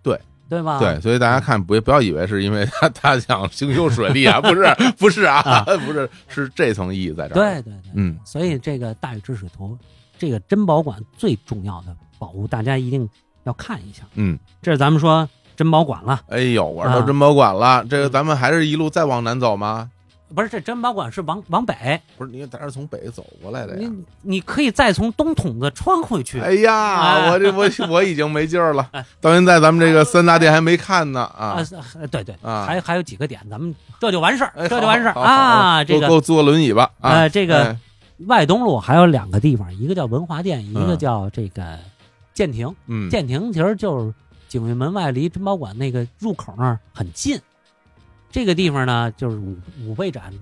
I: 对
H: 对吧？
I: 对，所以大家看不不要以为是因为他他想兴修水利啊，不是不是啊
H: 啊，
I: 不是是这层意义在这儿。
H: 对，对对，
I: 嗯，
H: 所以这个大禹治水图，这个珍宝馆最重要的宝物，大家一定要看一下。
I: 嗯，
H: 这是咱们说珍宝馆了，
I: 哎呦，我说
H: 啊嗯
I: 到珍宝馆了，这个咱们还是一路再往南走吗？
H: 不是这珍宝馆是往往北，
I: 不是，你咱是从北走过来的呀。
H: 你你可以再从东筒子穿回去。
I: 哎呀，
H: 哎
I: 我这我我已经没劲儿了， 到现在咱们这个三大殿还没看呢
H: 啊
I: 啊。，
H: 对对，
I: 啊
H: 还还有几个点，咱们这就完事儿，
I: 哎，
H: 这就完事儿
I: 好好好
H: 啊。
I: 好
H: 这
I: 给
H: 个
I: 我坐轮椅吧啊
H: 呃，这个
I: 哎
H: 外东路还有两个地方，一个叫文华殿，一个
I: 嗯
H: 叫这个建亭。
I: 嗯，
H: 建亭其实就是警卫门外离珍宝馆那个入口那儿很近。这个地方呢，就是武武备展，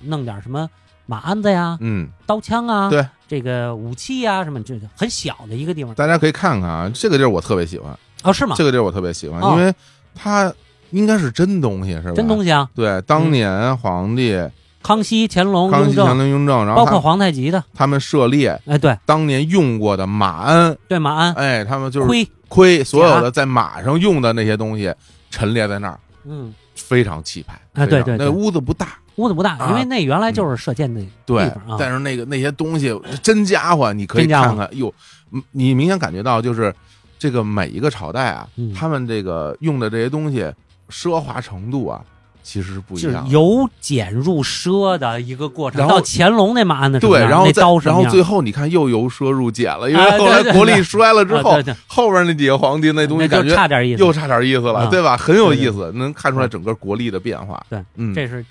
H: 弄点什么马鞍子呀、
I: 嗯，
H: 刀枪啊，
I: 对，
H: 这个武器呀什么，这很小的一个地方。
I: 大家可以看看啊，这个地儿我特别喜欢，
H: 哦，是吗
I: 这？个地儿我特别喜欢，
H: 哦
I: 因为它应该是真东西，是吧？
H: 真东西啊，
I: 对，当年皇帝
H: 康熙、乾隆、
I: 康
H: 雍
I: 熙、乾
H: 正，
I: 隆、雍正，然后
H: 包括
I: 他
H: 皇太极的，
I: 他们涉猎
H: 哎，对
I: 当年用过的马鞍，
H: 对，马鞍、
I: 哎，他们就是
H: 盔，
I: 盔，所有的在马上用的那些东西陈列在那儿，
H: 嗯，
I: 非常气派。
H: 哎对
I: 非常
H: 对对
I: 那屋子不大，
H: 屋子不大，
I: 啊
H: 因为那原来就是射箭的
I: 对
H: 地方啊。
I: 但是那个那些东西真家伙，你可以
H: 真家伙
I: 看看，哟，嗯你明显感觉到就是这个每一个朝代啊，
H: 嗯
I: 他们这个用的这些东西奢华程度啊，其实是不一
H: 就是
I: 样的。
H: 由俭入奢的一个过程，
I: 然后
H: 到乾隆那马鞍子什么
I: 对，
H: 样
I: 然后
H: 那
I: 再
H: 刀什
I: 然
H: 么
I: 后
H: 样
I: 最后你看又由奢入俭了，因为
H: 啊
I: 后来
H: 对对
I: 国力
H: 对
I: 衰了之
H: 啊
I: 后
H: 对对，
I: 后边那几个皇帝那东西
H: 那
I: 感
H: 就
I: 觉
H: 差点意思，
I: 又差点意思了，
H: 啊
I: 对吧？很有
H: 对对
I: 意思，能看出来整个国力的变化。
H: 对，
I: 嗯，
H: 这是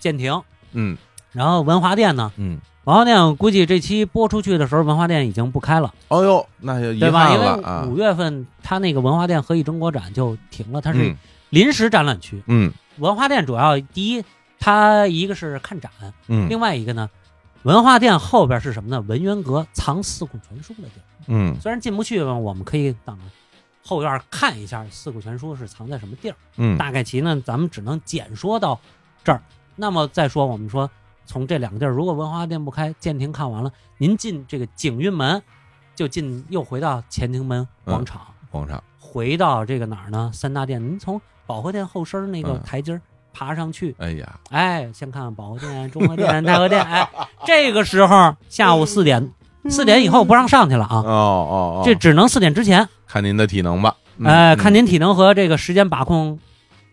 H: 建亭，
I: 嗯
H: 然后文华殿呢？
I: 嗯，
H: 文华殿，我估计这期播出去的时候，文华殿已经不开了，
I: 哦呦，那就遗
H: 对吧？
I: 憾
H: 因
I: 了啊
H: 为五。月份它那个文华殿和艺中国展就停了，它是
I: 嗯
H: 临时展览区。
I: 嗯
H: 文华殿主要第一，它一个是看展，
I: 嗯
H: 另外一个呢，文化殿后边是什么呢？文渊阁藏四库全书的地儿，
I: 嗯
H: 虽然进不去吧，我们可以到后院看一下四库全书是藏在什么地儿。
I: 嗯，
H: 大概其呢，咱们只能简说到这儿。那么再说，我们说从这两个地儿，如果文华殿不开，建亭看完了，您进这个景运门，就进又回到乾清门广场，
I: 皇上，
H: 回到这个哪儿呢？三大殿，您从保和殿后身儿那个
I: 嗯
H: 台阶儿爬上去，
I: 哎呀，
H: 哎，先看看保和殿、中和殿、太和殿，哎，这个时候下午四点，
B: 嗯
H: 四点以后不让上去了
I: 哦
H: 啊，
I: 哦哦，
H: 这只能四点之前。
I: 看您的体能吧。嗯
H: 呃，
I: 嗯
H: 看您体能和这个时间把控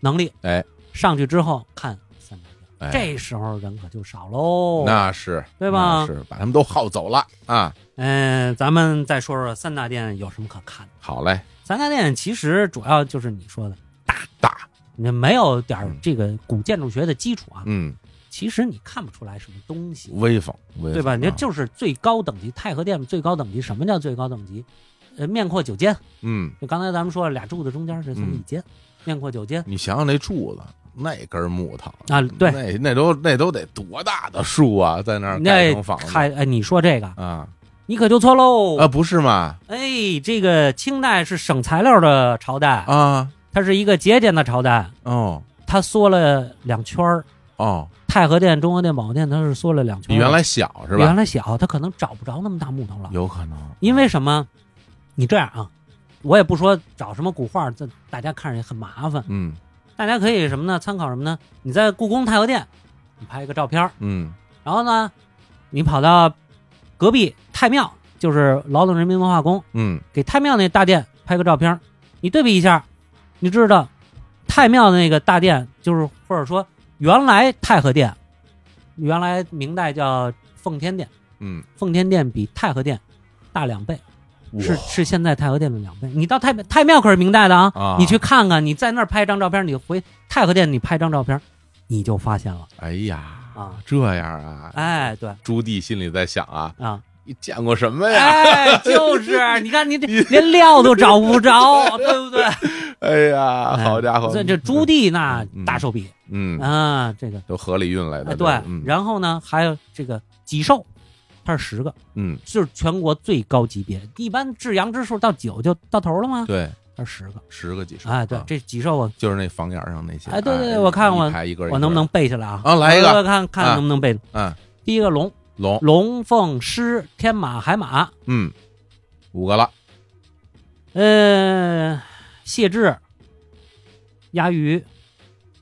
H: 能力。
I: 哎，
H: 上去之后看三百
I: 哎
H: 人，这时候人可就少喽。
I: 那是
H: 对吧
I: 那是把他们都耗走了啊。
H: 嗯、咱们再说说三大殿有什么可看的。
I: 好嘞，
H: 三大殿其实主要就是你说的大
I: 大，
H: 你没有点儿
I: 嗯
H: 这个古建筑学的基础啊，
I: 嗯，
H: 其实你看不出来什么东西，
I: 威风，威风
H: 对吧？你
I: 啊
H: 看就是最高等级太和殿最高等级，什么叫最高等级？呃，面阔九间，
I: 嗯，
H: 就刚才咱们说了俩柱子中间这算一间，面阔九间。
I: 你想想那柱子，那根木头
H: 啊对
I: 那那都那都得多大的树啊，在那儿盖
H: 那
I: 成房子
H: 太哎，你说这个，
I: 啊
H: 你可就错喽！
I: 啊，不是吗？
H: 哎，这个清代是省材料的朝代，
I: 啊
H: 它是一个节俭的朝代，
I: 哦
H: 它缩了两圈儿。
I: 哦，
H: 太和殿、中和殿、保和殿，它是缩了两圈
I: 比
H: 儿。
I: 原来小是
H: 比原
I: 吧？
H: 来小，它可能找不着那么大木头了。
I: 有可能，
H: 因为什么？你这样啊，我也不说找什么古画，这大家看着也很麻烦。
I: 嗯
H: 大家可以什么呢？参考什么呢？你在故宫太和殿，你拍一个照片儿，
I: 嗯
H: 然后呢，你跑到隔壁太庙，就是劳动人民文化宫，
I: 嗯
H: 给太庙那大殿拍个照片儿，你对比一下，你知道太庙的那个大殿，就是或者说原来太和殿，原来明代叫奉天殿，
I: 嗯，
H: 奉天殿比太和殿大两倍，是
I: 哇
H: 是现在太和殿的两倍。你到太太庙可是明代的啊，
I: 啊
H: 你去看看，你在那儿拍一张照片，你回太和殿你拍张照片，你就发现了
I: 哎呀，
H: 啊，
I: 这样啊，
H: 哎，对
I: 朱棣心里在想啊，
H: 啊。
I: 你见过什么呀？
H: 哎，就是，你看你这连料都找不着，对不对？
I: 哎呀，好家伙，
H: 这这朱棣那
I: 嗯
H: 大手笔
I: 嗯
H: 啊，这个
I: 都河里运来
H: 哎
I: 的，
H: 对
I: 嗯，
H: 然后呢，还有这个己寿，它是十个，
I: 嗯，
H: 就是全国最高级别。一般至阳之数到九就到头了吗？
I: 对，
H: 它是十个。
I: 十个几十
H: 哎，对
I: 啊，
H: 这几兽啊，
I: 就是那房檐上那些。啊
H: 哎对对对我看我
I: 一排一个，
H: 我能不能背下来啊？
I: 啊来一个
H: 我看看
I: 啊
H: 能不能背。
I: 嗯
H: 第一个龙，
I: 龙？
H: 龙凤狮天马海马，
I: 嗯，五个了，
H: 呃，蟹制、鸭鱼、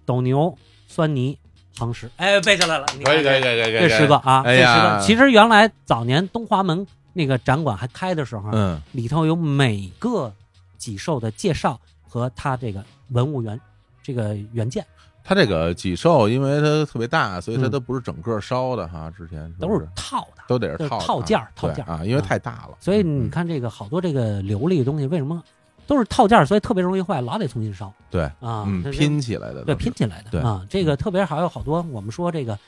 H: 斗牛、酸泥、夯实，哎，背下来了，你看这
I: 以可以
H: 这十个啊，
I: 哎
H: 这十个
I: 呀，。
H: 其实原来早年东华门那个展馆还开的时候，啊
I: 嗯
H: 里头有每个脊兽的介绍和它这个文物原这个原件，
I: 它这个脊兽，因为它特别大，所以它
H: 嗯
I: 都不是整个烧的哈。之前
H: 都
I: 是
H: 是套的，
I: 都得是
H: 就是
I: 套
H: 套件儿
I: 对
H: 套件儿
I: 啊，因为
H: 嗯
I: 太大了。
H: 所以
I: 嗯
H: 你看这个好多这个琉璃的东西为什么都是套件儿，所以特别容易坏，老得重新烧
I: 对，
H: 啊，
I: 嗯，
H: 它这
I: 拼起来的，
H: 对，拼，起来的
I: 对嗯
H: 啊。这个特别还有好多，我们说这个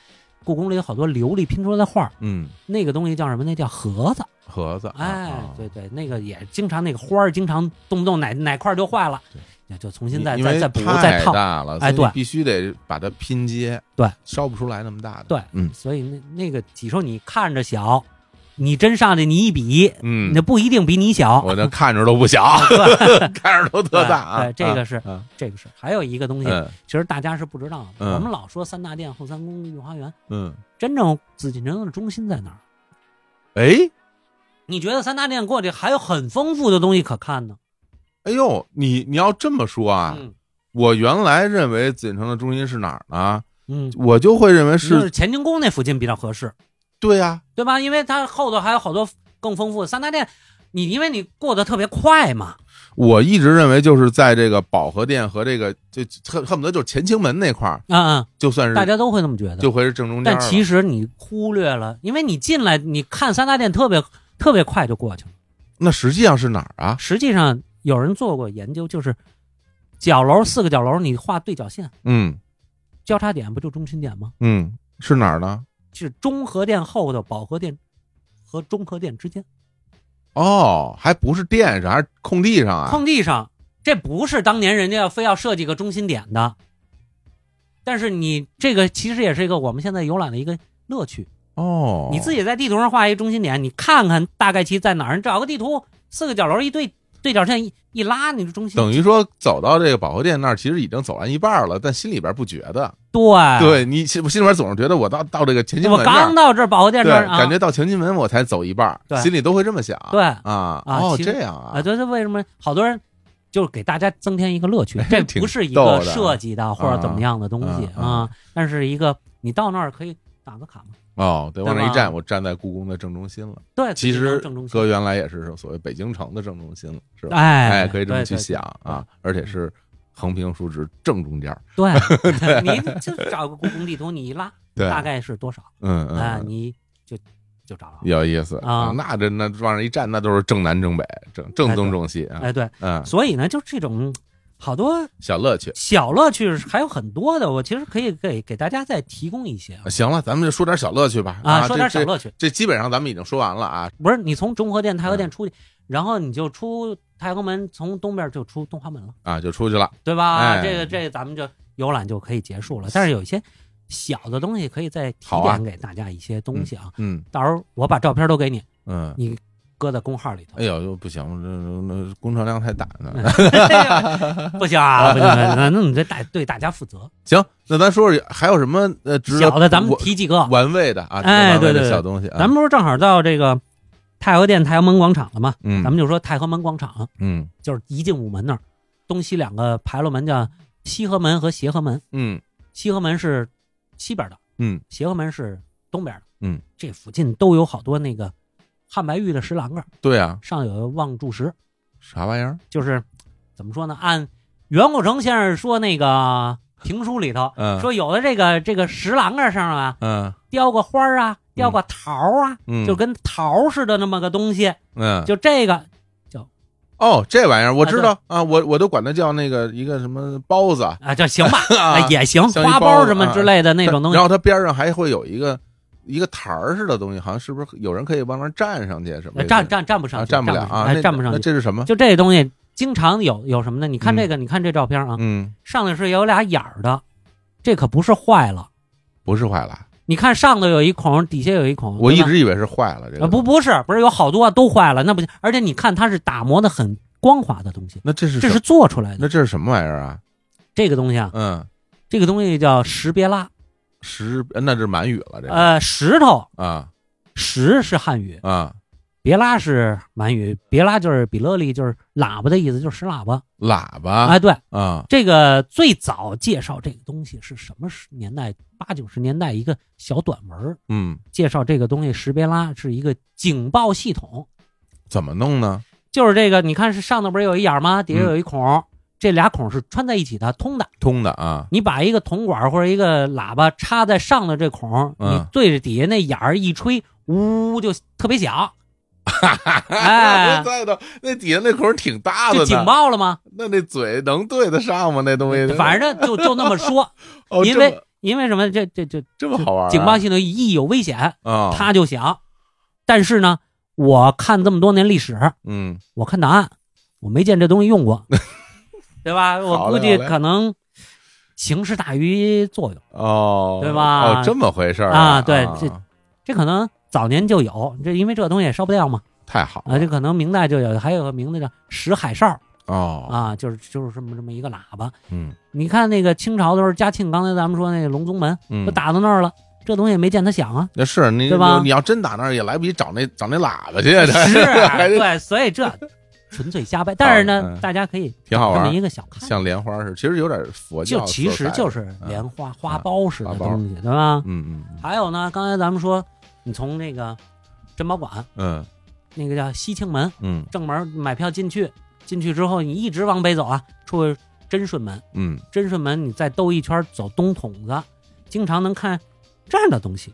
H: 故宫里有好多琉璃拼出来的画儿，
I: 嗯，
H: 那个东西叫什么？那叫盒子。
I: 盒子，啊
H: 哎
I: 啊，
H: 对对，那个也经常那个花儿经常动不动哪哪块儿就坏了
I: 对，
H: 也就重新再
I: 因为
H: 再再补
I: 太
H: 再套。
I: 大了，所以
H: 哎
I: 你
H: 对
I: 必须得把它拼接，
H: 对，
I: 烧不出来那么大的，
H: 对，
I: 嗯
H: 所以那那个几兽你看着小，你真上去你一比，
I: 嗯
H: 那，不一定比你小。
I: 我那看着都不小， 看着都特大啊，
H: 啊对对这个是
I: 啊
H: 这个是还有一个东西，
I: 嗯
H: 其实大家是不知道的。
I: 嗯
H: 我们老说三大殿、后三宫、御花园，
I: 嗯，
H: 真正紫禁城的中心在哪儿？
I: 哎，
H: 你觉得三大殿过去还有很丰富的东西可看呢？
I: 哎呦，你你要这么说啊，
H: 嗯
I: 我原来认为紫禁城的中心是哪儿呢？
H: 嗯，
I: 我就会认为
H: 就是
I: 是
H: 乾清宫那附近比较合适，
I: 对啊呀，
H: 对吧？因为它后头还有好多更丰富的三大殿，你因为你过得特别快嘛，
I: 我一直认为就是在这个保和殿和这个就恨恨不得就是乾清门那块儿，
H: 啊、嗯，
I: 就算是
H: 大家都会那么觉
I: 就
H: 得。
I: 会是正中间
H: 但
I: 了，
H: 其实你忽略了，因为你进来你看三大殿特别特别快就过去了。
I: 那实际上是哪儿啊？
H: 实际上有人做过研究，就是角楼四个角楼你画对角线，
I: 嗯
H: 交叉点不就中心点吗？
I: 嗯，是哪儿呢？
H: 就是中和殿后头保和殿和中和殿之间。
I: 哦，还不是殿上，还是空地上啊？
H: 空地上，这不是当年人家要非要设计个中心点的。但是你这个其实也是一个我们现在游览的一个乐趣。
I: 哦，
H: 你自己在地图上画一个中心点，你看看大概其在哪儿，你找个地图，四个角楼一对对角线一一拉，你就中心。
I: 等于说走到这个保和殿那儿，其实已经走完一半了，但心里边不觉得。
H: 对，
I: 对你心我心里边总是觉得我到到这个乾清
H: 哎我
I: 门那
H: 刚
I: 儿，
H: 到这儿保和殿
I: 对，
H: 这儿啊，
I: 感觉到乾清门我才走一半儿，
H: 对
I: 心里都会这么想。
H: 对
I: 啊，哦，
H: 其实
I: 这样啊，
H: 啊，，对对，为什么好多人？就是给大家增添一个乐趣这
I: 哎挺
H: 不是一
I: 逗的
H: 个
I: 啊
H: 设计的或者怎么样的东西
I: 嗯嗯
H: 啊，但是一个你到那儿可以打个卡嘛。
I: 哦，对，往那一
H: 对吧
I: 站，我站在故宫的正中心了。
H: 对，
I: 其实
H: 正中心
I: 哥原来也是所谓北京城的正中心了，是吧？
H: 哎
I: 哎，可以这么去想啊，而且
H: 嗯
I: 是横平竖直正中间儿。
H: 对，对 对你就找个故宫地图，你一拉，
I: 对，
H: 大概是多少
I: 嗯嗯
H: 啊？
I: 嗯，
H: 你就就找着了。
I: 有意思
H: 啊
I: 那这那往上一站，那都是正南正北，正正宗正西啊。
H: 哎，对，
I: 嗯，
H: 所以呢，就这种好多
I: 小乐趣。
H: 小乐趣还有很多的，我其实可以给给大家再提供一些
I: 行了，咱们就说点小乐趣吧。
H: 啊，说点小
I: 趣，
H: 乐趣。
I: 这基本上咱们已经说完了啊。
H: 不是你从中和殿、太和殿出去，然后你就出太和门，从东边就出东华门了，
I: 啊，就出去了。
H: 对吧？
I: 哎
H: 这个这个咱们就游览就可以结束了。但是有一些小的东西可以再哎提
I: 好啊
H: 点给大家一些东西啊。
I: 嗯
H: 到时候我把照片都给你，
I: 嗯。
H: 你搁在公号里 头
I: 哎。呦，不行，这这这工程量太大
H: 哎
I: 了。
H: 不行啊，不行，那那你这大对大家负责。
I: 行，那咱说说还有什么呃值得
H: 小的咱们
I: 我
H: 提几个，
I: 玩味的啊，值得
H: 哎
I: 玩味
H: 对
I: 的
H: 对
I: 小
H: 对
I: 东西啊。
H: 咱们不是正好到这个太和殿太和门广场了吗？
I: 嗯，
H: 咱们就说太和门广场，
I: 嗯
H: 就是一进午门那儿，东西两个牌楼门叫西和门和协和门，
I: 嗯
H: 西和门是西边的，
I: 嗯，
H: 协和门是东边的，
I: 嗯，
H: 这附近都有好多那个汉白玉的石栏杆，
I: 对啊，
H: 上有望柱石，
I: 啥玩意儿？
H: 就是怎么说呢？按袁国成先生说那个评书里头，
I: 嗯
H: 说有的这个这个石栏杆上啊，
I: 嗯
H: 雕个花儿啊，雕个桃儿啊，
I: 嗯，
H: 就跟桃儿似的那么个东西，
I: 嗯
H: 就这个
I: 哦，这玩意儿我
H: 啊
I: 知
H: 对
I: 道啊，我我都管它叫那个一个什么包子，
H: 啊，就行吧，
I: 啊
H: 哎也行，
I: 像一
H: 花
I: 包
H: 苞
I: 子
H: 什么
I: 啊
H: 之类的那
I: 它
H: 种东西
I: 然。后它边上还会有一个一个台儿似的东西，好像是不是有人可以往那儿站上去什么
H: 呃
I: 的？
H: 站站站不上
I: 啊
H: 去，
I: 站
H: 不
I: 了
H: 上
I: 啊，
H: 哎
I: 那
H: 站不上
I: 那嗯
H: 去。
I: 这是什么？
H: 就这东西，经常有有什么呢？你看这个，你看这照片啊，
I: 嗯，
H: 上头是有俩眼儿的，这可不是坏了，
I: 不是坏了，
H: 你看上头有一孔，底下有一孔。
I: 我
H: 对
I: 一
H: 吧
I: 直以为是坏了这
H: 啊
I: 个。
H: 不，不是不是有好多都坏了，那不行。而且你看它是打磨的很光滑的东西，
I: 那这是
H: 这
I: 什
H: 是做出来的。
I: 那这是什么玩意儿啊？
H: 这个东西啊，
I: 嗯，
H: 这个东西叫石别拉，
I: 石呃那是满语了这个
H: 呃，石头
I: 啊
H: 石是汉语，
I: 啊，
H: 别拉是满语，别拉就是比勒利，就是喇叭的意思，就是石喇叭。
I: 喇
H: 哎，
I: 叭
H: 对，
I: 啊
H: 这个最早介绍这个东西是什么时年代？八九十年代一个小短文儿
I: 嗯，
H: 介绍这个东西，石别拉是一个警报系统，
I: 怎么弄呢？
H: 就是这个，你看是上头不是有一眼儿吗？底下
I: 嗯
H: 有一孔，这俩孔是穿在一起的，通的。
I: 通的啊，
H: 你把一个铜管或者一个喇叭插在上头这孔，
I: 嗯
H: 你对着底下那眼儿一吹，呜就特别响， 哎
I: 再的那底下那孔儿挺大的
H: 就
I: 呢，
H: 警报了吗？
I: 那那嘴能对得上吗？那东西，
H: 反正就就那么说，
I: 哦，
H: 因
I: 这
H: 为
I: 么
H: 因为什么？这这这
I: 这么好玩儿啊，
H: 警报系统一有危险，
I: 啊，
H: 它就响。但是呢，我看这么多年历史，
I: 嗯，
H: 我看档案，我没见这东西用过，对吧？
I: 好
H: 哎我
I: 嘞
H: 估计
I: 好嘞
H: 可能形式大于作用，
I: 哦，
H: 对吧
I: 哦，这么回事儿
H: 啊对这这可能早年就有，这因为这东西也烧不掉嘛。
I: 太好
H: 啊，
I: 了
H: 这可能明代就有，还有个名字叫石海哨
I: 哦，
H: 啊，就是就是这么这么一个喇叭。
I: 嗯
H: 你看那个清朝的时候，嘉庆刚才咱们说那个隆宗门
I: 嗯
H: 都，打到那儿了，这东西也没见它响啊。
I: 那是你
H: 对吧
I: 你要真打那儿也来不及找那找那喇叭去，这
H: 是啊
I: 还是
H: 对，所以这纯粹瞎掰。但是呢
I: 嗯，
H: 大家可以
I: 挺好玩
H: 这
I: 儿
H: 么一个小看，
I: 像莲花似的，其实有点佛教色
H: 就
I: 彩，啊
H: 其实就是莲花花苞似的
I: 花苞
H: 东西，对吧？
I: 嗯嗯
H: 还有呢，刚才咱们说，你从那个珍宝馆
I: 嗯
H: 那个叫西庆门
I: 嗯
H: 正门买票进去，进去之后你一直往北走啊，出真顺门。
I: 嗯，
H: 真顺门，你再兜一圈走东筒子，经常能看这样的东西，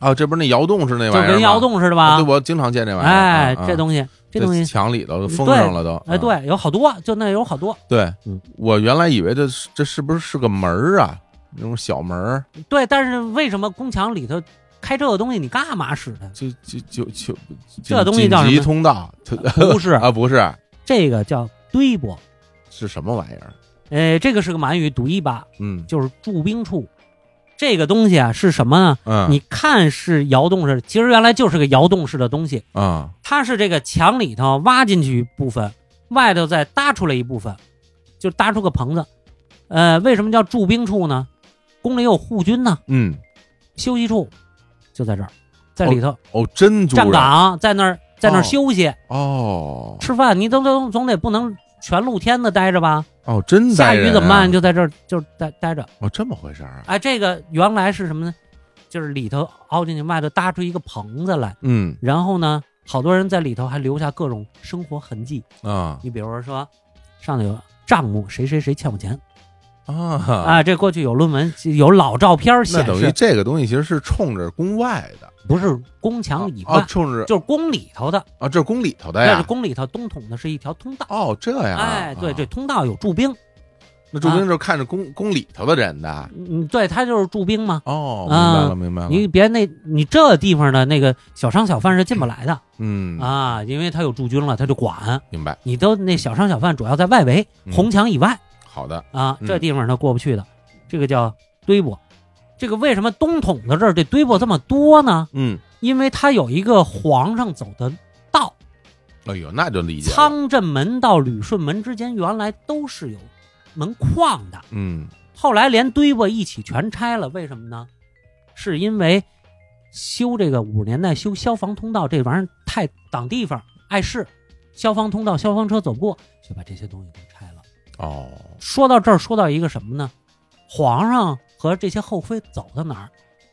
I: 哦，这不是那窑洞是那
H: 就
I: 玩意儿
H: 跟
I: 吗
H: 窑洞似的
I: 啊
H: 吧
I: 对，？我经常见这玩意儿，
H: 哎
I: 啊，
H: 这东西，这东西，
I: 墙里头封上了都，
H: 哎，
I: 啊
H: 对，有好多，就那有好多，
I: 对
H: 嗯，
I: 我原来以为这是这是不是是个门儿啊？那种小门儿，？
H: 对。但是为什么宫墙里头开这个东西，你干嘛使它
I: 就就就就
H: 这东西叫什么
I: 紧急通道，它
H: 不是，
I: 啊，不是，
H: 这个叫堆泊，
I: 是什么玩意儿？
H: 呃，这个是个满语，独一吧，
I: 嗯
H: 就是驻兵处。这个东西啊是什么呢？
I: 嗯，
H: 你看是窑洞似的，其实原来就是个窑洞似的东西，
I: 啊
H: 它是这个墙里头挖进去一部分，外头再搭出来一部分，就搭出个棚子。呃，为什么叫驻兵处呢？宫里有护军呢，
I: 嗯
H: 休息处就在这儿，在里头
I: 哦，真族
H: 站
I: 人
H: 岗，在那儿在那
I: 哦
H: 儿休息、
I: 哦
H: 吃饭。你都都总得不能全露天的待着吧？
I: 哦，真
H: 下
I: 宰人
H: 雨
I: 啊
H: 怎么办？就在这儿就待待着。
I: 哦这么回事儿啊？
H: 哎，这个原来是什么呢？就是里头凹进去，外头搭出一个棚子来，
I: 嗯
H: 然后呢，好多人在里头还留下各种生活痕迹。
I: 啊
H: 你比如说，上头有账目，谁谁谁欠我钱
I: 啊，
H: 啊？这过去有论文，有老照片
I: 那
H: 显
I: 等于
H: 示，
I: 这个东西其实是冲着宫外的，
H: 不是宫墙以
I: 哦
H: 外，，
I: 冲着
H: 就是宫里头的。
I: 啊，这是宫里头的
H: 但是
I: 呀。
H: 宫里头东筒的是一条通道。
I: 哦，这样啊，
H: 哎，对，
I: 啊
H: 这，通道有驻兵，
I: 那驻兵就是看着宫宫里头的人的。
H: 嗯，对，他就是驻兵嘛。
I: 哦，明
H: 啊
I: 白了，明白了。
H: 你别那，你这地方的那个小商小贩是进不来的
I: 嗯，
H: 啊，因为他有驻军了，他就管。
I: 明白，
H: 你都那小商小贩主要在外围
I: 嗯
H: 红墙以外
I: 好的，
H: 啊，
I: 嗯
H: 这地方他过不去的，这个叫堆泊。这个为什么东筒的这儿这堆泊这么多呢？
I: 嗯，
H: 因为它有一个皇上走的道，
I: 哎呦，那就理解了，
H: 仓镇门到旅顺门之间原来都是有门框的，
I: 嗯，
H: 后来连堆泊一起全拆了，为什么呢？是因为修这个五十年代修消防通道这玩意儿太挡地方碍事，消防通道消防车走不过，就把这些东西都拆了。
I: 哦，
H: 说到这儿，说到一个什么呢？皇上和这些后妃走到哪儿，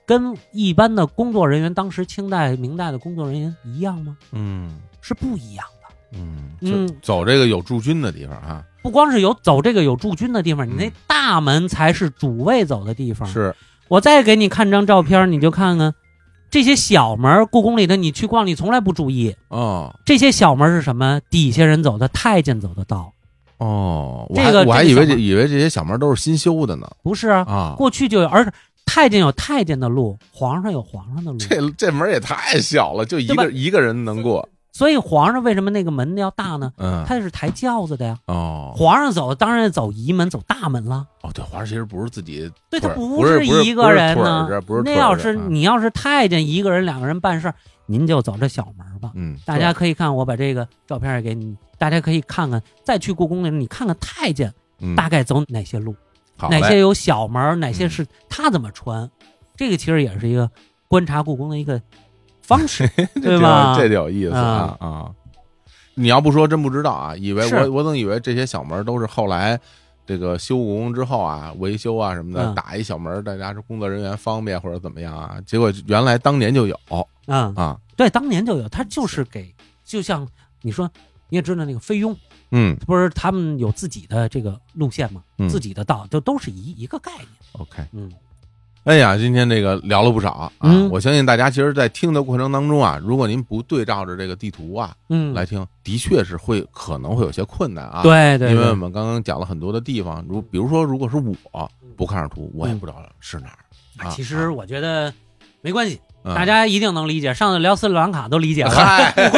H: 跟一般的工作人员，当时清代、明啊代的工作人员一样吗？
I: 嗯
H: 是不一样的。
I: 嗯，
H: 嗯
I: 就走这个有驻军的地方啊，
H: 不光是有走这个有驻军的地方，你那
I: 嗯
H: 大门才是主卫走的地方。，
I: 是，
H: 我再给你看张照片，你就看看这些小门儿。故宫里的你去逛，你从来不注意
I: 哦
H: 这些小门儿是什么？底下人走的，太监走的道，
I: 哦，我
H: 这
I: 还
H: 个
I: 我还
H: 这个
I: 以为
H: 小
I: 这
H: 门
I: 以为这些小门都是新修的呢，
H: 不是啊？
I: 啊，
H: 过去就有，而且太监有太监的路，皇上有皇上的路。
I: 这这门也太小了，就一
H: 对吧
I: 个一个人能过，
J: 所以皇上为什么那个门要大呢？
I: 嗯，
J: 他是抬轿子的呀。
I: 哦
J: 皇上走当然走仪门，走大门了。
I: 哦，对，皇上其实不是自己
J: 对
I: 腿
J: 他
I: 儿，
J: 不
I: 是不是
J: 一个人
I: 不
J: 呢
I: 是腿儿，不是腿
J: 那
I: 儿
J: 要
I: 的
J: 是
I: 啊
J: 你要是太监一个人、两个人办事儿，您就走这小门儿吧。
I: 嗯，
J: 大家可以看，我把这个照片儿给你，大家可以看看。再去故宫的人，你看看太监
I: 嗯
J: 大概走哪些路，
I: 好
J: 哪
I: 嘞
J: 些有小门儿，哪
I: 嗯
J: 些是他怎么穿，这个其实也是一个观察故宫的一个方式，对
I: 这
J: 吧？嗯
I: 这就有意思啊啊！你要不说真不知道啊，以为
J: 是
I: 我我总以为这些小门都是后来这个修故宫之后啊，维修啊什么的，
J: 嗯
I: 打一小门，大家是工作人员方便或者怎么样啊？结果原来当年就有
J: 嗯，
I: 啊，
J: 对，当年就有，他就是给，就像你说，你也知道那个菲佣，
I: 嗯
J: 不是他们有自己的这个路线嘛，
I: 嗯
J: 自己的道，就都是一一个概念。
I: ，OK。
J: 嗯，
I: 哎呀，今天这个聊了不少啊！
J: 嗯
I: 我相信大家其实，在听的过程当中啊，如果您不对照着这个地图啊
J: 嗯，
I: 来听，的确是会可能会有些困难啊。
J: 对对，
I: 因为
J: 对
I: 我们刚刚讲了很多的地方，如比如说，如果是我不看着图，我也
J: 嗯
I: 不知道是哪儿。啊
J: 其实我觉得没关系，
I: 嗯
J: 大 家一定能理解。上次聊斯里兰卡都理解了，
I: 嗨
J: 故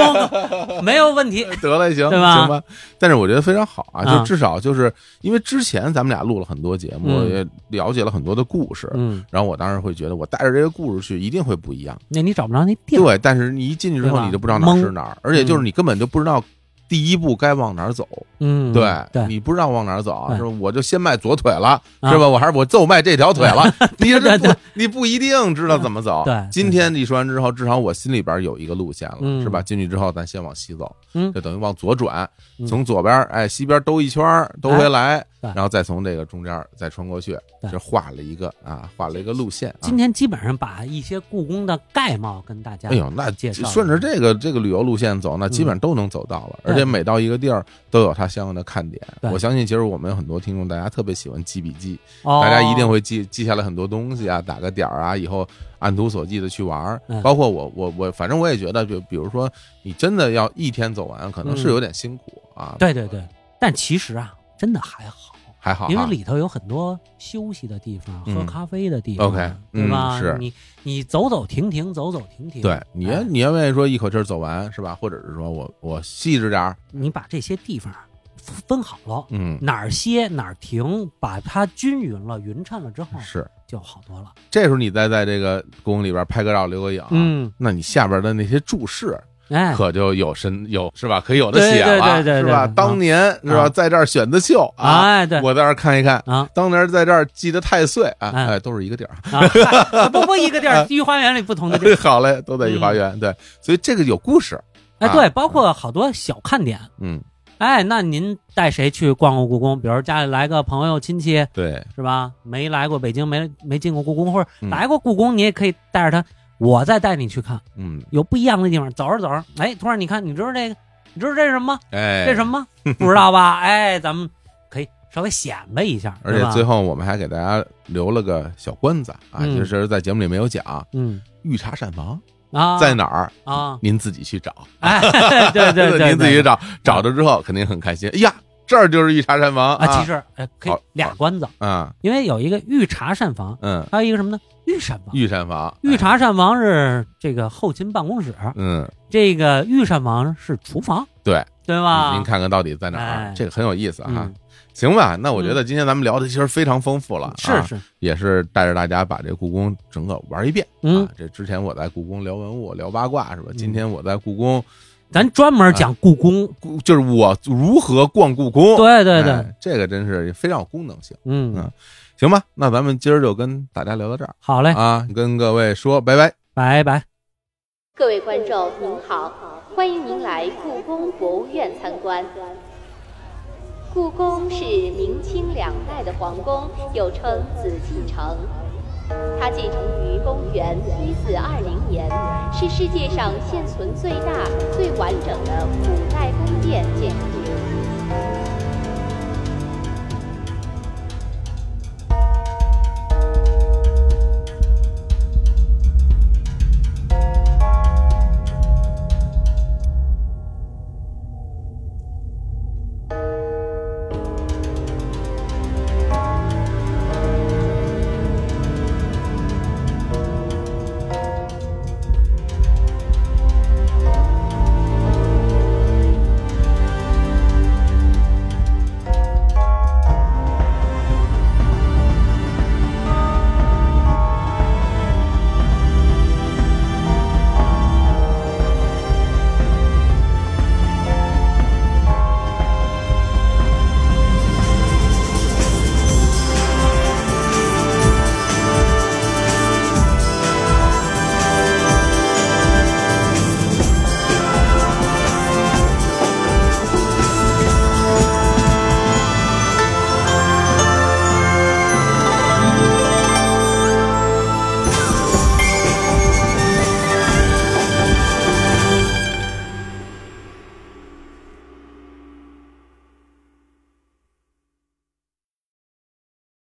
J: 宫没有问 题。
I: 得了，行，
J: 对吧
I: 行吧。但是我觉得非常好啊，
J: 啊
I: 就至少就是因为之前咱们俩录了很多节目，
J: 嗯
I: 也了解了很多的故事，
J: 嗯，
I: 然后我当时会觉得，我带着这个故事去，一定会不一样。
J: 那你找不着那地儿，
I: 对，但是你一进去之
J: 对
I: 后，
J: 吧
I: 你就不知道哪儿
J: 懵
I: 是哪儿，而且就是你根本就不知道第一步该往哪儿走。
J: 嗯，
I: 对
J: 对，
I: 你不知道往哪儿走，
J: 对
I: 是吧？我就先迈左腿了，
J: 啊
I: 是吧？我还是我就迈这条腿 了。你
J: 对
I: 这
J: 对
I: 不，你不一定知道怎么走。
J: 对对
I: 今天你说完之后，至少我心里边有一个路线了，
J: 嗯
I: 是吧？进去之后，咱先往西走，
J: 嗯
I: 就等于往左转，
J: 嗯
I: 从左边哎西边兜一圈儿兜回来，
J: 对
I: 然后再从这个中间再穿过去，
J: 对
I: 就画了一个啊，画了一个路线啊。
J: 今天基本上把一些故宫的概貌跟大家
I: 哎呦，那
J: 介绍了
I: 顺着这个这个旅游路线走，那基本上都能走到了。
J: 对
I: 而且每到一个地儿都有它相应的看点。
J: 对
I: 我相信，其实我们有很多听众，大家特别喜欢记笔记，
J: 哦
I: 大家一定会记记下来很多东西啊，打个点儿啊，以后按图索骥的去玩儿。
J: 嗯
I: 包括我我我，反正我也觉得，就比如说你真的要一天走完，可能是
J: 嗯
I: 有点辛苦啊。
J: 对对对，但其实啊，真的还好。
I: 还好哈，
J: 因为里头有很多休息的地方、
I: 嗯
J: 喝咖啡的地方
I: OK，
J: 对吧？
I: 嗯是
J: 你你走走停停，走走停停。
I: 对你要
J: 哎
I: 你要愿意说一口气儿走完是吧？或者是说我我细致点儿，
J: 你把这些地方分分好了，
I: 嗯，
J: 哪儿歇哪儿停，把它均匀了、匀称了之后，
I: 是。
J: 就好多了。
I: 这时候你再在这个故宫里边拍个照、留个影，
J: 嗯，
I: 那你下边的那些注释
J: 哎，
I: 可就有深有是吧？可有的写
J: 对对
I: 了，
J: 对对
I: 是
J: 对
I: 吧？
J: 对
I: 当年是吧，
J: 啊
I: 在这儿选的秀啊，
J: 哎，对，
I: 我在这儿看一看。
J: 啊
I: 当年在这儿记得太岁啊，
J: 哎
I: 哎，都是一个地儿。
J: 啊，嗨不不一个 地
I: 啊
J: 儿，御花园里不同的地儿。
I: 好嘞，都在御花园。对，所以这个有故事。
J: 嗯哎，
I: 啊
J: 对，包括好多小看点。
I: 嗯，
J: 哎，那您带谁去逛逛故宫？比如家里来个朋友亲戚，
I: 对，
J: 是吧？没来过北京，没没进过故宫，或者
I: 嗯
J: 来过故宫，你也可以带着他，我再带你去看，
I: 嗯，
J: 有不一样的地方。走着走着，哎，突然你看，你知道这个，你知道这是什么吗？
I: 哎，
J: 这是什么 吗？不知道吧？哎，咱们可以稍微显摆一下，
I: 而
J: 对
I: 且
J: 吧
I: 最后我们还给大家留了个小关子啊，
J: 嗯
I: 其实，在节目里没有讲，
J: 嗯
I: 御茶膳房
J: 啊，
I: 在哪儿，
J: 啊？
I: 您自己去找。
J: 哎，对对对对，
I: 您自己找，找着之后肯定很开心。哎呀，这儿就是一茶膳房
J: 啊。其实哎，可以
I: 好
J: 俩关子，
I: 啊，
J: 因为有一个御茶膳房，
I: 嗯，
J: 还有一个什么呢？御膳房。
I: 御膳房，
J: 御
I: 哎，
J: 茶膳房是这个后勤办公室，
I: 嗯，
J: 这个御膳房是厨房，
I: 对
J: 对吧？
I: 您看看到底在哪儿
J: 啊哎？
I: 这个很有意思哈
J: 嗯。
I: 行吧，那我觉得今天咱们聊的其实非常丰富了，
J: 是
I: 啊，
J: 是，
I: 也是带着大家把这故宫整个玩一遍。
J: 嗯
I: 啊，这之前我在故宫聊文物、聊八卦是吧？今天我在故宫，
J: 咱专门讲故宫，
I: 故就是我如何逛故宫。
J: 对对对，
I: 哎，这个真是非常有功能性。嗯
J: 嗯，
I: 行吧，那咱们今儿就跟大家聊到这儿
J: 好嘞，
I: 啊，跟各位说拜拜。
J: 拜拜。
A: 各位观众您好，欢迎您来故宫博物院参观。故宫是明清两代的皇宫，又称紫禁城。它建成于公元一四二零年，是世界上现存最大、最完整的古代宫殿建筑。